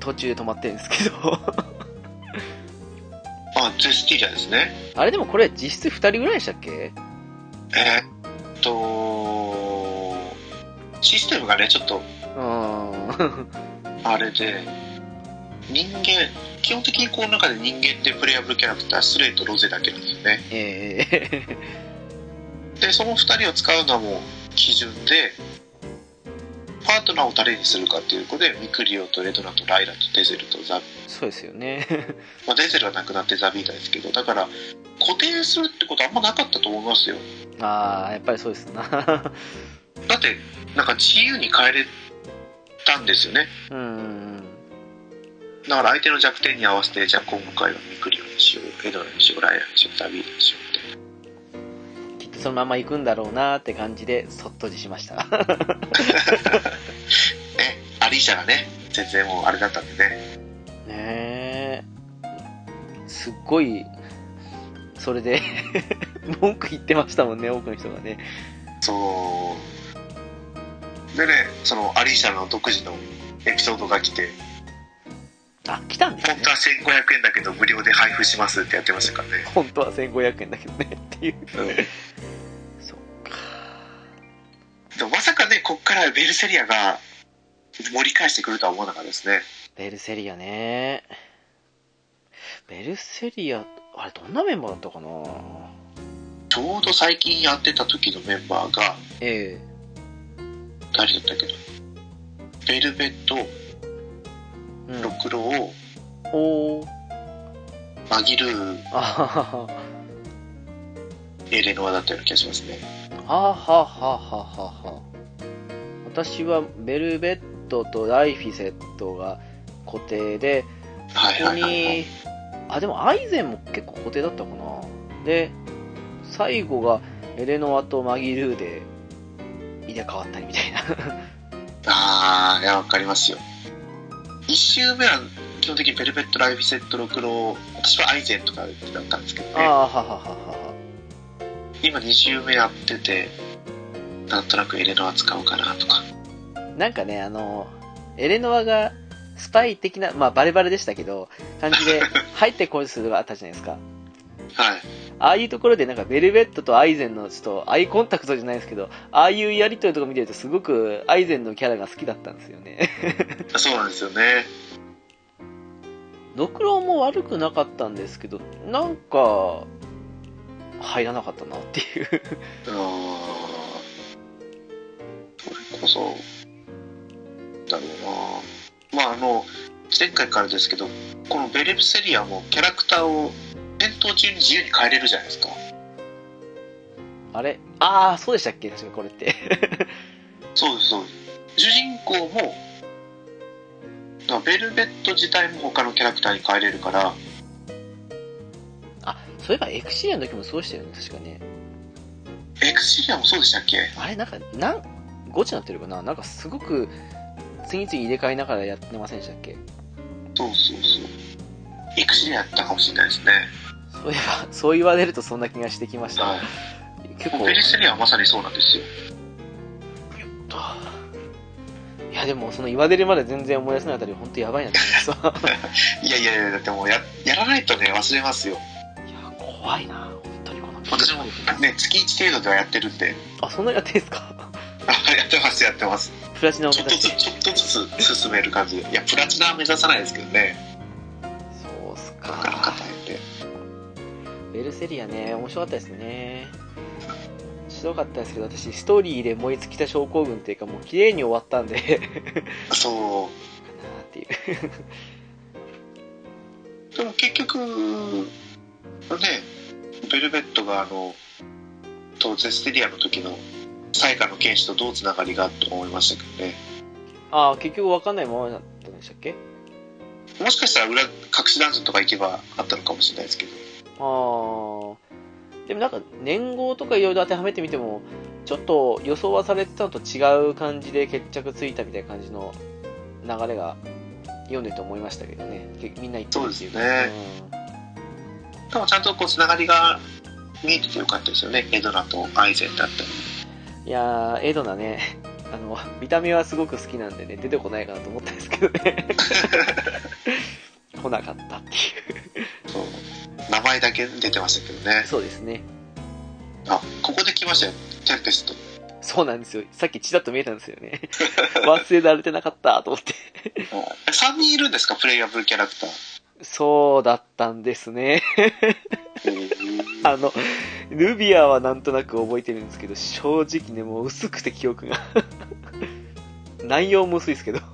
Speaker 1: 途中で止まってるんですけど。
Speaker 2: あゼスティリアですね
Speaker 1: あれでもこれ実質2人ぐらいでしたっけ
Speaker 2: えーっとシステムがねちょっと
Speaker 1: うーん。
Speaker 2: あれで人間基本的にこの中で人間ってプレイアブルキャラクタースレイとロゼだけなんですよね
Speaker 1: えー、
Speaker 2: でその2人を使うのはもう基準でパートナーを誰にするかっていうことでミクリオとエドナとライラとデゼルとザ、
Speaker 1: そうですよね。
Speaker 2: まあ、デゼルはなくなってザビータですけどだから固定するってことあんまなかったと思いますよ
Speaker 1: ああ、やっぱりそうですな。
Speaker 2: だってなんか自由に変えれたんですよね
Speaker 1: うーん。
Speaker 2: だから相手の弱点に合わせてじゃあ今回はミクリオにしようエドナにしようライラにしようザビータにしようって
Speaker 1: きっとそのまま行くんだろうなーって感じで、そっとじしました。
Speaker 2: ね、アリーシャがね、全然もうあれだったんでね。
Speaker 1: ねえすっごいそれで 文句言ってましたもんね多くの人がね
Speaker 2: そう。でね、そのアリーシャの独自のエピソードが来て、
Speaker 1: あ来たんです
Speaker 2: 本
Speaker 1: ね
Speaker 2: 当は1500円だけど無料で配布しますってやってましたからね。
Speaker 1: 本当は1500円だけどねっていうそっか
Speaker 2: でもまさかね、こっからベルセリアが盛り返してくるとは思わなかったですね。
Speaker 1: ベルセリアねベルセリアあれどんなメンバーだったかな
Speaker 2: ちょうど最近やってた時のメンバーが、
Speaker 1: ええ
Speaker 2: 誰だったっけど、ベルベット、
Speaker 1: うん
Speaker 2: ロクロを、
Speaker 1: おお
Speaker 2: マギルー、
Speaker 1: あはは
Speaker 2: エレノアだったような気がしますね。
Speaker 1: はははははは私はベルベットとライフィセットが固定で
Speaker 2: はい
Speaker 1: ここ
Speaker 2: はいはい、はい
Speaker 1: に。、あ、でもアイゼンも結構固定だったかな。で、最後がエレノアとマギルーで、入れ替わったりみた いな。
Speaker 2: ああいやわかりますよ1周目は基本的にベルベットライフセットロクロ私はアイゼンとかだったんですけど
Speaker 1: あー
Speaker 2: ね
Speaker 1: はははは
Speaker 2: 今2周目やっててなんとなくエレノア使おうかなとか
Speaker 1: は。なんかね、あの、エレノアがスパイ的な、まあバレバレでしたけど、感じで 入ってこいするのがあったじゃないですか。
Speaker 2: はい。
Speaker 1: ああいうところでなんかベルベットとアイゼンのちょっとアイコンタクトじゃないですけど、ああいうやりとりとか見てるとすごくアイゼンのキャラが好きだったんですよね。
Speaker 2: そうなんですよね。
Speaker 1: ドクロも悪くなかったんですけど、なんか、入らなかったなっていう。
Speaker 2: あーそれこそ、だろうな。まあ、あの、前回からですけど、このベレプセリアもキャラクターを戦闘中に自由に変えれるじゃないですか。
Speaker 1: あれああ、そうでしたっけ確かこれって。
Speaker 2: そうです、そうです。主人公も、だからベルベット自体も他のキャラクターに変えれるから、
Speaker 1: あ、そういえばエクシリアの時もそうでしたよね、確かね。
Speaker 2: エクシリアもそうでしたっけ
Speaker 1: あれなんか、なん、ゴチになってるかななんかすごく、次々入れ替えながらやってませんでしたっけ
Speaker 2: そうそうそう。エクシリアやったかもしれないですね。
Speaker 1: そういえば、 そう言われるとそんな気がしてきました。
Speaker 2: は
Speaker 1: 結
Speaker 2: い。
Speaker 1: 構
Speaker 2: ベ、レプセリアはまさにそうなんですよ。
Speaker 1: いやでもその言われるまで全然思い出せないあたり、本当やばいなと思いまし
Speaker 2: いやいやいや、だってもうややらないとね、忘れますよ。
Speaker 1: た。いや、 怖いな、本当にこの
Speaker 2: 私もね、月1程度ではやってるんで、
Speaker 1: あ、そんなにやってんすか
Speaker 2: あやってます、やってます。
Speaker 1: プラチナを
Speaker 2: ち
Speaker 1: 目
Speaker 2: ょっ
Speaker 1: 指
Speaker 2: と
Speaker 1: し
Speaker 2: ず
Speaker 1: て。
Speaker 2: つ、ちょっとずつ進める感じで。いや、プラチナは目指さないですけどね、
Speaker 1: そうっす
Speaker 2: なかなか
Speaker 1: か。
Speaker 2: 大変で。
Speaker 1: ベルセリアね、面白かったですね。白かったですけど、私、ストーリーで燃え尽きた症候群っていうか、もう綺麗に終わったんで、
Speaker 2: そ
Speaker 1: なーっていう。
Speaker 2: う。でも結局、ね、ベルベットがあの、とゼステリアの時の、最下の剣士とどうつながりがあって思いましたけどね。
Speaker 1: ああ、結局分かんないままだったんでしたっけ
Speaker 2: もしかしたら裏、隠しダンジョンとか行けばあったのかもしれないですけど。
Speaker 1: ああ。でもなんか、年号とかいろいろ当てはめてみても、ちょっと予想はされてたのと違う感じで決着ついたみたいな感じの流れが読んでて思いましたけどね。けみんな言ってるっていうか
Speaker 2: そうですね。
Speaker 1: うん
Speaker 2: でもちゃんとこう、つながりが見えててよかったですよね。エドナとアイゼンだったり。
Speaker 1: いやー、エドナね、 あの、見た目はすごく好きなんでね、出てこないかなと思ったんですけどね。来なかったってい
Speaker 2: そう名前だけ出てましたけどね
Speaker 1: う。そうですね。
Speaker 2: あここで来ましたよテンペスト
Speaker 1: そうなんですよ。さっきチラッと見えたんですよね。 忘れられてなかったと思って。
Speaker 2: 3人いるんですかプレイヤブルキャラクター
Speaker 1: そうだったんですね。あの、ルビアはなんとなく覚えてるんですけど、正直ね、もう薄くて記憶が。 内容も薄いですけど。
Speaker 2: ね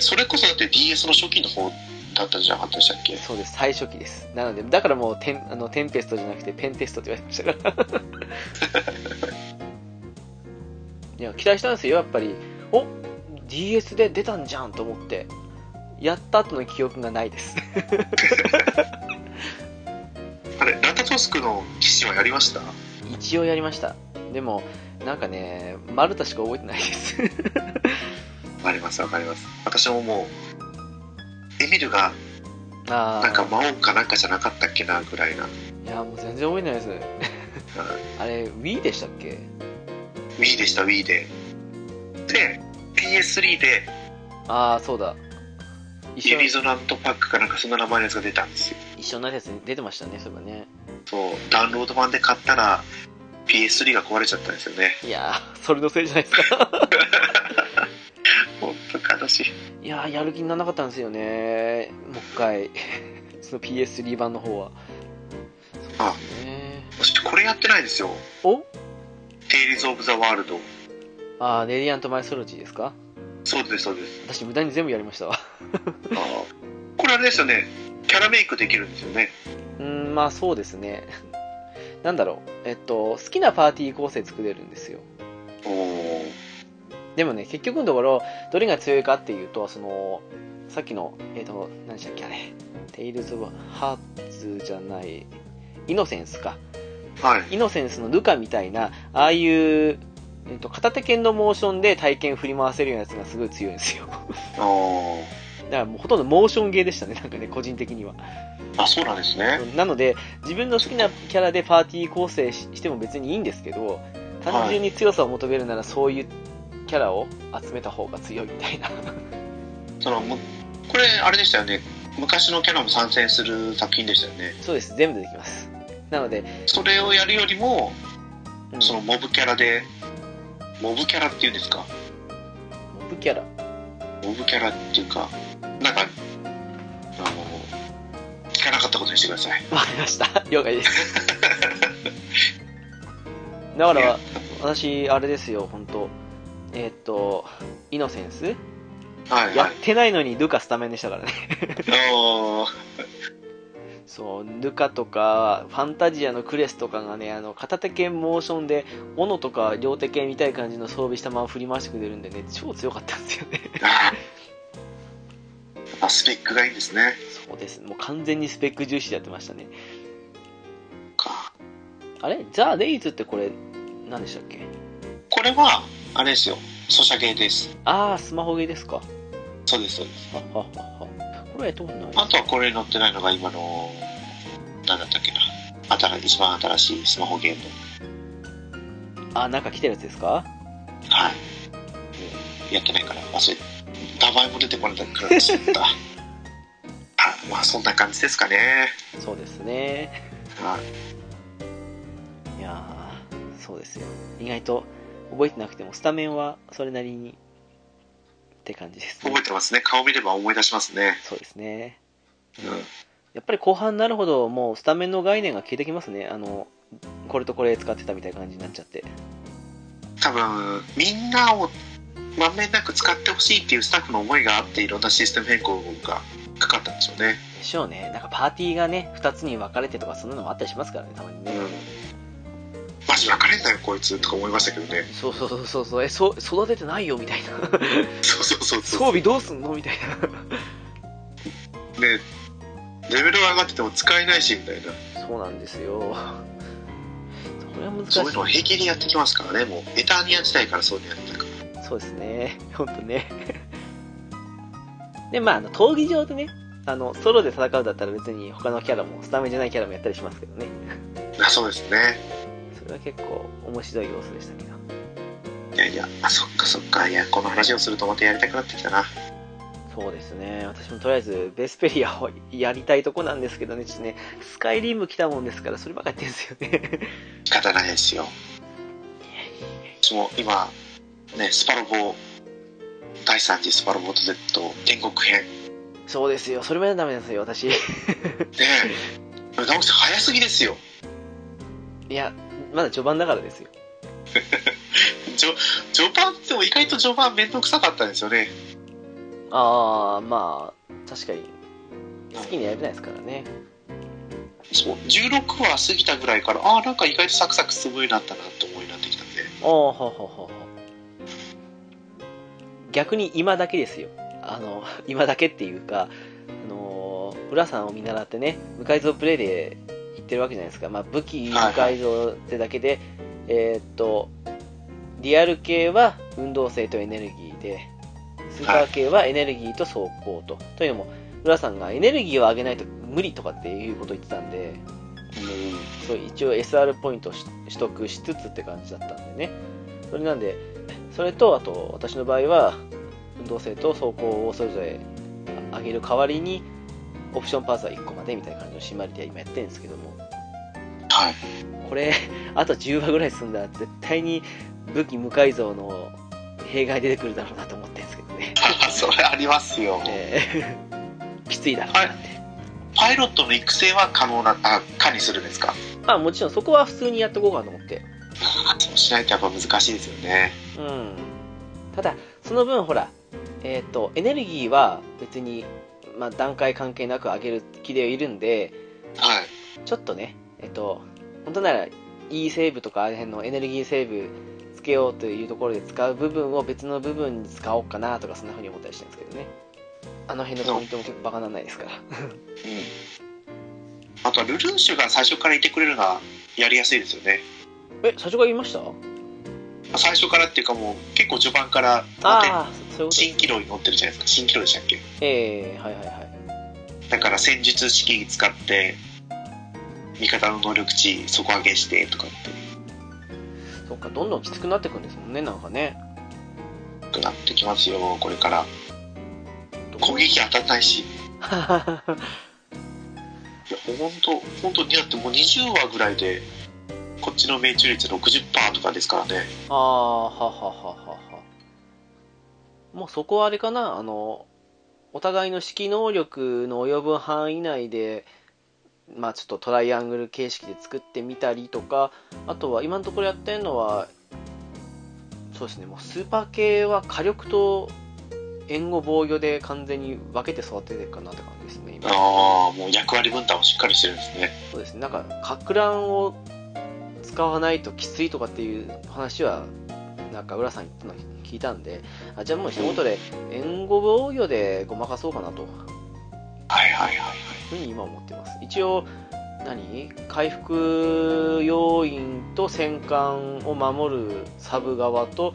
Speaker 2: それこそだって DS の初期の方だったんじゃなかったでしたっけ
Speaker 1: そうです、最初期です。なので、だからもうテン、あのテンペストじゃなくて、ペンテストって言われましたから。 いや、期待したんですよ、やっぱり。お DS で出たんじゃんと思って。やった後の記憶がない です。
Speaker 2: あれラタトスクの騎士はやりました
Speaker 1: 一応やりました。でも、なんかね、マルタしか覚えてない です。
Speaker 2: わかりますわかります私ももうエミルが
Speaker 1: あ
Speaker 2: なんか
Speaker 1: あ、
Speaker 2: 魔王かなんかじゃなかったっけなぐらいな、はい
Speaker 1: や、もう全然覚えてないです。あれ、Wii でしたっけ
Speaker 2: Wii でした Wii でで PS3 で
Speaker 1: ああ、そうだ。一
Speaker 2: ユ
Speaker 1: 緒
Speaker 2: ニゾナントパックかなんかそんな名前のやつが出たんですよ
Speaker 1: 一緒のやつに出てましたね、そういえばね。
Speaker 2: そう、ダウンロード版で買ったら PS3 が壊れちゃったんですよね。
Speaker 1: いやー、それのせいじゃないですか。
Speaker 2: 本当悲しい。
Speaker 1: いやー、やる気にならなかったんですよね。もう一回。 その PS3 版の方は。
Speaker 2: あ、
Speaker 1: ね
Speaker 2: そしてこれやってないですよ。
Speaker 1: お
Speaker 2: テイリズ・オブ・ザ・ワールド。
Speaker 1: あー、レディアントマイソロジーですか
Speaker 2: そうです、そうです。
Speaker 1: 私、無駄に全部やりましたわ。
Speaker 2: あーこれあれですよね。キャラメイクできるんですよね。
Speaker 1: うーん、まあそうですね。なんだろう。えっと、好きなパーティー構成作れるんですよ。
Speaker 2: おー
Speaker 1: でもね、結局のところ、どれが強いかっていうと、その、さっきの、えっ、と、何でしたっけ、あれ。テイルズ・ハーツじゃない、イノセンスか。
Speaker 2: はい。
Speaker 1: イノセンスのルカみたいな、ああいう、えっと、片手剣のモーションで体剣振り回せるようなやつがすごい強いんですよ。だ か
Speaker 2: おー
Speaker 1: らもうほとんどモーションゲーでしたね、なんかね、個人的には。
Speaker 2: あ、そうなんですね。
Speaker 1: なので、自分の好きなキャラでパーティー構成ししても別にいいんですけど、単純に強さを求めるならそういうキャラを集めた方が強いみたいな。
Speaker 2: そのむこれあれでしたよね昔のキャラも参戦する作品でしたよね
Speaker 1: そうです全部できますなので、
Speaker 2: それをやるよりも
Speaker 1: うん
Speaker 2: そのモブキャラでモブキャラっていうんですか
Speaker 1: モブキャラ
Speaker 2: モブキャラっていうかなんかあの聞かなかったことにしてください
Speaker 1: わかりました了解ですだか
Speaker 2: いや
Speaker 1: ら私あれですよ本当えーっとイノセンス
Speaker 2: はい
Speaker 1: や
Speaker 2: は
Speaker 1: っ
Speaker 2: い
Speaker 1: てないのにルカスタメンでしたからね
Speaker 2: あ
Speaker 1: そう、ルカとか、ファンタジアのクレスとかがね、あの、片手剣モーションで、斧とか両手剣みたいな感じの装備したまま振り回してくれるんでね、超強かったんですよね。
Speaker 2: ーあーあスペックがいいんですね
Speaker 1: そうです。もう完全にスペック重視でやってましたね。
Speaker 2: か
Speaker 1: あれザ・レイズってこれ、何でしたっけ
Speaker 2: これはあれですよソシャゲです
Speaker 1: あー、スマホゲーですか。
Speaker 2: そうですそうです
Speaker 1: はははは。これはどうなんです
Speaker 2: あとはこれに載ってないのが今の何だったっけな新一番新しいスマホゲーム
Speaker 1: あ、なんか来てるやつですか
Speaker 2: はい。やってないから忘れ名前も出てこなくなっちゃった。あまあそんな感じですかね。
Speaker 1: そうですね。
Speaker 2: はい
Speaker 1: やー、そうですよ。意外と、覚えてなくても、スタメンはそれなりに、って感じです
Speaker 2: い、
Speaker 1: ね
Speaker 2: 覚え。てますね。顔見れば思い出しますね。
Speaker 1: そうですね。
Speaker 2: う
Speaker 1: やっぱり後半になるほど、もうスタメンの概念が消えてきますね。あの、これとこれ使ってたみたいな感じになっちゃって。
Speaker 2: ん、多分みんなをまんべんなく使ってほしいっていうスタッフの思いがあっていろんなシステム変更がかかったんでしょうね。
Speaker 1: でしょうね。なんかパーティーがね、2つに分かれてとか、そんなのもあったりしますからね、たまに
Speaker 2: う
Speaker 1: ね
Speaker 2: ん。。マジ分かれんだよこいつとか思いましたけどね。
Speaker 1: そうそうそうそうそう、え、そ、育ててないよみたいな。
Speaker 2: そうそうそ
Speaker 1: 装
Speaker 2: うそう。
Speaker 1: 備どうすんのみたい
Speaker 2: でレベルが上がってても使えないしみたいな。
Speaker 1: な。そうなんですよ。それは難しい。
Speaker 2: そういうのを平気でやってきますからね。もうエターニア時代からそういうのやってたから。
Speaker 1: そうですね、 本当ね。で、まあ、あの、闘技場でね、あの、ソロで戦うだったら別に他のキャラも、スタメンじゃないキャラもやったりしますけどね。
Speaker 2: あそうですね
Speaker 1: それは結構面白い要素でしたけど。
Speaker 2: いやいやあそっかそっかいやこの話をするとまたやりたくなってきたな
Speaker 1: そうですね。私もとりあえず、ベスペリアをやりたいとこなんですけどね、ちょっとね、スカイリム来たもんですから、そればっかりやってるんですよね。
Speaker 2: 仕方ないですよ私も今ねスパロボ第3次スパロボと Z 天国編 ね
Speaker 1: そうですよ。それまでダメなんですよ、私。い
Speaker 2: え直樹さん早すぎですよ
Speaker 1: や、まだ序盤だからですよ。
Speaker 2: 序序盤でも意外と序盤面倒くさかったんですよね
Speaker 1: あー、まあ、確かに、好きにはやれないですからね。
Speaker 2: そう16話過ぎたぐらいからああなんか意外とサクサクすごいなったなって思いになってきたんで
Speaker 1: あー、ほうほうほうほう。逆に今だけですよ。あの、 今だけっていうか、あのー、浦さんを見習ってね、無改造プレイで言ってるわけじゃないですか。まあ、武器無改造ってだけで、えーっと、リアル系は運動性とエネルギーで、スーパー系はエネルギーと走行と。というのも、浦さんがエネルギーを上げないと無理とかっていうことを言ってたんで、
Speaker 2: う
Speaker 1: そう一応 SR ポイントをし取得しつつって感じだったんでねそれなんでそれとあと私の場合は運動性と走行をそれぞれ上げる代わりにオプションパーツは1個までみたいな感じの締まりで今やってるんですけども
Speaker 2: んはい
Speaker 1: これ あと10話ぐらい進んだら絶対に武器無改造の弊害出てくるだろうなと思ってるんですけどね
Speaker 2: それありますよ、
Speaker 1: えー きついだろうなって、
Speaker 2: パイロットの育成は可能なあ可にするんですか
Speaker 1: まあもちろんそこは普通にやっていこうかなと思って
Speaker 2: そうしないとやっぱ難しいですよね。
Speaker 1: うん、ただ、その分、ほら、えーと、エネルギーは別に、まあ、段階関係なく上げる気でいるんで、
Speaker 2: はい。
Speaker 1: ちょっとね、えっ、と、本当なら E セーブとかあの辺のエネルギーセーブつけようというところで使う部分を別の部分に使おうかなとか、そんな風に思ったりしてるんですけどね。あの辺のポイントも結構バカなんないですから。
Speaker 2: あとはルルーシュが最初からいてくれるのはやりやすいですよね。
Speaker 1: え、最初から言いました
Speaker 2: 最初からっていうかもう結構序盤から
Speaker 1: ああ、そういうこと
Speaker 2: 新機能に乗ってるじゃないですか。新機能でしたっけ
Speaker 1: ええはいはいはい。
Speaker 2: だから戦術式使って味方の能力値底上げしてとかって
Speaker 1: そっか、どんどんきつくなってくんですもんね、なんかね。
Speaker 2: なってきますよこれから。
Speaker 1: と思
Speaker 2: 攻
Speaker 1: う。
Speaker 2: 撃当たんないし。
Speaker 1: はい
Speaker 2: や、ほんと、ほんとにだってもう20話ぐらいで、こっちの命中率60%とかですからね。
Speaker 1: あー、ははははは。もうそこはあれかな、あの、お互いの指揮能力の及ぶ範囲内で、まあちょっとトライアングル形式で作ってみたりとか、あとは今のところやってるのは、そうですね、もうスーパー系は火力と援護防御で完全に分けて育ててるかなって感じですね、今。
Speaker 2: ああ、もう役割分担をしっかりしてるんですね。
Speaker 1: そうですね、なんか、かく乱を使わないときついとかっていう話は、なんか、浦さん言ってたの聞いたんで、あじゃあもう一言で、援護防御でごまかそうかなという
Speaker 2: はいはいはい。
Speaker 1: ふうに今思ってます。一応、何回復要員と戦艦を守るサブ側と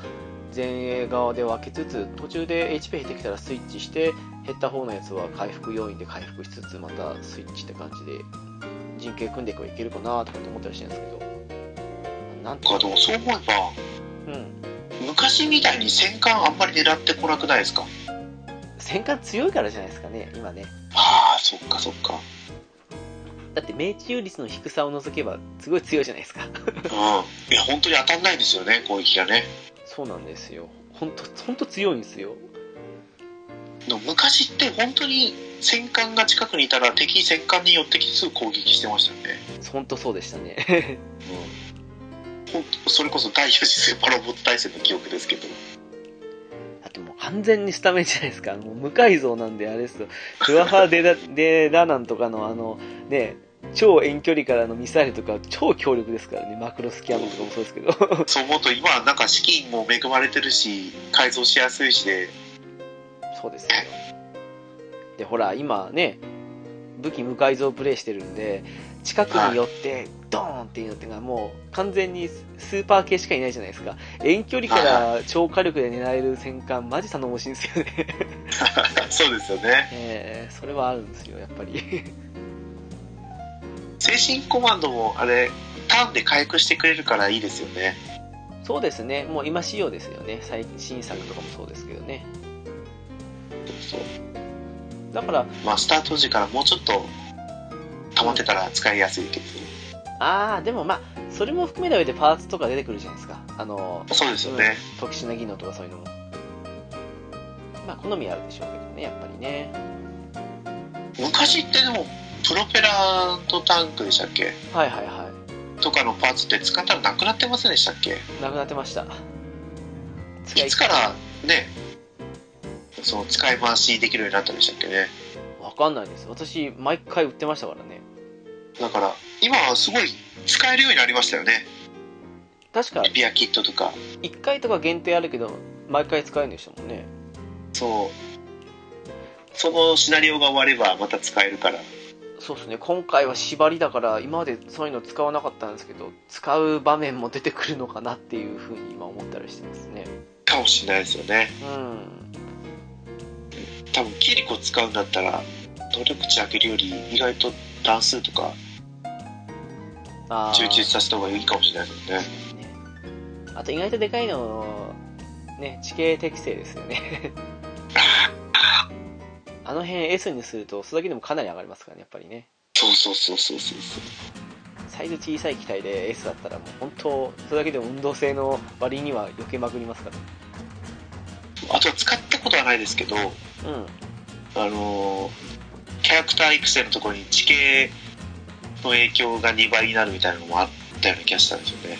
Speaker 1: 前衛側で分けつつ途中で HP 減ってきたらスイッチして減った方のやつは回復要員で回復しつつまたスイッチって感じで陣形組んでいけばいけるかなとかって思ったりしてるんですけどなん
Speaker 2: か、でもそう思えば、
Speaker 1: うん
Speaker 2: 昔みたいに戦艦あんまり狙ってこなくないですか
Speaker 1: 戦艦強いからじゃないですかね今ね
Speaker 2: ああ、そっかそっか。
Speaker 1: だって命中率の低さを除けばすごい強いじゃないですか
Speaker 2: うん。いや、本当に当たんないんですよね、攻撃がね。
Speaker 1: そうなんですよ本当本当強いんですよ
Speaker 2: でも昔って本当に戦艦が近くにいたら敵戦艦に寄ってきてすぐ攻撃してましたよね。
Speaker 1: 本当そうでしたね
Speaker 2: ほんとそれこそ第4次スーパーロボット大戦の記憶ですけど。
Speaker 1: だってもう完全にスタメンじゃないですか。もう無改造なんであれですよ。ルアファーデダ、デダなんとかのあの、ね、超遠距離からのミサイルとか超強力ですからね。マクロスキャノンとかもそうですけど。
Speaker 2: そう思うと今はなんか資金も恵まれてるし、改造しやすいしで、
Speaker 1: そうですよ。で、ほら、今ね、武器無改造プレイしてるんで、近くに寄って、ドーンっていうのってのがもう完全にススーパー系しかいないじゃないですか。遠距離から超火力で狙える戦艦、マジ頼もしいんですよね。
Speaker 2: そうですよね。
Speaker 1: えーそれはあるんですよ、やっぱり。
Speaker 2: 精神コマンドもあれ、ターンで回復してくれるからいいですよね。
Speaker 1: そうですね、もう今仕様ですよね、最新作とかもそうですけどね。
Speaker 2: そう
Speaker 1: だから、
Speaker 2: まあ、スタート時からもうちょっと溜まってたら使いやすいけど、
Speaker 1: ああ、でもまあ、それも含めた上でパーツとか出てくるじゃないですか、あの、
Speaker 2: そうですよね。
Speaker 1: うん特殊な技能とかそういうのも。まあ、好みあるでしょうけどね、やっぱりね。
Speaker 2: 昔ってでも、プロペラとタンクでしたっけ
Speaker 1: はいはいは
Speaker 2: とかのパーツって使ったらなくなってませんでしたっけ
Speaker 1: い、なくなってました。使
Speaker 2: いつからね、その使い回しできるようになったんでしたっけね。
Speaker 1: わかんないです。私、毎回売ってましたからね。
Speaker 2: だから、今はすごい使えるようになりましたよね。
Speaker 1: 確か
Speaker 2: リ、ピアキットとか。
Speaker 1: 1回とか限定あるけど、毎回使えるんでしたもんね。
Speaker 2: そう。そのシナリオが終わればまた使えるから。
Speaker 1: そうですね今回は縛りだから今までそういうの使わなかったんですけど使う場面も出てくるのかなっていうふうに今思ったりしてますね
Speaker 2: かもしれないですよね。
Speaker 1: うん
Speaker 2: 多分キリコ使うんだったら能力値上げるより意外と段数とか
Speaker 1: あー
Speaker 2: 充実させた方がいいかもしれないですよね
Speaker 1: ねあと意外とでかいのね地形適正ですよ ねあの辺 S にするとそれだけでもかなり上がりますからねやっぱりね
Speaker 2: そうそうそうそうそうそう
Speaker 1: サイズ小さい機体で S だったらもう本当それだけでも運動性の割には避けまくりますか
Speaker 2: あとは使ったことはないですけど
Speaker 1: らうん
Speaker 2: あのーキャラクター育成のところに地形の影響が2倍になるみたいなのもあったような気がしたんですよね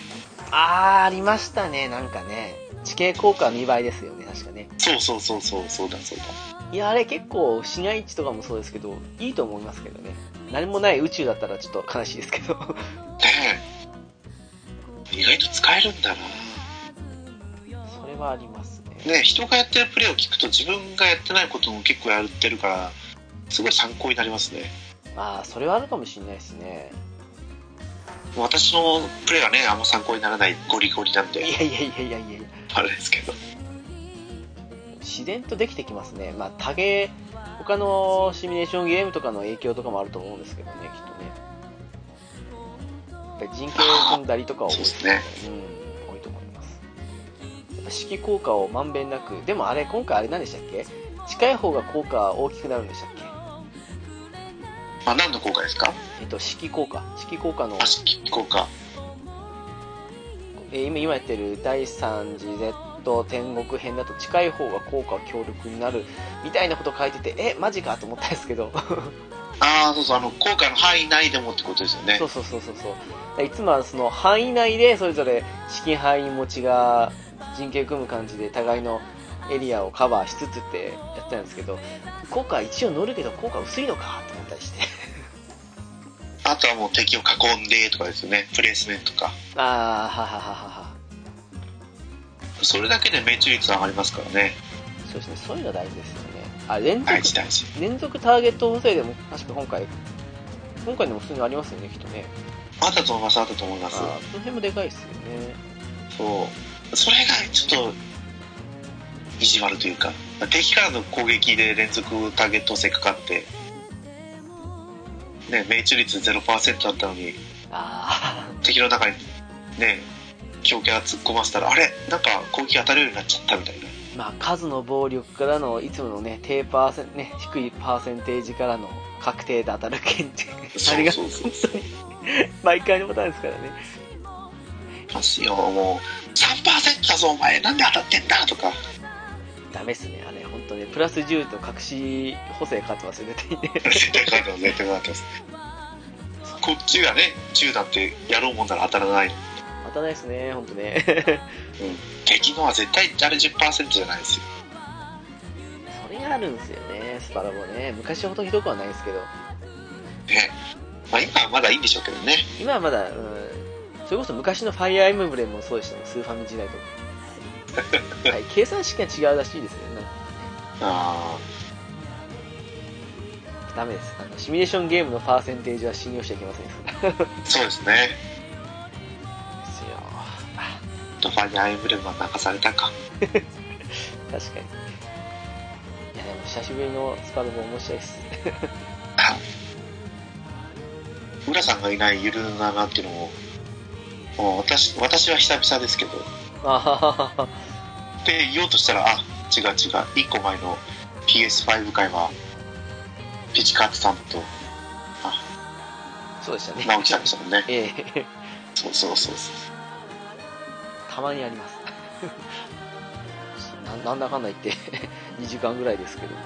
Speaker 1: あーありましたねなんかね地形効果は2倍ですよね確かね
Speaker 2: そうそうそうそうそうだそうだ
Speaker 1: いやあれ結構市街地とかもそうですけどいいと思いますけどね何もない宇宙だったらちょっと悲しいですけど
Speaker 2: ねえ意外と使えるんだな
Speaker 1: それはありますね
Speaker 2: ねえ人がやってるプレイを聞くと自分がやってないことも結構やってるからすごい参考になりますね
Speaker 1: まあそれはあるかもしれないですね
Speaker 2: 私のプレーはねあんま参考にならないゴリゴリなん
Speaker 1: い
Speaker 2: で
Speaker 1: やいやいやいやいや
Speaker 2: あれですけど
Speaker 1: 自然とできてきますねまあ多芸他のシミュレーションゲームとかの影響とかもあると思うんですけどねきっとねやっぱり人形を組んだりとかは多い
Speaker 2: そうで
Speaker 1: うん多いと思いますやっぱ指揮効果をまんべんなくでもあれ今回あれ何でしたっけ近い方が効果大きくなるんでしたっけ
Speaker 2: あ、何の効果ですか
Speaker 1: えっと、式効果。式効果の
Speaker 2: あ、、式効果。
Speaker 1: えー今今やってる第3次 Z 天国編だと近い方が効果強力になるみたいなこと書いてて、え、マジかと思ったんですけど。
Speaker 2: ああ、そうそう、あの、効果の範囲内でもってことですよね
Speaker 1: そ。うそうそうそうそう。だからいつもはその範囲内でそれぞれ資金範囲持ちが陣形組む感じで互いのエリアをカバーしつつってやってたんですけど、効果は一応乗るけど効果薄いのかと思ったりして。
Speaker 2: あとはもう敵を囲んでとかですよね。プレイスメントとか。
Speaker 1: あー、ははははは。
Speaker 2: それだけで命中率上がりますからね。
Speaker 1: そうですね、そういうの大事ですよね。あ、連続
Speaker 2: 大事大事。
Speaker 1: 連続ターゲット補正でも、確か今回、今回でも普通にありますよね、きっとね。
Speaker 2: あったと思います、あったと思い
Speaker 1: あ
Speaker 2: ま
Speaker 1: ー
Speaker 2: す
Speaker 1: そ。の辺もでかいですよね。
Speaker 2: そう。それがちょっと、意地悪というか、敵からの攻撃で連続ターゲットをせっかかって、ね、命中率0%だったのに、
Speaker 1: あ
Speaker 2: 敵の中にね、強キャラ突っ込ませたら、あれなんか攻撃当たるようになっちゃったみたいな。
Speaker 1: ー、まあ、数の暴力からの、いつものね、低パーセン、ね、低いパーセンテージからの確定で当たる件って、あれが
Speaker 2: そうそう
Speaker 1: 本当に、毎回のことなんですからね。
Speaker 2: ますよ、もう、3%だぞ、お前、なんで当たってんだとか。
Speaker 1: ダメっすね、あれ、本当ね、プラス10と隠し補正かって ますよね、絶対ね。
Speaker 2: 絶対勝ってます、絶対勝ってます。 こっちがね、10なんてやろうもんなら当たらない。
Speaker 1: 当たらないっすね、 本当ね。
Speaker 2: 敵のは絶対あれ10%じゃないですよ。
Speaker 1: それがあるんですよね、スパラボね。昔ほどひどくはないですけど。
Speaker 2: ね。まあ今はまだいいんでしょうけどね。
Speaker 1: 今はまだ、うん、それこそ昔のファイアーエムブレムもそうでしたもん、スーファミ時代と か。はい、計算式が違うらしいですよね。なんか
Speaker 2: あ
Speaker 1: ダメです。あのシミュレーションゲームのパーセンテージは信用しちゃいけませんです。ですよ。
Speaker 2: あ、そうですね。
Speaker 1: あ
Speaker 2: ファイアーエンブレムは泣かされたか。
Speaker 1: 確かに。いや、でも久しぶりのスパルボ面白いです。
Speaker 2: はい浦さんがいないゆるななっていうのも、もう私私は久々ですけど、
Speaker 1: ああ、
Speaker 2: で言おうとしたら、あ違う違う、1個前の PS5 回は、ピチカートさんと
Speaker 1: そうでしたね。
Speaker 2: 直樹さんでしたもんね。
Speaker 1: ええ、
Speaker 2: そうそうそうそう。
Speaker 1: たまにあります。 ななんだかんだ言って、2時 間ぐらいですけども。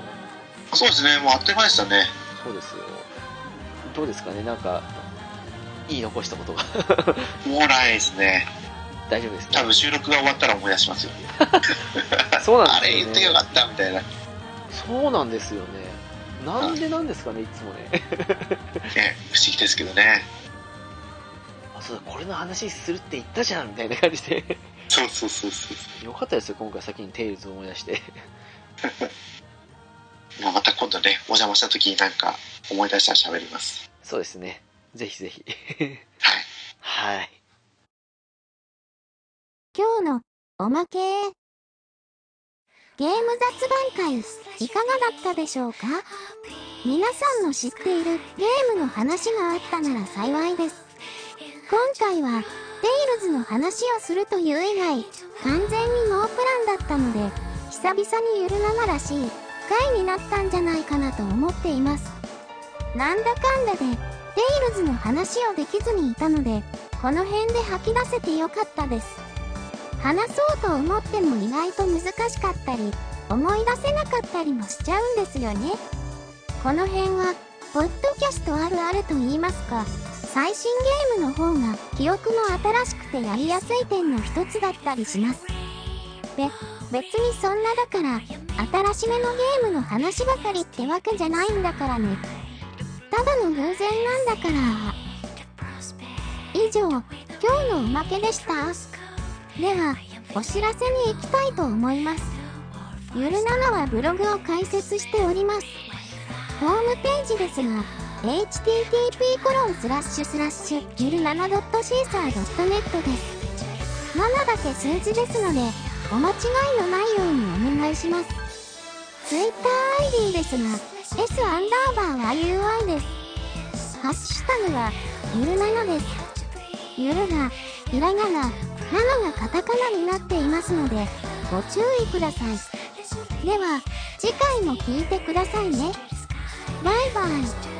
Speaker 2: そうですね、もうあっという間でしたね。
Speaker 1: そうですよ。どうですかね、なんか、言い残したことが
Speaker 2: もうないですね。
Speaker 1: 大丈夫です
Speaker 2: 多
Speaker 1: か、
Speaker 2: 分収録が終わったら思い出しますよ。
Speaker 1: そうな
Speaker 2: あ
Speaker 1: ん
Speaker 2: れ
Speaker 1: です
Speaker 2: 言
Speaker 1: よ
Speaker 2: っ
Speaker 1: ね。
Speaker 2: てよかったみたいな。
Speaker 1: そうなんですよね。なんでなんですかね、いつもね。
Speaker 2: ね、不思議ですけどね。
Speaker 1: あ、そうだ、これの話するって言ったじゃんみたいな感じで。
Speaker 2: そうそうそうそう。
Speaker 1: よかったですよ、今回先にテイルズを思い出して。
Speaker 2: まあ、また今度ね、お邪魔した時になんか思い出したら喋ります。
Speaker 1: そうですね。ぜひぜひ。
Speaker 2: はい。
Speaker 1: はい。
Speaker 3: 今日のおまけゲーム雑談会いかがだったでしょうか皆さんの知っているゲームの話があったなら幸いです今回はテイルズの話をするという以外完全にノープランだったので久々にゆるなならしい回になったんじゃないかなと思っていますなんだかんだでテイルズの話をできずにいたのでこの辺で吐き出せてよかったです話そうと思っても意外と難しかったり思い出せなかったりもしちゃうんですよねこの辺はポッドキャストあるあると言いますか最新ゲームの方が記憶も新しくてやりやすい点の一つだったりしますべ別にそんなだから新しめのゲームの話ばかりってわけじゃないんだからねただの偶然なんだから以上今日のおまけでしたではお知らせに行きたいと思いますゆるななはブログを開設しておりますホームページですが http コロンスラッシュスラッシュゆるなな .caesar.net です7だけ数字ですのでお間違いのないようにお願いします TwitterID ですが S アンダーバーは UI ですハッシュタグはゆるななですゆるがひらがななのがカタカナになっていますのでご注意くださいでは次回も聞いてくださいね。バイバイ。